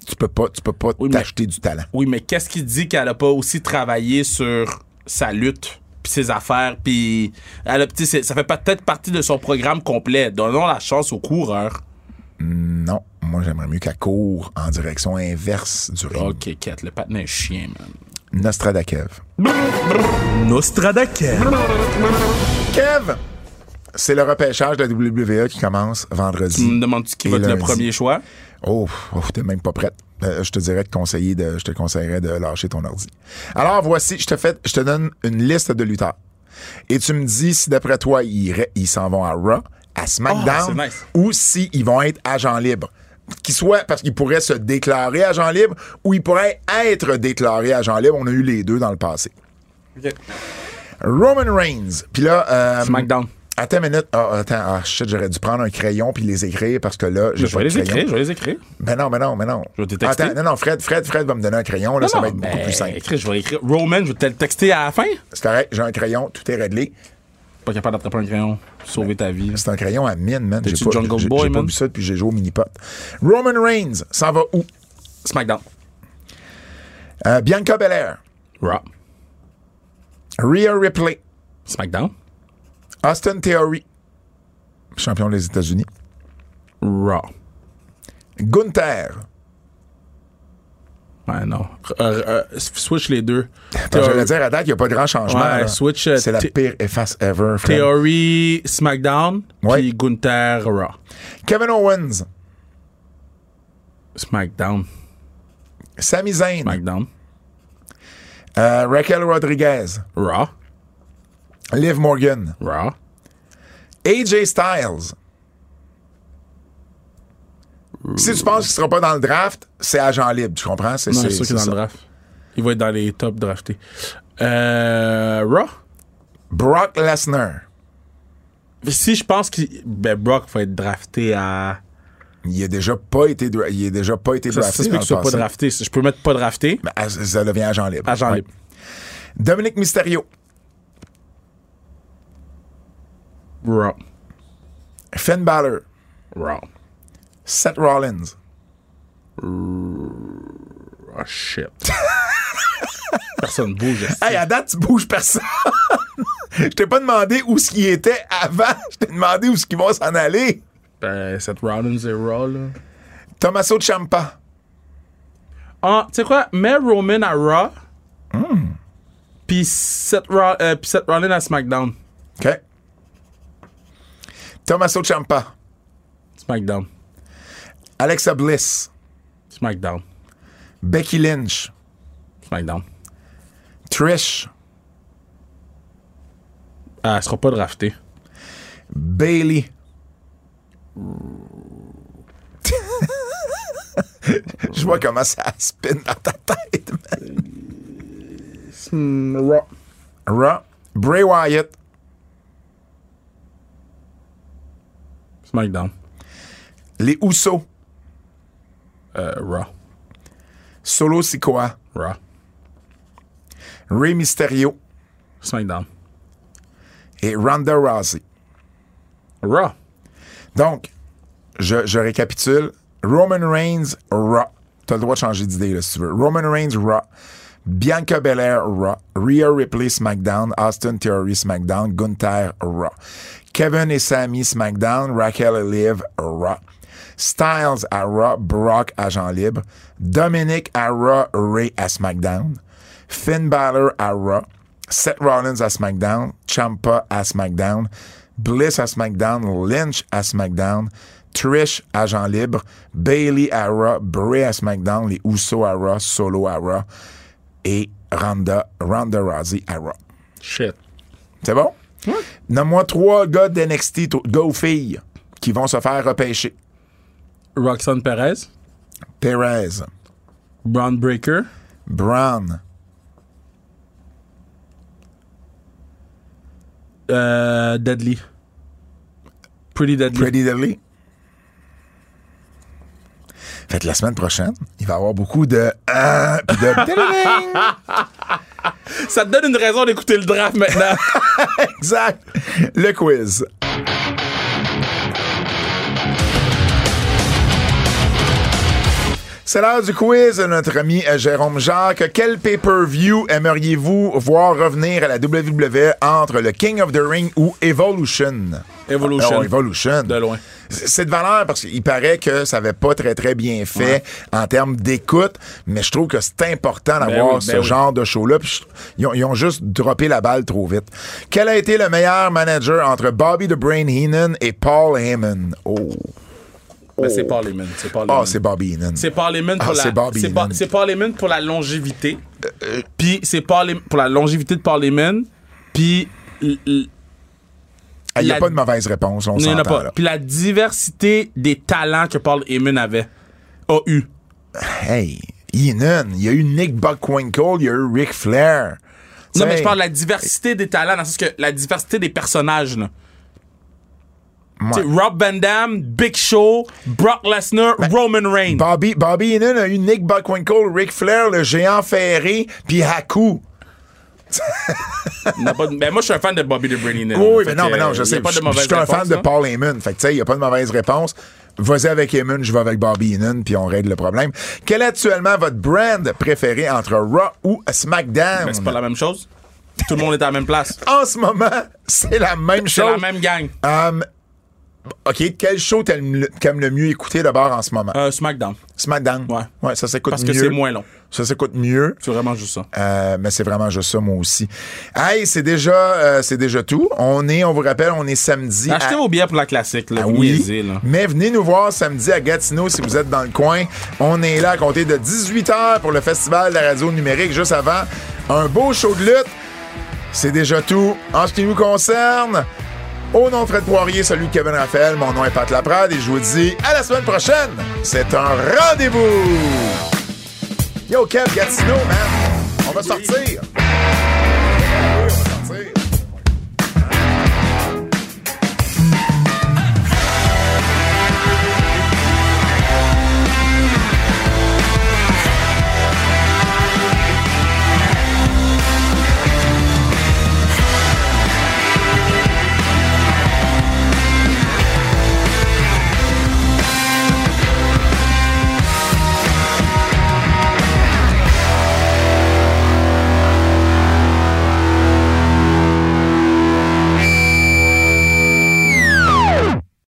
Speaker 2: Tu peux pas, tu peux pas
Speaker 3: Oui, mais-
Speaker 2: t'acheter du talent.
Speaker 3: oui, mais qu'est-ce qui dit qu'elle a pas aussi travaillé sur sa lutte? puis ses affaires, puis elle a- tu sais, c'est- ça fait peut-être partie de son programme complet. Donnons la chance aux coureurs.
Speaker 2: Non, moi j'aimerais mieux qu'elle court en direction inverse du ring.
Speaker 3: Ok, Kat, le patin est chien, man.
Speaker 2: Nostradakev.
Speaker 3: Nostradakev.
Speaker 2: Kev! C'est le repêchage de la WWE qui commence
Speaker 3: Tu
Speaker 2: vendredi.
Speaker 3: me demandes-tu qui
Speaker 2: Et
Speaker 3: va être le
Speaker 2: lundi.
Speaker 3: premier choix?
Speaker 2: Oh, oh, t'es même pas prête. Euh, je te dirais de conseiller de, je te conseillerais de lâcher ton ordi. Alors voici, je te fais, je te donne une liste de lutteurs. Et tu me dis si d'après toi ils iraient- ils s'en vont à Raw, à SmackDown,
Speaker 3: Ah, c'est nice.
Speaker 2: ou si ils vont être agents libres. Qu'ils soient parce qu'ils pourraient se déclarer agents libres ou ils pourraient être déclarés agents libres. On a eu les deux dans le passé. Roman Reigns. Puis là, euh,
Speaker 3: SmackDown.
Speaker 2: Attends une minute. Ah, attends, ah, shit, j'aurais dû prendre un crayon puis les écrire parce que là, j'ai
Speaker 3: Je
Speaker 2: pas
Speaker 3: vais
Speaker 2: de
Speaker 3: les
Speaker 2: crayon.
Speaker 3: écrire, je vais les écrire.
Speaker 2: Ben non, ben non, ben non.
Speaker 3: Je vais te texter.
Speaker 2: Attends, non, non, Fred, Fred, Fred va me donner un crayon, là, ça
Speaker 3: Non,
Speaker 2: va être beaucoup
Speaker 3: ben,
Speaker 2: plus simple.
Speaker 3: Chris, je vais écrire Roman, je vais te le texter à la fin.
Speaker 2: C'est correct, j'ai un crayon, tout est réglé.
Speaker 3: Pas capable d'attraper un crayon, sauver ta vie.
Speaker 2: C'est un crayon à mine, man. J'ai
Speaker 3: T'es-tu
Speaker 2: pas,
Speaker 3: Jungle
Speaker 2: j'ai-
Speaker 3: Boy,
Speaker 2: j'ai pas
Speaker 3: man?
Speaker 2: vu ça depuis que j'ai joué au mini-pot. Roman Reigns, s'en va où?
Speaker 3: SmackDown.
Speaker 2: Euh, Bianca Belair,
Speaker 3: Raw.
Speaker 2: Rhea Ripley,
Speaker 3: SmackDown.
Speaker 2: Austin Theory, champion des États-Unis,
Speaker 3: Raw.
Speaker 2: Gunther.
Speaker 3: Ouais, non. Euh, euh, switch les deux.
Speaker 2: je vais Ben, dire à date, il n'y a pas de grand changement.
Speaker 3: Ouais,
Speaker 2: là.
Speaker 3: switch, euh,
Speaker 2: C'est la
Speaker 3: Thé-
Speaker 2: pire efface ever. Fred.
Speaker 3: Theory, SmackDown.
Speaker 2: Ouais.
Speaker 3: Puis Gunther, Raw.
Speaker 2: Kevin Owens,
Speaker 3: SmackDown.
Speaker 2: Sami Zayn,
Speaker 3: SmackDown.
Speaker 2: euh, Raquel Rodriguez,
Speaker 3: Raw.
Speaker 2: Liv Morgan,
Speaker 3: Raw.
Speaker 2: AJ Styles. Si tu penses qu'il sera pas dans le draft, c'est agent libre, tu comprends? C'est
Speaker 3: Non, c'est
Speaker 2: c'est-
Speaker 3: sûr
Speaker 2: c'est
Speaker 3: qu'il est dans
Speaker 2: ça.
Speaker 3: le draft. Il va être dans les top draftés. Euh, Raw.
Speaker 2: Brock Lesnar.
Speaker 3: Si je pense qu'il. Ben, Brock va être drafté à.
Speaker 2: Il a déjà pas été, dra- il a déjà pas été
Speaker 3: Ça ça
Speaker 2: drafté.
Speaker 3: se peut
Speaker 2: dans le
Speaker 3: que ce soit pas
Speaker 2: passé. Ben,
Speaker 3: drafté. Je peux mettre pas drafté.
Speaker 2: Mais as- ça devient agent libre.
Speaker 3: Agent
Speaker 2: Ouais.
Speaker 3: libre.
Speaker 2: Dominique Mysterio.
Speaker 3: Raw.
Speaker 2: Finn Balor.
Speaker 3: Raw.
Speaker 2: Seth Rollins.
Speaker 3: Oh shit. Personne bouge. esti.
Speaker 2: Hey, à date, tu bouges personne. Je t'ai pas demandé où ce qui était avant. Je t'ai demandé où ce qu'ils vont s'en aller.
Speaker 3: Ben, cette Rollins et Raw, là.
Speaker 2: Tommaso Ciampa.
Speaker 3: Ah, tu sais quoi? Mets Roman à Raw. Puis Seth, Roll- euh, puis Seth Rollins à SmackDown.
Speaker 2: OK. Tommaso Ciampa,
Speaker 3: SmackDown.
Speaker 2: Alexa Bliss,
Speaker 3: SmackDown.
Speaker 2: Becky Lynch,
Speaker 3: SmackDown.
Speaker 2: Trish,
Speaker 3: Euh, elle sera pas draftée.
Speaker 2: Bailey. Je vois comment ça spin dans ta tête. man.
Speaker 3: Hmm, Raw.
Speaker 2: Raw, Bray Wyatt,
Speaker 3: SmackDown.
Speaker 2: les Usos,
Speaker 3: Euh, Raw.
Speaker 2: Solo Sikoa,
Speaker 3: Raw.
Speaker 2: Rey Mysterio
Speaker 3: SmackDown.
Speaker 2: et Ronda Rousey.
Speaker 3: Raw.
Speaker 2: Donc, je, je récapitule. Roman Reigns, Raw. T'as le droit de changer d'idée, là, si tu veux. Roman Reigns, Raw. Bianca Belair, Raw. Rhea Ripley, SmackDown. Austin Theory, SmackDown. Gunther, Raw. Kevin et Sammy, SmackDown. Raquel et Liv, Raw. Styles à Raw. Brock, agent libre. Dominic à Raw. Ray à SmackDown. Finn Balor à Raw. Seth Rollins à SmackDown, Champa à SmackDown, Bliss à SmackDown, Lynch à SmackDown, Trish agent libre, Bailey à Raw, Bray à SmackDown, les Usos à Raw, Solo à Raw et Ronda, Ronda Rousey à Raw.
Speaker 3: Shit.
Speaker 2: C'est bon? Nomme-moi trois gars d'NXT, gars ou filles, qui vont se faire repêcher.
Speaker 3: Roxanne Perez.
Speaker 2: Perez,
Speaker 3: Braun Breaker.
Speaker 2: Brown,
Speaker 3: Euh, Deadly. Pretty Deadly.
Speaker 2: Pretty Deadly. Fait que la semaine prochaine, il va y avoir beaucoup de... euh, pis de
Speaker 3: Ça te donne une raison d'écouter le draft maintenant.
Speaker 2: Exact. Le quiz. C'est l'heure du quiz de notre ami euh, Jérôme Jacques. Quel pay-per-view aimeriez-vous voir revenir à la WWE entre le King of the Ring ou Evolution?
Speaker 3: Evolution.
Speaker 2: Oh, Evolution.
Speaker 3: De loin.
Speaker 2: C- C'est de valeur parce qu'il paraît que ça avait pas très, très bien fait en termes d'écoute, mais je trouve que c'est important d'avoir
Speaker 3: oui, ben
Speaker 2: ce
Speaker 3: oui.
Speaker 2: genre de show-là. Puis je- Ils, ont- ils ont juste droppé la balle trop vite. Quel a été le meilleur manager entre Bobby the Brain Heenan et Paul Heyman? Oh,
Speaker 3: Mais c'est Paul Heyman. C'est Paul
Speaker 2: Ah,
Speaker 3: Heyman.
Speaker 2: c'est Bobby Heenan.
Speaker 3: C'est Paul Heyman pour
Speaker 2: Ah, c'est
Speaker 3: la
Speaker 2: Bobby Euh,
Speaker 3: c'est Pa-
Speaker 2: Heenan.
Speaker 3: c'est Paul Heyman pour la longévité. Puis c'est Paul Heyman- pour la longévité de Paul Heyman. Puis l- l-
Speaker 2: Ah, Il n'y a
Speaker 3: la-
Speaker 2: pas de mauvaise réponse, on
Speaker 3: il y en a
Speaker 2: s'entend.
Speaker 3: pas.
Speaker 2: là.
Speaker 3: Puis la diversité des talents que Paul Heyman avait a eu.
Speaker 2: Hey, Heenan, il y a eu Nick Buckwinkle, il y a eu Ric Flair.
Speaker 3: Non,
Speaker 2: T'sais,
Speaker 3: mais je parle de la diversité des talents, dans le sens que la diversité des personnages, là. Tu sais, Rob Van Damme, Big Show, Brock Lesnar,
Speaker 2: Ben,
Speaker 3: Roman Reigns.
Speaker 2: Bobby, Bobby Heenan a eu Nick Buckwinkle, Ric Flair, le géant ferré, puis Haku.
Speaker 3: Il n'y a pas de- Ben, moi, je suis un fan de Bobby de Brainy Heenan.
Speaker 2: Oui,
Speaker 3: Fait
Speaker 2: mais non,
Speaker 3: que,
Speaker 2: mais non, je
Speaker 3: euh, y
Speaker 2: sais.
Speaker 3: a pas de
Speaker 2: je- Je
Speaker 3: mauvaise
Speaker 2: suis un fan
Speaker 3: réponse,
Speaker 2: de
Speaker 3: là.
Speaker 2: Paul Heyman. Fait que, tu sais, il n'y a pas de mauvaise réponse. Vas-y avec Heyman, je vais avec Bobby Heenan, puis on règle le problème. Quel est actuellement votre brand préféré entre Raw ou SmackDown?
Speaker 3: Ben, c'est pas la même chose. Tout le monde est à la même place.
Speaker 2: En ce moment, c'est la même
Speaker 3: C'est la
Speaker 2: chose.
Speaker 3: même gang.
Speaker 2: Um, OK, quel show t'aimes le- t'aimes le mieux écouter d'abord en ce moment?
Speaker 3: Euh, SmackDown.
Speaker 2: SmackDown.
Speaker 3: ouais.
Speaker 2: Ouais, ça s'écoute
Speaker 3: Parce
Speaker 2: mieux.
Speaker 3: que c'est moins long.
Speaker 2: Ça s'écoute mieux.
Speaker 3: C'est vraiment juste ça.
Speaker 2: Euh, mais c'est vraiment juste ça, moi aussi. Hey, c'est déjà, euh, c'est déjà tout. On est, on vous rappelle, on est samedi. à-
Speaker 3: Achetez vos billets pour la classique, là.
Speaker 2: Ah
Speaker 3: vous
Speaker 2: oui.
Speaker 3: niaisez, là.
Speaker 2: Mais venez nous voir samedi à Gatineau si vous êtes dans le coin. On est là à compter de 18h pour le Festival de la radio numérique juste avant. Un beau show de lutte. C'est déjà tout. En ce qui nous concerne, au nom de Fred Poirier, celui de Kevin Raphaël, mon nom est Pat Laprade et je vous dis à la semaine prochaine. C'est un rendez-vous. Yo, Kev, Gatineau, man. On va sortir.